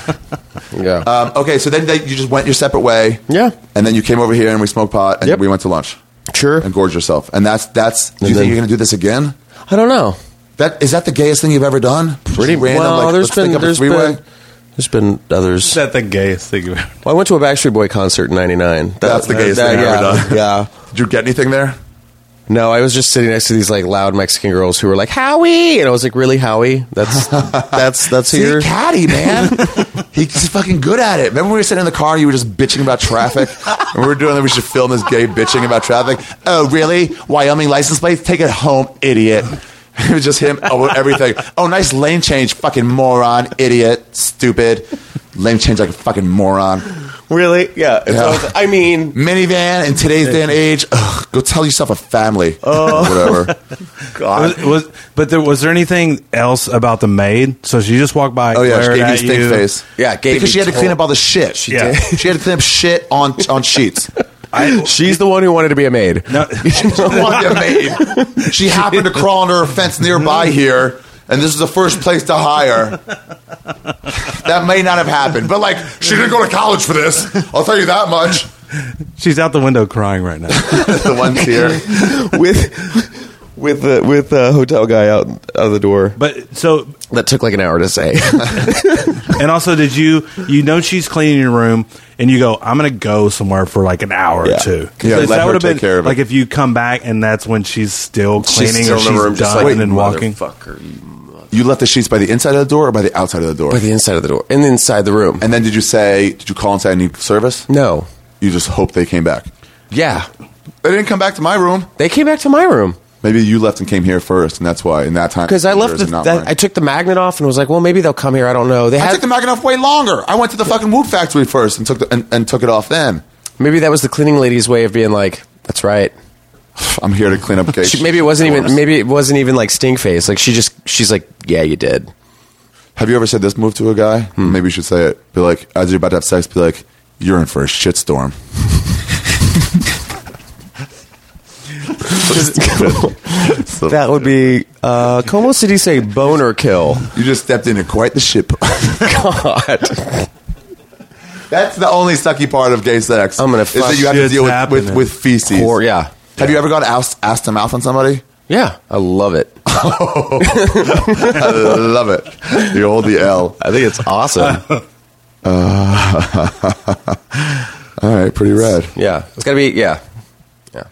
[SPEAKER 3] yeah.
[SPEAKER 1] Um, okay, so then they, you just went your separate way.
[SPEAKER 3] Uh, Yeah.
[SPEAKER 1] And then you came over here and we smoked pot and
[SPEAKER 3] Yep.
[SPEAKER 1] we went to lunch
[SPEAKER 3] sure.
[SPEAKER 1] and gorged yourself. And that's that's. Do you
[SPEAKER 3] And
[SPEAKER 1] think
[SPEAKER 3] then-
[SPEAKER 1] you're going to do this again?
[SPEAKER 3] I don't know.
[SPEAKER 1] That is that the gayest thing you've ever done?
[SPEAKER 3] Pretty
[SPEAKER 1] Just random.
[SPEAKER 3] Well,
[SPEAKER 1] like,
[SPEAKER 3] there's
[SPEAKER 1] let's think
[SPEAKER 3] been
[SPEAKER 1] up a
[SPEAKER 3] there's
[SPEAKER 1] three-way?
[SPEAKER 3] been there's been others.
[SPEAKER 4] that the gayest thing? You've ever
[SPEAKER 3] Well, I went to a Backstreet Boy concert in '99. That-
[SPEAKER 1] That's the gayest thing I've
[SPEAKER 3] yeah,
[SPEAKER 1] ever done.
[SPEAKER 3] Yeah.
[SPEAKER 1] Did you get anything there?
[SPEAKER 3] No, I was just sitting next to these like loud Mexican girls who were like Howie, and I was like, really Howie? That's that's that's who
[SPEAKER 1] See,
[SPEAKER 3] you're.
[SPEAKER 1] Caddy, man, he's fucking good at it. Remember when we were sitting in the car and you were just bitching about traffic, and we were doing that. We should film this gay bitching about traffic. Oh, really? Wyoming license plate? Take it home, idiot. It was just him over everything. Oh, nice lane change, fucking moron, idiot, stupid. Lane change like a fucking moron.
[SPEAKER 3] Really? Yeah. It's
[SPEAKER 1] Yeah.
[SPEAKER 3] always- I mean,
[SPEAKER 1] Minivan in today's day and age. Ugh, go tell yourself a family. Oh, whatever.
[SPEAKER 4] Was, was- but there was there anything else about the maid? So she just walked by.
[SPEAKER 1] Oh yeah,
[SPEAKER 4] glared
[SPEAKER 1] she gave you
[SPEAKER 4] at
[SPEAKER 1] stink
[SPEAKER 4] you.
[SPEAKER 1] face.
[SPEAKER 3] Yeah, gave
[SPEAKER 1] because
[SPEAKER 3] me
[SPEAKER 1] she had to
[SPEAKER 3] total-
[SPEAKER 1] clean up all the shit. She
[SPEAKER 4] Yeah. did.
[SPEAKER 1] She had to clean up shit on on sheets.
[SPEAKER 3] she's the one who wanted to be a maid.
[SPEAKER 4] No,
[SPEAKER 1] She was the one that made. She happened to crawl under a fence nearby here, and this is the first place to hire. That may not have happened, but like she didn't go to college for this. I'll tell you that much.
[SPEAKER 4] she's out the window crying right now.
[SPEAKER 1] the ones here.
[SPEAKER 3] with with the with the hotel guy out out of the door.
[SPEAKER 4] But so
[SPEAKER 3] That took like an hour to say.
[SPEAKER 4] and also, did you you know she's cleaning your room and you go, I'm gonna go somewhere for like an hour
[SPEAKER 3] Yeah.
[SPEAKER 4] or
[SPEAKER 1] Yeah,
[SPEAKER 4] two.
[SPEAKER 1] let
[SPEAKER 4] Because
[SPEAKER 1] her
[SPEAKER 4] that would've
[SPEAKER 1] take
[SPEAKER 4] been
[SPEAKER 1] care of it.
[SPEAKER 4] like if you come back and that's when she's still cleaning
[SPEAKER 3] still in
[SPEAKER 4] or
[SPEAKER 3] the
[SPEAKER 4] she's
[SPEAKER 3] room,
[SPEAKER 4] done
[SPEAKER 3] just like,
[SPEAKER 4] and walking.
[SPEAKER 3] Fucker, you mother-
[SPEAKER 1] You left the sheets by the inside of the door or by the outside of the door?
[SPEAKER 3] By the inside of the door and inside the room.
[SPEAKER 1] and then did you say? Did you call and say I need service?
[SPEAKER 3] no.
[SPEAKER 1] You just hope they came back.
[SPEAKER 3] Yeah.
[SPEAKER 1] They didn't come back to my room.
[SPEAKER 3] They came back to my room.
[SPEAKER 1] Maybe you left and came here first, and that's why in that time.
[SPEAKER 3] Because I left
[SPEAKER 1] yours
[SPEAKER 3] the,
[SPEAKER 1] and not
[SPEAKER 3] that,
[SPEAKER 1] mine.
[SPEAKER 3] I took the magnet off and was like, well, maybe they'll come here. I don't know. They
[SPEAKER 1] I
[SPEAKER 3] had
[SPEAKER 1] took the magnet off way longer. I went to the fucking Woot Factory first and took the, and, and took it off. Then
[SPEAKER 3] maybe that was the cleaning lady's way of being like, that's right.
[SPEAKER 1] I'm here to clean up. Case.
[SPEAKER 3] She, maybe it wasn't even maybe it wasn't even like stink face. Like she just she's like, yeah, you did.
[SPEAKER 1] Have you ever said this move to a guy?
[SPEAKER 3] Hmm.
[SPEAKER 1] Maybe you should say it. Be like, as you're about to have sex, be like, you're in for a shitstorm. So
[SPEAKER 3] That would be uh, como se dice boner kill.
[SPEAKER 1] you just stepped into quite the ship.
[SPEAKER 3] God,
[SPEAKER 1] That's the only sucky part of gay sex.
[SPEAKER 3] I'm gonna
[SPEAKER 1] is that
[SPEAKER 3] fuck
[SPEAKER 1] you have to
[SPEAKER 4] shit's
[SPEAKER 1] deal with, with
[SPEAKER 4] happening.
[SPEAKER 1] with feces.
[SPEAKER 3] Or- yeah.
[SPEAKER 1] Have you ever gone ass, ass to mouth on somebody?
[SPEAKER 3] yeah, I love it.
[SPEAKER 1] I love it. You hold the L.
[SPEAKER 3] I think it's awesome.
[SPEAKER 1] Uh, All right, pretty rad.
[SPEAKER 3] Yeah, it's gotta be yeah. Yeah,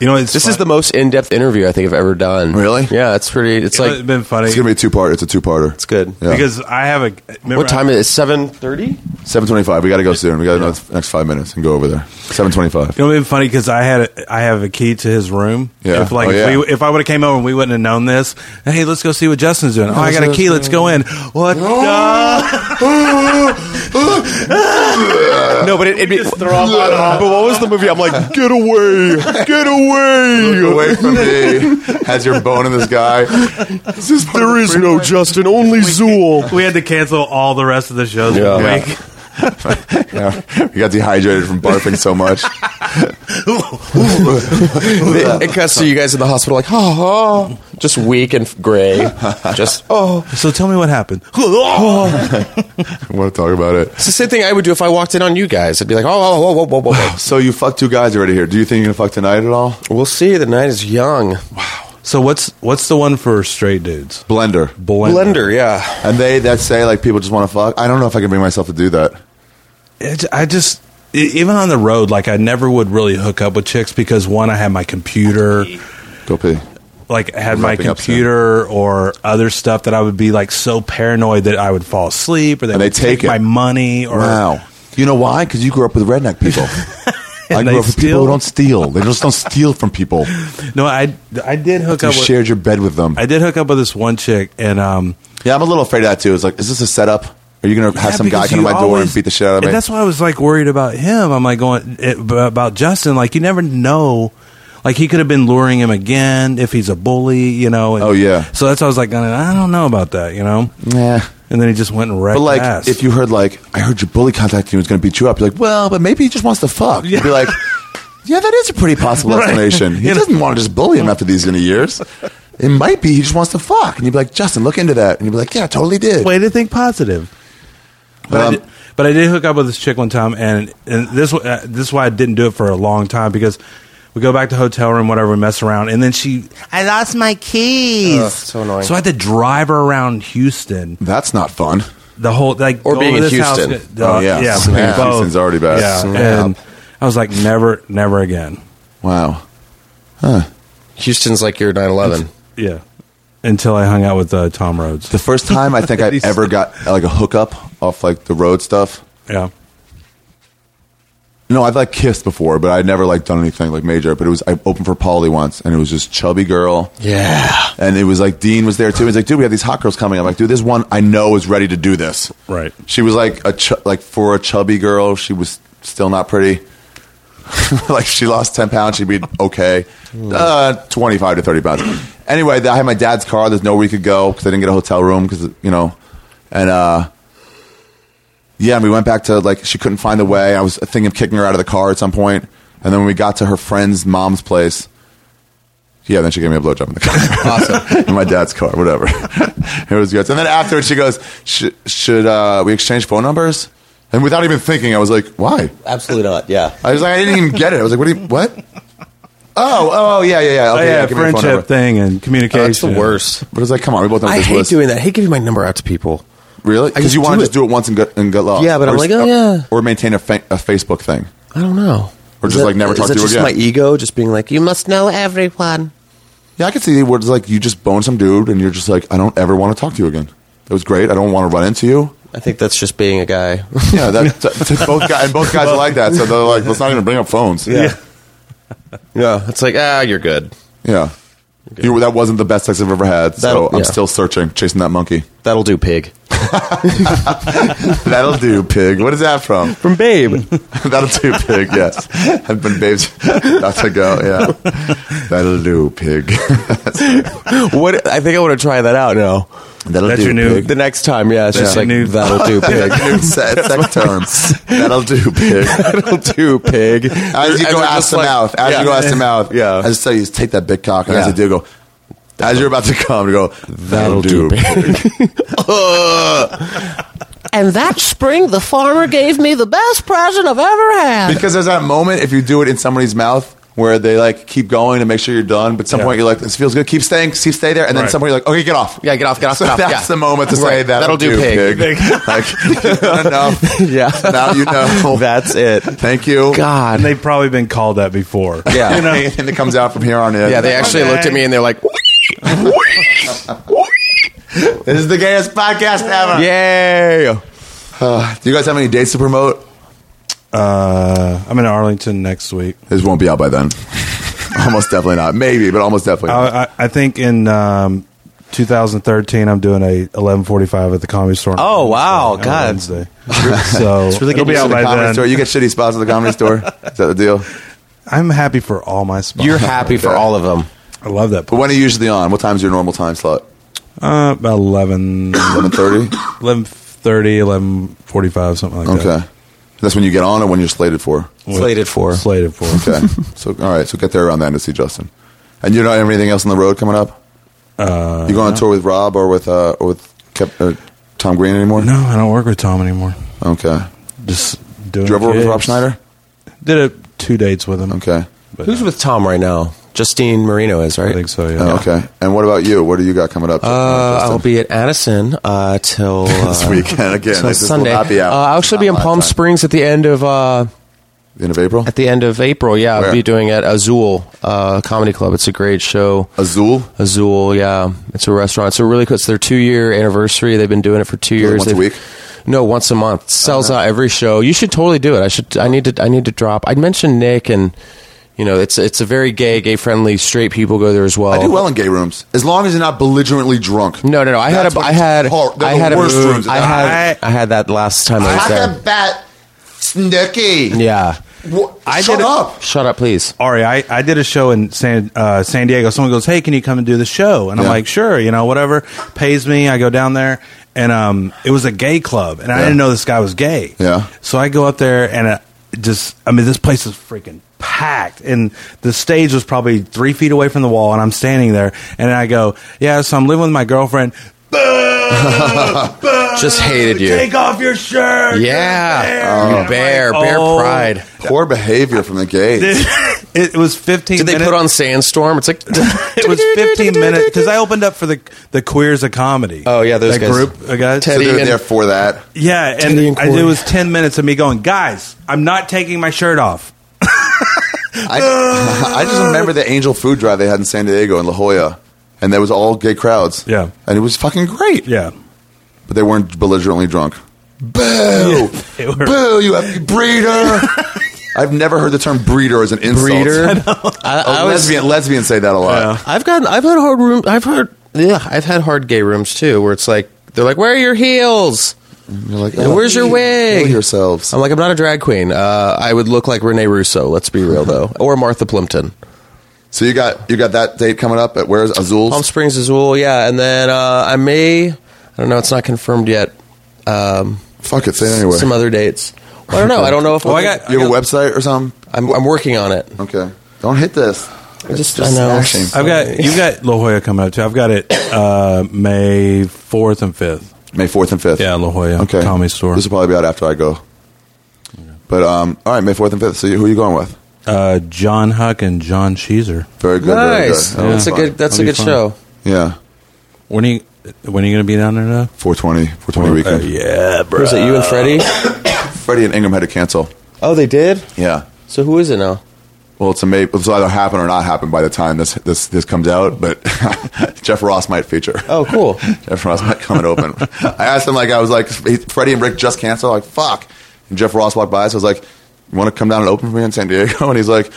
[SPEAKER 4] You know, it's
[SPEAKER 3] this is the
[SPEAKER 4] fun-
[SPEAKER 3] most in depth interview I think I've ever done.
[SPEAKER 1] Really?
[SPEAKER 3] Yeah, it's pretty. It's
[SPEAKER 4] it's
[SPEAKER 3] like
[SPEAKER 4] been funny
[SPEAKER 1] It's gonna be a two part. It's a two parter.
[SPEAKER 3] it's good.
[SPEAKER 1] Yeah.
[SPEAKER 4] because I have a remember
[SPEAKER 3] What time
[SPEAKER 4] I,
[SPEAKER 3] is it? Seven thirty.
[SPEAKER 1] Seven twenty-five. We got to go soon. We got another next five minutes and go over there. Seven twenty-five.
[SPEAKER 4] You know, it'd been funny because I had a, I have a key to his room.
[SPEAKER 1] Yeah.
[SPEAKER 4] If like
[SPEAKER 1] Oh, yeah.
[SPEAKER 4] if, we, if I would have came over and we wouldn't have known this, hey, let's go see what Justin's doing. Oh, I got a key. Let's go in. What? the-
[SPEAKER 3] No, but it, it'd be.
[SPEAKER 1] But what was the movie? I'm like, get away, get away, away from me. Has your bone in this guy?
[SPEAKER 3] There is no Justin, only Zool.
[SPEAKER 4] we had to cancel all the rest of the shows. for
[SPEAKER 3] Yeah.
[SPEAKER 4] the
[SPEAKER 1] Yeah.
[SPEAKER 4] week.
[SPEAKER 1] You got dehydrated from barfing so much.
[SPEAKER 3] It cuts to you guys in the hospital, like, oh, oh just weak and gray. Just, oh.
[SPEAKER 4] So tell me what happened.
[SPEAKER 1] I want to talk about it.
[SPEAKER 3] It's the same thing I would do if I walked in on you guys. I'd be like, oh, oh, oh, whoa, whoa, whoa, whoa.
[SPEAKER 1] So you fucked two guys already here. Do you think you're gonna fuck tonight at all?
[SPEAKER 3] We'll see. The night is young.
[SPEAKER 4] So what's what's the one for straight dudes?
[SPEAKER 1] Blender.
[SPEAKER 3] Blender, yeah.
[SPEAKER 1] And they that say like people just want to fuck. I don't know if I can bring myself to do that.
[SPEAKER 4] It, I just e- even on the road, like I never would really hook up with chicks because one, I had my computer,
[SPEAKER 1] Go pee.
[SPEAKER 4] like I had my
[SPEAKER 1] Wrapping up soon.
[SPEAKER 4] computer or other stuff that I would be like so paranoid that I would fall asleep or they
[SPEAKER 1] And they
[SPEAKER 4] would
[SPEAKER 1] take it.
[SPEAKER 4] my money or
[SPEAKER 1] Wow. You know why? Because you grew up with redneck people. I
[SPEAKER 4] And
[SPEAKER 1] grew
[SPEAKER 4] they
[SPEAKER 1] up with people
[SPEAKER 4] still-
[SPEAKER 1] who don't steal. They just don't steal from people.
[SPEAKER 4] no, I I did hook
[SPEAKER 1] You
[SPEAKER 4] up. With,
[SPEAKER 1] shared your bed with them.
[SPEAKER 4] I did hook up with this one chick and um.
[SPEAKER 1] yeah, I'm a little afraid of that too. It's like, is this a setup? Are you gonna have
[SPEAKER 4] Yeah,
[SPEAKER 1] some guy
[SPEAKER 4] because
[SPEAKER 1] come to
[SPEAKER 4] you
[SPEAKER 1] my door and
[SPEAKER 4] always-
[SPEAKER 1] beat the shit out of me?
[SPEAKER 4] And that's why I was like worried about him. I'm like going it, about Justin. Like you never know. Like he could have been luring him again if he's a bully, you know. and-
[SPEAKER 1] Oh, yeah.
[SPEAKER 4] So that's why I was like, I don't know about that, you know.
[SPEAKER 1] yeah.
[SPEAKER 4] And then he just went and wrecked.
[SPEAKER 1] But like,
[SPEAKER 4] ass.
[SPEAKER 1] if you heard like, I heard your bully contacting you was going to beat you up, you're like, well, but maybe he just wants to fuck. You'd be like, yeah, that is a pretty possible
[SPEAKER 4] Right.
[SPEAKER 1] explanation. He
[SPEAKER 4] You know?
[SPEAKER 1] doesn't want to just bully him after these many years. It might be he just wants to fuck, and you'd be like, Justin, look into that, and you'd be like, yeah, I totally did.
[SPEAKER 4] way to think positive. But,
[SPEAKER 1] Um,
[SPEAKER 4] I did, but I did hook up with this chick one time, and and this wa- uh, this is why I didn't do it for a long time because we go back to hotel room, whatever, we mess around, and then she, I lost my keys,
[SPEAKER 3] Ugh, so annoying.
[SPEAKER 4] So I had to drive her around Houston,
[SPEAKER 1] That's not fun.
[SPEAKER 4] the whole like
[SPEAKER 3] Or
[SPEAKER 4] go
[SPEAKER 3] being
[SPEAKER 4] to
[SPEAKER 3] in
[SPEAKER 4] this house,
[SPEAKER 3] Houston.
[SPEAKER 4] go-
[SPEAKER 1] Oh, yeah.
[SPEAKER 4] yeah,
[SPEAKER 1] Snap.
[SPEAKER 4] both.
[SPEAKER 1] Houston's already bad.
[SPEAKER 4] Yeah,
[SPEAKER 3] Snap.
[SPEAKER 4] and I was like, never, never again.
[SPEAKER 1] Wow.
[SPEAKER 3] Houston's like your 9 11.
[SPEAKER 4] Yeah, until I hung out with uh, Tom Rhodes.
[SPEAKER 1] The first time I think I ever got like a hookup off like the road stuff.
[SPEAKER 4] Yeah,
[SPEAKER 1] No, I've like kissed before, but I'd never like done anything like major. But it was I opened for Polly once, and it was just chubby girl.
[SPEAKER 3] Yeah.
[SPEAKER 1] And it was like Dean was there too. He's like, dude, we have these hot girls coming. I'm like, dude, this one I know is ready to do this.
[SPEAKER 4] Right.
[SPEAKER 1] She was like a ch- like for a chubby girl, she was still not pretty. like she lost ten pounds, she'd be okay. Uh, Twenty five to thirty pounds. Anyway, I had my dad's car. There's nowhere we could go because I didn't get a hotel room because you know, and uh, yeah, and we went back to like she couldn't find the way. I was thinking of kicking her out of the car at some point, and then when we got to her friend's mom's place, yeah, then she gave me a blowjob in the car. awesome. in my dad's car, whatever. it was good. And then afterwards, she goes, "Sh- "Should uh, we exchange phone numbers?" And without even thinking, I was like, "Why?"
[SPEAKER 5] Absolutely not. Yeah.
[SPEAKER 1] I was like, I didn't even get it. I was like, "What? Do you, what?" Oh, oh, yeah, yeah, yeah.
[SPEAKER 4] oh,
[SPEAKER 1] Okay,
[SPEAKER 4] yeah,
[SPEAKER 1] give me your phone number.
[SPEAKER 4] friendship thing and communication.
[SPEAKER 3] Oh, That's the worst.
[SPEAKER 1] But it's like, come on, we both know what
[SPEAKER 3] I
[SPEAKER 1] this
[SPEAKER 3] hate
[SPEAKER 1] was.
[SPEAKER 3] doing that. I hate giving my number out to people.
[SPEAKER 1] really
[SPEAKER 3] I
[SPEAKER 1] because you
[SPEAKER 3] just
[SPEAKER 1] want
[SPEAKER 3] do
[SPEAKER 1] to just
[SPEAKER 3] it.
[SPEAKER 1] do it once and get and get lost.
[SPEAKER 3] Yeah, but I'm
[SPEAKER 1] Or
[SPEAKER 3] like,
[SPEAKER 1] just-
[SPEAKER 3] oh, yeah.
[SPEAKER 1] or maintain a, fa- a Facebook thing.
[SPEAKER 3] I don't know.
[SPEAKER 1] Or
[SPEAKER 3] Is
[SPEAKER 1] just, like, never
[SPEAKER 3] is
[SPEAKER 1] talk
[SPEAKER 3] that
[SPEAKER 1] to her
[SPEAKER 3] just
[SPEAKER 1] again.
[SPEAKER 3] my ego just being like, you must know everyone.
[SPEAKER 1] Yeah, I could see where it's like you just bone some dude and you're just like, I don't ever want to talk to you again. It was great. I don't want to run into you.
[SPEAKER 3] I think that's just being a guy.
[SPEAKER 1] Yeah, that, that- that- both guys and both guys are like that. So they're like, let's not even bring up phones.
[SPEAKER 3] Yeah. yeah. It's like, ah, you're good.
[SPEAKER 1] yeah. You, that wasn't the best sex I've ever had. So
[SPEAKER 3] That'll-
[SPEAKER 1] I'm
[SPEAKER 3] yeah.
[SPEAKER 1] still searching, chasing that monkey.
[SPEAKER 3] That'll do, pig.
[SPEAKER 1] That'll do, pig. What is that from?
[SPEAKER 3] From Babe.
[SPEAKER 1] That'll do, pig. Yes, I've been babes. Not to go. Yeah, that'll do, pig.
[SPEAKER 3] what? I think I want to try that out now.
[SPEAKER 1] That'll
[SPEAKER 4] That's
[SPEAKER 1] do,
[SPEAKER 4] your new-
[SPEAKER 1] pig.
[SPEAKER 3] The next time, yeah, it's just
[SPEAKER 1] Yeah.
[SPEAKER 3] like
[SPEAKER 4] New-
[SPEAKER 3] that'll do, pig.
[SPEAKER 1] New se- sex term. That'll do, pig.
[SPEAKER 3] that'll do, pig.
[SPEAKER 1] As you
[SPEAKER 3] And
[SPEAKER 1] go
[SPEAKER 3] they're
[SPEAKER 1] ass
[SPEAKER 3] just
[SPEAKER 1] to
[SPEAKER 3] like-
[SPEAKER 1] mouth, as
[SPEAKER 3] yeah.
[SPEAKER 1] you go ass to mouth,
[SPEAKER 3] Yeah.
[SPEAKER 1] I just tell you, just take that big cock, and as
[SPEAKER 3] Yeah.
[SPEAKER 1] I do, go. As you're about to come, you go. That'll, do, pig.
[SPEAKER 5] And that spring, the farmer gave me the best present I've ever had.
[SPEAKER 1] because there's that moment if you do it in somebody's mouth where they like keep going to make sure you're done, but some
[SPEAKER 4] Yeah.
[SPEAKER 1] point you're like, this feels good, keep staying, keep stay there, and then
[SPEAKER 4] Right.
[SPEAKER 1] somewhere you're like, okay, get off.
[SPEAKER 3] Yeah, get off, get off,
[SPEAKER 1] So
[SPEAKER 3] get off,
[SPEAKER 1] that's
[SPEAKER 3] yeah.
[SPEAKER 1] the moment to say
[SPEAKER 3] Right.
[SPEAKER 1] that.
[SPEAKER 3] That'll do, pig.
[SPEAKER 1] like you've done enough.
[SPEAKER 3] Yeah.
[SPEAKER 1] now you know.
[SPEAKER 3] That's it.
[SPEAKER 1] Thank you.
[SPEAKER 4] And
[SPEAKER 3] God.
[SPEAKER 4] they've probably been called that before.
[SPEAKER 3] Yeah.
[SPEAKER 1] You know, and it comes out from here on in.
[SPEAKER 3] yeah, they actually
[SPEAKER 4] Okay.
[SPEAKER 3] looked at me and they're like,
[SPEAKER 1] This is the gayest podcast ever.
[SPEAKER 3] "Yay!"
[SPEAKER 1] Uh, do you guys have any dates to promote?
[SPEAKER 4] Uh, I'm in Arlington next week.
[SPEAKER 1] This won't be out by then. almost definitely not. Maybe, but almost definitely. not.
[SPEAKER 4] I, I, I think in um, 2013, I'm doing a 11:45 at the Comedy Store. on
[SPEAKER 3] Oh, wow.
[SPEAKER 4] Wednesday,
[SPEAKER 3] God.
[SPEAKER 4] on Wednesday. so
[SPEAKER 3] really
[SPEAKER 4] it'll
[SPEAKER 3] getting
[SPEAKER 4] be
[SPEAKER 3] used
[SPEAKER 1] To
[SPEAKER 4] out
[SPEAKER 1] the
[SPEAKER 4] by
[SPEAKER 1] comedy
[SPEAKER 4] then.
[SPEAKER 1] store. You get shitty spots at the comedy store. Is that the deal?
[SPEAKER 4] I'm happy for all my spots.
[SPEAKER 3] You're happy for all of them.
[SPEAKER 4] I love that.
[SPEAKER 1] But when are you usually on? What time's your normal time slot?
[SPEAKER 4] Uh, about 11,
[SPEAKER 1] Eleven thirty.
[SPEAKER 4] 11 11.45, something like
[SPEAKER 1] Okay.
[SPEAKER 4] that.
[SPEAKER 1] That's when you get on or when you're slated for.
[SPEAKER 3] Slated for.
[SPEAKER 4] Slated for.
[SPEAKER 1] Okay. so all right. So get there around then to see Justin. And you don't have anything else on the road coming up? Uh, you going on tour with Rob or with uh, or with Kep, uh, Tom Green anymore?
[SPEAKER 4] No, I don't work with Tom anymore.
[SPEAKER 1] Okay.
[SPEAKER 4] Just doing
[SPEAKER 1] Did you ever work with Rob
[SPEAKER 4] gigs.
[SPEAKER 1] Schneider?
[SPEAKER 4] Did it two dates with him.
[SPEAKER 1] Okay.
[SPEAKER 4] But,
[SPEAKER 3] Who's
[SPEAKER 4] uh,
[SPEAKER 3] with Tom right now? Justine Marino is, right?
[SPEAKER 4] I think so, yeah.
[SPEAKER 1] Oh, okay. And what about you? What do you got coming up?
[SPEAKER 3] Uh,
[SPEAKER 1] Justin?
[SPEAKER 3] I'll be at Addison uh, till uh,
[SPEAKER 1] this weekend again.
[SPEAKER 3] till
[SPEAKER 1] This will
[SPEAKER 3] Sunday.
[SPEAKER 1] not be out.
[SPEAKER 3] Uh, I'll actually be in
[SPEAKER 1] Not live
[SPEAKER 3] Palm
[SPEAKER 1] time.
[SPEAKER 3] Springs at the end of uh,
[SPEAKER 1] The end of April.
[SPEAKER 3] at the end of April. Yeah,
[SPEAKER 1] Where?
[SPEAKER 3] I'll be doing at Azul uh, Comedy Club. It's a great show.
[SPEAKER 1] Azul.
[SPEAKER 3] Azul, yeah, it's a restaurant. It's a really cool. It's their two year anniversary. They've been doing it for two
[SPEAKER 1] it
[SPEAKER 3] years.
[SPEAKER 1] once a
[SPEAKER 3] They've-
[SPEAKER 1] week?
[SPEAKER 3] No, once a month. Sells out every show. You should totally do it. I should. I need to. I need to drop. I mentioned Nick and. You know, it's it's a very gay, gay friendly. Straight people go there as well.
[SPEAKER 1] I do well in gay rooms as long as you're not belligerently drunk.
[SPEAKER 3] No, no, no. I
[SPEAKER 1] That's
[SPEAKER 3] had a, I
[SPEAKER 1] fucking
[SPEAKER 3] had,
[SPEAKER 1] hor- they're
[SPEAKER 3] I
[SPEAKER 1] the
[SPEAKER 3] had a,
[SPEAKER 1] worst rooms.
[SPEAKER 3] I had, I had that last time I was there.
[SPEAKER 1] bat, Snooky.
[SPEAKER 3] Yeah.
[SPEAKER 1] I
[SPEAKER 4] I
[SPEAKER 1] Shut
[SPEAKER 4] did it-
[SPEAKER 1] up.
[SPEAKER 3] Shut up, please.
[SPEAKER 4] Ari, I, I did a show in San uh, San Diego. Someone goes, "Hey, can you come and do the show?" And
[SPEAKER 1] Yeah.
[SPEAKER 4] I'm like, "Sure," you know, whatever pays me. I go down there, and um, it was a gay club, and I
[SPEAKER 1] Yeah.
[SPEAKER 4] didn't know this guy was gay.
[SPEAKER 1] Yeah.
[SPEAKER 4] So I go up there, and uh, just, I mean, this place is freaking packed, and the stage was probably three feet away from the wall, and I'm standing there, and I go, "Yeah," so I'm living with my girlfriend.
[SPEAKER 3] Just hated you.
[SPEAKER 4] Take off your shirt. you're a bear." And
[SPEAKER 3] Yeah.
[SPEAKER 4] I'm
[SPEAKER 3] You bear,
[SPEAKER 4] like,
[SPEAKER 3] bear
[SPEAKER 4] "Oh."
[SPEAKER 3] pride.
[SPEAKER 1] Poor behavior from the gays.
[SPEAKER 4] It was 15
[SPEAKER 3] Did they
[SPEAKER 4] minutes.
[SPEAKER 3] put on Sandstorm? It's like,
[SPEAKER 4] it was 15 minutes because I opened up for the the queers of comedy.
[SPEAKER 3] Oh, yeah, those
[SPEAKER 4] that
[SPEAKER 3] guys.
[SPEAKER 4] group of guys.
[SPEAKER 1] So
[SPEAKER 3] Teddy.
[SPEAKER 1] they're
[SPEAKER 3] and-
[SPEAKER 1] there for that.
[SPEAKER 4] yeah, and,
[SPEAKER 3] Teddy and
[SPEAKER 4] I-
[SPEAKER 3] Corey.
[SPEAKER 4] it was 10 minutes of me going, guys, I'm not taking my shirt off.
[SPEAKER 1] I, I just remember the Angel Food Drive they had in San Diego and La Jolla, and there was all gay crowds.
[SPEAKER 4] Yeah.
[SPEAKER 1] and it was fucking great.
[SPEAKER 4] Yeah,
[SPEAKER 1] but they weren't belligerently drunk. Boo!
[SPEAKER 4] they were.
[SPEAKER 1] Boo! You have breeder. I've never heard the term breeder as an insult.
[SPEAKER 3] breeder.
[SPEAKER 1] Oh,
[SPEAKER 3] I, I was,
[SPEAKER 1] lesbian, lesbians say that a lot.
[SPEAKER 3] I've gotten, I've had hard room. I've heard, yeah, I've had hard gay rooms too, where it's like, they're like, where are your heels?
[SPEAKER 1] You're like, "Oh,
[SPEAKER 3] And where's your
[SPEAKER 1] kill
[SPEAKER 3] wig?
[SPEAKER 1] yourselves.
[SPEAKER 3] I'm like, I'm not a drag queen. Uh, I would look like Renee Russo. Let's be real though, or Martha Plimpton.
[SPEAKER 1] So you got you got that date coming up at where's Azul's?
[SPEAKER 3] Palm Springs Azul, yeah, and then uh, I may, I don't know, it's not confirmed yet. Um,
[SPEAKER 1] Fuck it, say it anyway.
[SPEAKER 3] Some other dates. Well, I don't know. I don't know if
[SPEAKER 4] Well, I
[SPEAKER 3] I'm,
[SPEAKER 4] got-
[SPEAKER 1] you have a website or something?
[SPEAKER 3] I'm, I'm working on it.
[SPEAKER 1] Okay, don't hit this.
[SPEAKER 3] I just, I know.
[SPEAKER 1] smashing.
[SPEAKER 4] I've got you've got La Jolla coming up too. I've got it uh, May 4th and 5th.
[SPEAKER 1] May fourth and fifth.
[SPEAKER 4] Yeah, La Jolla
[SPEAKER 1] Okay.
[SPEAKER 4] Comedy Store.
[SPEAKER 1] This will probably be out after I go. But um, all right, May fourth and fifth. So you- who are you going with?
[SPEAKER 4] Uh, John Huck and John Cheeser.
[SPEAKER 1] Very good. Very good.
[SPEAKER 3] Nice.
[SPEAKER 1] That was
[SPEAKER 3] That's a
[SPEAKER 1] fun.
[SPEAKER 3] good. That's
[SPEAKER 4] That'll
[SPEAKER 3] a
[SPEAKER 4] be
[SPEAKER 3] good
[SPEAKER 4] fun.
[SPEAKER 3] show.
[SPEAKER 1] Yeah,
[SPEAKER 4] When are you when are you going to be down there? Now?
[SPEAKER 1] 420, 420 weekend.
[SPEAKER 4] Uh, yeah, bro.
[SPEAKER 3] Who's it? You and Freddie?
[SPEAKER 1] Freddie and Ingram had to cancel.
[SPEAKER 3] Oh, they did.
[SPEAKER 1] Yeah.
[SPEAKER 3] So who is it now?
[SPEAKER 1] Well, it's amazing. It's either happen or not happen by the time this this this comes out. But Jeff Ross might feature.
[SPEAKER 3] Oh, cool.
[SPEAKER 1] Jeff Ross might come and open. I asked him like I was like he- Freddie and Rick just canceled. Like fuck. And Jeff Ross walked by, so I was like, "You want to come down and open for me in San Diego?" And he's like,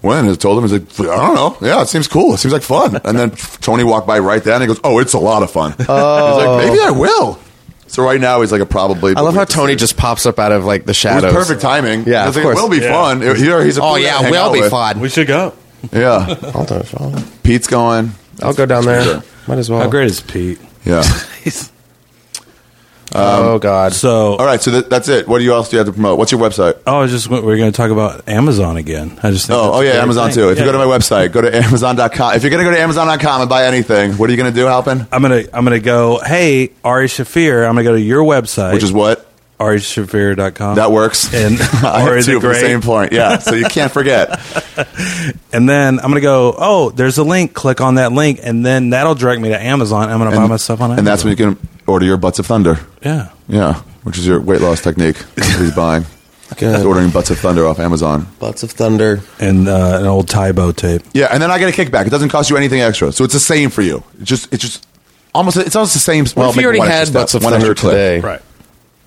[SPEAKER 1] "When?" And I told him, he's like, "I don't know. Yeah, it seems cool. It seems like fun." And then Tony walked by right then. And he goes, "Oh, it's a lot of fun." Oh. He's like, "Maybe I will." So right now he's like a probably.
[SPEAKER 3] I love how Tony just pops up out of like the
[SPEAKER 1] It
[SPEAKER 3] shadows.
[SPEAKER 1] was perfect timing.
[SPEAKER 3] Yeah, of
[SPEAKER 1] I was like,
[SPEAKER 3] course.
[SPEAKER 1] it will be fun. It- here he's a
[SPEAKER 3] Oh
[SPEAKER 1] cool guy to
[SPEAKER 3] yeah,
[SPEAKER 1] hang
[SPEAKER 3] will
[SPEAKER 1] out
[SPEAKER 3] be
[SPEAKER 1] with.
[SPEAKER 3] fun.
[SPEAKER 4] We should go.
[SPEAKER 1] Yeah,
[SPEAKER 3] I'll, do it. I'll-
[SPEAKER 1] Pete's going.
[SPEAKER 3] I'll go down there. Might as well.
[SPEAKER 4] How great is Pete?
[SPEAKER 1] Yeah.
[SPEAKER 3] oh God.
[SPEAKER 4] So
[SPEAKER 1] All right, so that, that's it. What do you else do you have to promote? What's your website?
[SPEAKER 4] Oh, I was just we are going to talk about Amazon again. I just think
[SPEAKER 1] Oh,
[SPEAKER 4] that's
[SPEAKER 1] oh
[SPEAKER 4] a
[SPEAKER 1] yeah,
[SPEAKER 4] great
[SPEAKER 1] Amazon
[SPEAKER 4] thing.
[SPEAKER 1] too. If
[SPEAKER 4] Yeah.
[SPEAKER 1] you go to my website, go to Amazon.com. If you're gonna go to Amazon.com and buy anything, what are you gonna do, Halpin?
[SPEAKER 4] I'm gonna I'm gonna go. Hey, Ari Shafir, I'm gonna go to your website,
[SPEAKER 1] Which is what
[SPEAKER 4] arishafir.com.
[SPEAKER 1] that works.
[SPEAKER 4] And
[SPEAKER 1] I
[SPEAKER 4] Ari
[SPEAKER 1] have
[SPEAKER 4] the
[SPEAKER 1] two for the
[SPEAKER 4] Great.
[SPEAKER 1] same point. Yeah, so you can't forget.
[SPEAKER 4] And then I'm gonna go. Oh, there's a link. Click on that link, and then that'll direct me to Amazon. I'm gonna buy my stuff on Amazon.
[SPEAKER 1] and that's when you can order your butts of thunder.
[SPEAKER 4] yeah.
[SPEAKER 1] Yeah, which is your weight loss technique. He's buying.
[SPEAKER 3] Good.
[SPEAKER 1] He's ordering butts of thunder off Amazon.
[SPEAKER 3] Butts of thunder.
[SPEAKER 4] And uh, an old Tybo tape.
[SPEAKER 1] Yeah, and then I get a kickback. It doesn't cost you anything extra, so it's the same for you. It's just it's just almost it's almost the same.
[SPEAKER 3] Well, if
[SPEAKER 1] maybe
[SPEAKER 3] you already
[SPEAKER 1] one extra
[SPEAKER 3] had
[SPEAKER 1] step,
[SPEAKER 3] butts of
[SPEAKER 1] one extra
[SPEAKER 3] thunder
[SPEAKER 1] clip.
[SPEAKER 3] today,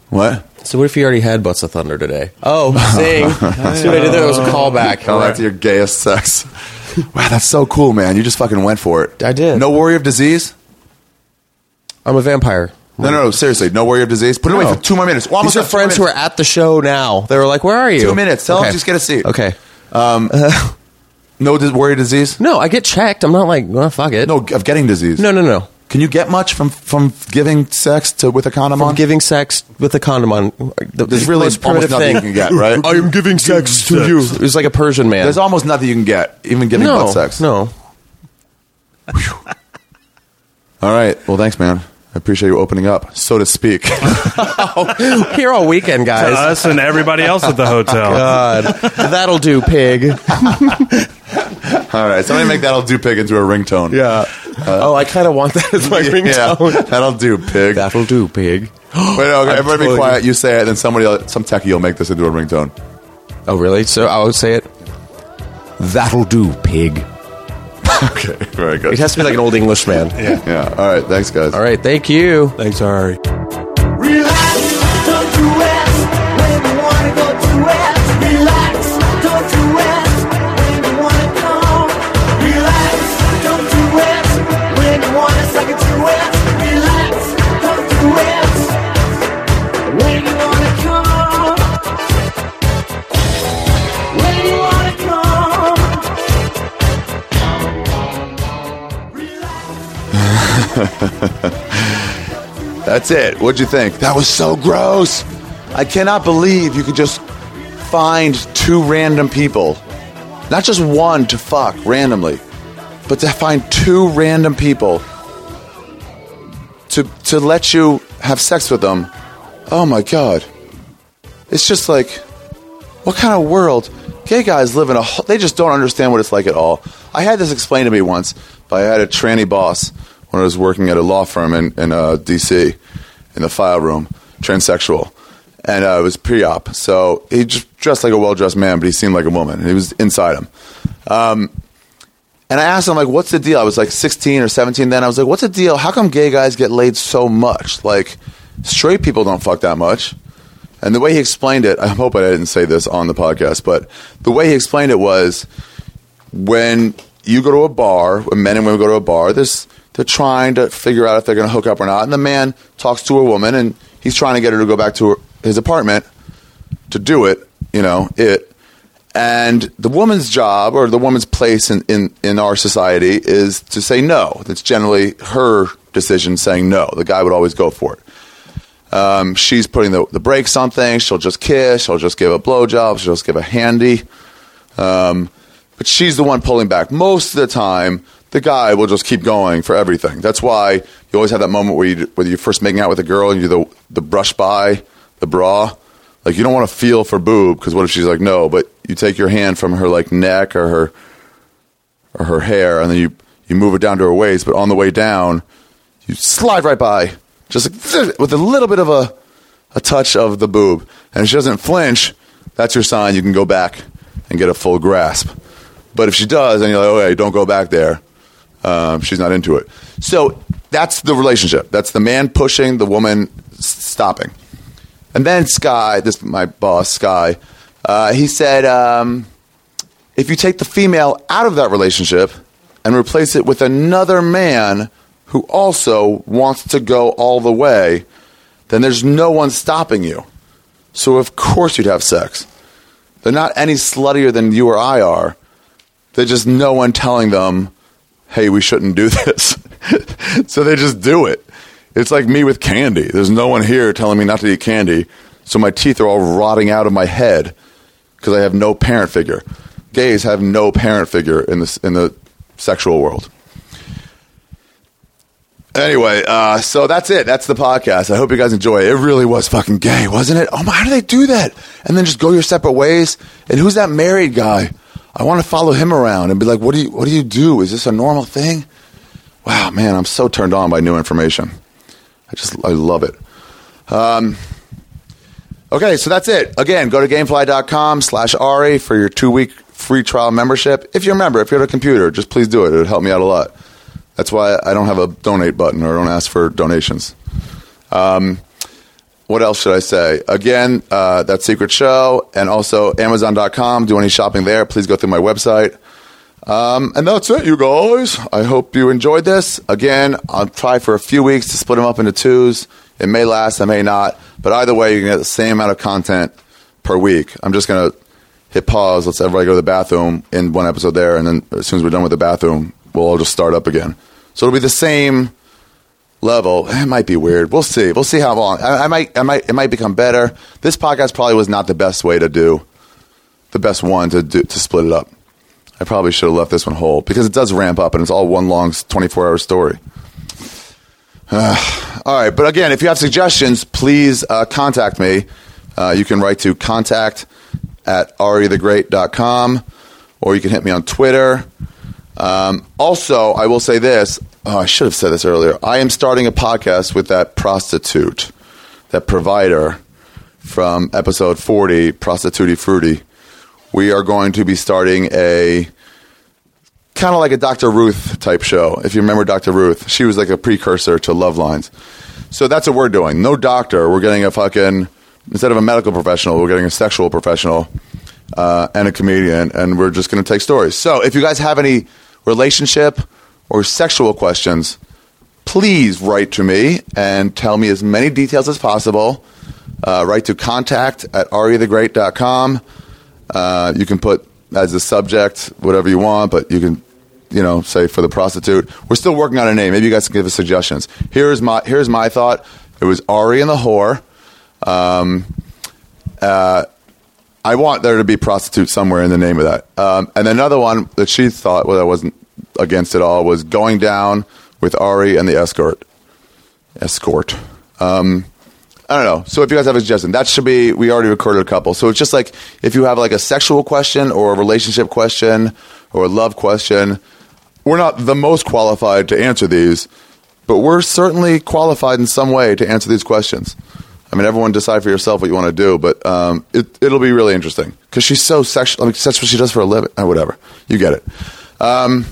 [SPEAKER 1] What?
[SPEAKER 3] So what if you already had Butts of Thunder today? Oh, sing. See what I did there? It was a callback.
[SPEAKER 1] Go back to your gayest sex. Wow, that's so cool, man. You just fucking went for it.
[SPEAKER 3] I did.
[SPEAKER 1] No worry of disease?
[SPEAKER 3] I'm a vampire.
[SPEAKER 1] No, no, no. Seriously, no worry of disease. Put it away for two more minutes. Well,
[SPEAKER 3] These are
[SPEAKER 1] almost done.
[SPEAKER 3] friends
[SPEAKER 1] Two
[SPEAKER 3] who are
[SPEAKER 1] minutes.
[SPEAKER 3] at the show now. They were like, "Where are you?"
[SPEAKER 1] Two minutes. Tell them
[SPEAKER 3] Okay.
[SPEAKER 1] just get a seat.
[SPEAKER 3] Okay.
[SPEAKER 1] No dis- worry of disease?
[SPEAKER 3] No, I get checked. I'm not like, well, fuck it.
[SPEAKER 1] No, of getting disease.
[SPEAKER 3] no, no, no.
[SPEAKER 1] Can you get much from from giving sex to with a condom
[SPEAKER 3] From
[SPEAKER 1] on?
[SPEAKER 3] giving sex with a condom on. The,
[SPEAKER 1] There's
[SPEAKER 3] the
[SPEAKER 1] really
[SPEAKER 3] most
[SPEAKER 1] almost
[SPEAKER 3] primitive
[SPEAKER 1] nothing you
[SPEAKER 3] thing.
[SPEAKER 1] can get, right?
[SPEAKER 7] I am giving sex to you.
[SPEAKER 3] It was like a Persian man.
[SPEAKER 1] There's almost nothing you can get, even giving
[SPEAKER 3] no,
[SPEAKER 1] butt sex.
[SPEAKER 3] no.
[SPEAKER 1] All right. Well, thanks, man. I appreciate you opening up, so to speak.
[SPEAKER 3] Oh, Here all weekend,
[SPEAKER 4] To
[SPEAKER 3] guys.
[SPEAKER 4] us and everybody else at the hotel.
[SPEAKER 3] God, that'll do, pig.
[SPEAKER 1] All right. Somebody make that'll do pig into a ringtone.
[SPEAKER 3] Yeah. oh, I kind of want that as my
[SPEAKER 1] Yeah,
[SPEAKER 3] ringtone.
[SPEAKER 1] that'll do, pig. Wait,
[SPEAKER 3] That'll do, pig.
[SPEAKER 1] no, okay, everybody be
[SPEAKER 3] totally-
[SPEAKER 1] quiet. You say it, then somebody, else, some techie, will make this into a ringtone.
[SPEAKER 3] Oh, really? So I would say it. That'll do, pig.
[SPEAKER 1] Okay, very good.
[SPEAKER 3] It has to be like an old English man.
[SPEAKER 1] yeah. All right. Thanks, guys.
[SPEAKER 3] All right, thank you.
[SPEAKER 4] Thanks, Ari.
[SPEAKER 9] Relax, don't you ask when you wanna go to rest. Relax, don't you ask when you wanna come. Relax, don't you ask when you wanna suck it to rest. Relax, don't you ask when you wanna come. When you wanna come.
[SPEAKER 1] That's it. What'd you think? That was so gross. I cannot believe you could just find two random people. Not just one to fuck randomly, but to find two random people to to let you have sex with them. Oh my god. It's just like what kind of world? Gay guys live in a whole- they just don't understand what it's like at all. I had this explained to me once by I had a tranny boss when I was working at a law firm in, in uh, D.C. in the file room, transsexual, and uh, it was pre-op. So he just dressed like a well-dressed man, but he seemed like a woman. He was inside him. Um, And I asked him, like, what's the deal? I was like 16 or 17 then. I was like, what's the deal? How come gay guys get laid so much? Like, straight people don't fuck that much. And the way he explained it, I hope I didn't say this on the podcast, but the way he explained it was when you go to a bar, when men and women go to a bar, there's, they're trying to figure out if they're going to hook up or not. And the man talks to a woman and he's trying to get her to go back to her, his apartment to do it, you know, it. And the woman's job or the woman's place in, in, in our society is to say no. That's generally her decision saying no. The guy would always go for it. Um, she's putting the, the brakes on things. She'll just kiss. She'll just give a blowjob. She'll just give a handy. Um, but she's the one pulling back. Most of the time, the guy will just keep going for everything. That's why you always have that moment where, you, where you're first making out with a girl and you're the, the brush by, the bra. Like, you don't want to feel for boob because what if she's like, no, but you take your hand from her, like, neck or her or her hair, and then you, you move it down to her waist, but on the way down, you slide right by, just like, with a little bit of a, a touch of the boob. And if she doesn't flinch, that's your sign you can go back and get a full grasp. But if she does, then you're like, oh, hey, don't go back there. Um, she's not into it. So that's the relationship. That's the man pushing, the woman s- stopping. And then Sky, this my boss, Sky, uh, he said, um, if you take the female out of that relationship and replace it with another man who also wants to go all the way, then there's no one stopping you. So of course you'd have sex. They're not any sluttier than you or I are. They're just no one telling them, hey, we shouldn't do this. so they just do it. It's like me with candy. There's no one here telling me not to eat candy. So my teeth are all rotting out of my head because I have no parent figure. Gays have no parent figure in this in the sexual world. Anyway, uh, so that's it. That's the podcast. I hope you guys enjoy it. It really was fucking gay, wasn't it? Oh my, how do they do that? And then just go your separate ways. And who's that married guy? I want to follow him around and be like, what do you what do you do? Is this a normal thing? Wow, man, I'm so turned on by new information. I just I love it. Okay, so that's it. Again, go to gamefly.com slash Ari for your two week free trial membership. If you're a member, if you're at a computer, just please do it. It would help me out a lot. That's why I don't have a donate button or don't ask for donations. Um, what else should I say? Again, uh, that secret show and also Amazon.com. Do any shopping there? Please go through my website. Um, and that's it, you guys. I hope you enjoyed this. Again, I'll try for a few weeks to split them up into twos. It may last, I may not. But either way, you're going to get the same amount of content per week. I'm just going to hit pause. Let's everybody go to the bathroom in one episode there. And then as soon as we're done with the bathroom, we'll all just start up again. So it'll be the same level, it might be weird. We'll see. We'll see how long. I, I might. I might. It might become better. This podcast probably was not the best way to do, the best one to do to split it up. I probably should have left this one whole because it does ramp up and it's all one long twenty-four hour story. All right, but again, if you have suggestions, please uh, contact me. Uh, you can write to contact at e arithegreat.com or you can hit me on Twitter. Um, also, I will say this. Oh, I should have said this earlier. I am starting a podcast with that prostitute, that provider from episode 40, Prostituti Fruity. We are going to be starting a kind of like a Dr. Ruth type show. If you remember Dr. Ruth, she was like a precursor to Love Lines. So that's what we're doing. No doctor. We're getting a fucking instead of a medical professional, we're getting a sexual professional uh, and a comedian, and we're just going to take stories. So if you guys have any relationship or sexual questions, please write to me and tell me as many details as possible. Uh, write to contact at arethegreat.com. Uh, you can put as the subject whatever you want, but you can, you know, say for the prostitute. We're still working on a name. Maybe you guys can give us suggestions. Here's my here's my thought. It was Ari and the whore. Um, uh, I want there to be prostitute somewhere in the name of that. Um, and another one that she thought well, that wasn't against at all was going down with Ari and the escort. Escort. Um, I don't know. So if you guys have a suggestion, that should be. We already recorded a couple. So it's just like if you have like a sexual question or a relationship question or a love question, we're not the most qualified to answer these, but we're certainly qualified in some way to answer these questions. I mean, everyone decide for yourself what you want to do, but um, it, it'll be really interesting because she's so sexual. I mean, that's what she does for a living. Oh, whatever, you get it. Um,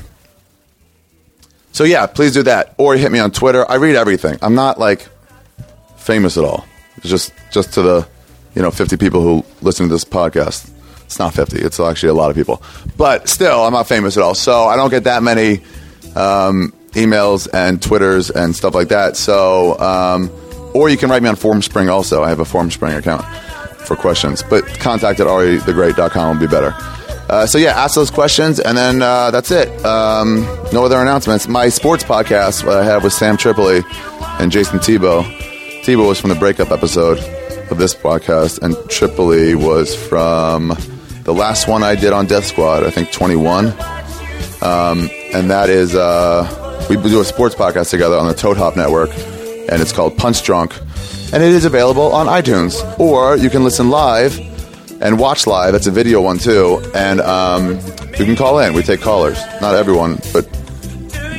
[SPEAKER 1] so yeah, please do that, or hit me on Twitter. I read everything. I'm not like famous at all. It's just just to the you know 50 people who listen to this podcast. It's not 50. It's actually a lot of people. But still, I'm not famous at all. So I don't get that many um, emails and Twitters and stuff like that. So um, or you can write me on Formspring also. I have a Formspring account for questions. But contact at e arithegreat.com will be better. Uh, so yeah, ask those questions, and then uh, that's it. Um, no other announcements. My sports podcast that I have with Sam Tripoli and Jason Tebow Tebow was from the breakup episode of this podcast, and Tripoli was from the last one I did on Death Squad, I think 21. Um, and that is, uh, we do a sports podcast together on the Toad Hop Network, and it's called Punch Drunk, and it is available on iTunes. Or you can listen live and watch live. That's a video one too. And um, you can call in. We take callers. Not everyone, but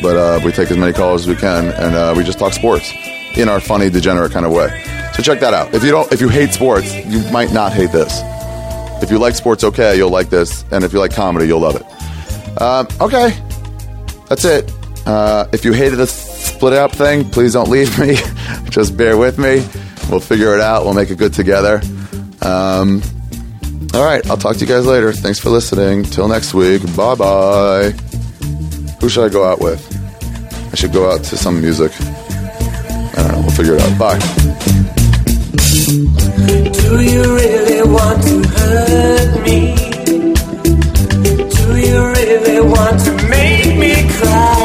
[SPEAKER 1] but uh, we take as many calls as we can, and uh, we just talk sports in our funny, degenerate kind of way. So check that out. If you don't, if you hate sports, you might not hate this. If you like sports, okay, you'll like this, and if you like comedy, you'll love it. Um, okay, that's it. Uh, if you hated the split up thing, please don't leave me. Just bear with me. We'll figure it out. We'll make it good together. Um, all right, I'll talk to you guys later. Thanks for listening. Till next week. Bye bye. Who should I go out with? I should go out to some music. I don't know. We'll figure it out. Bye.
[SPEAKER 9] Do you really want to hurt me? Do you really want to make me cry?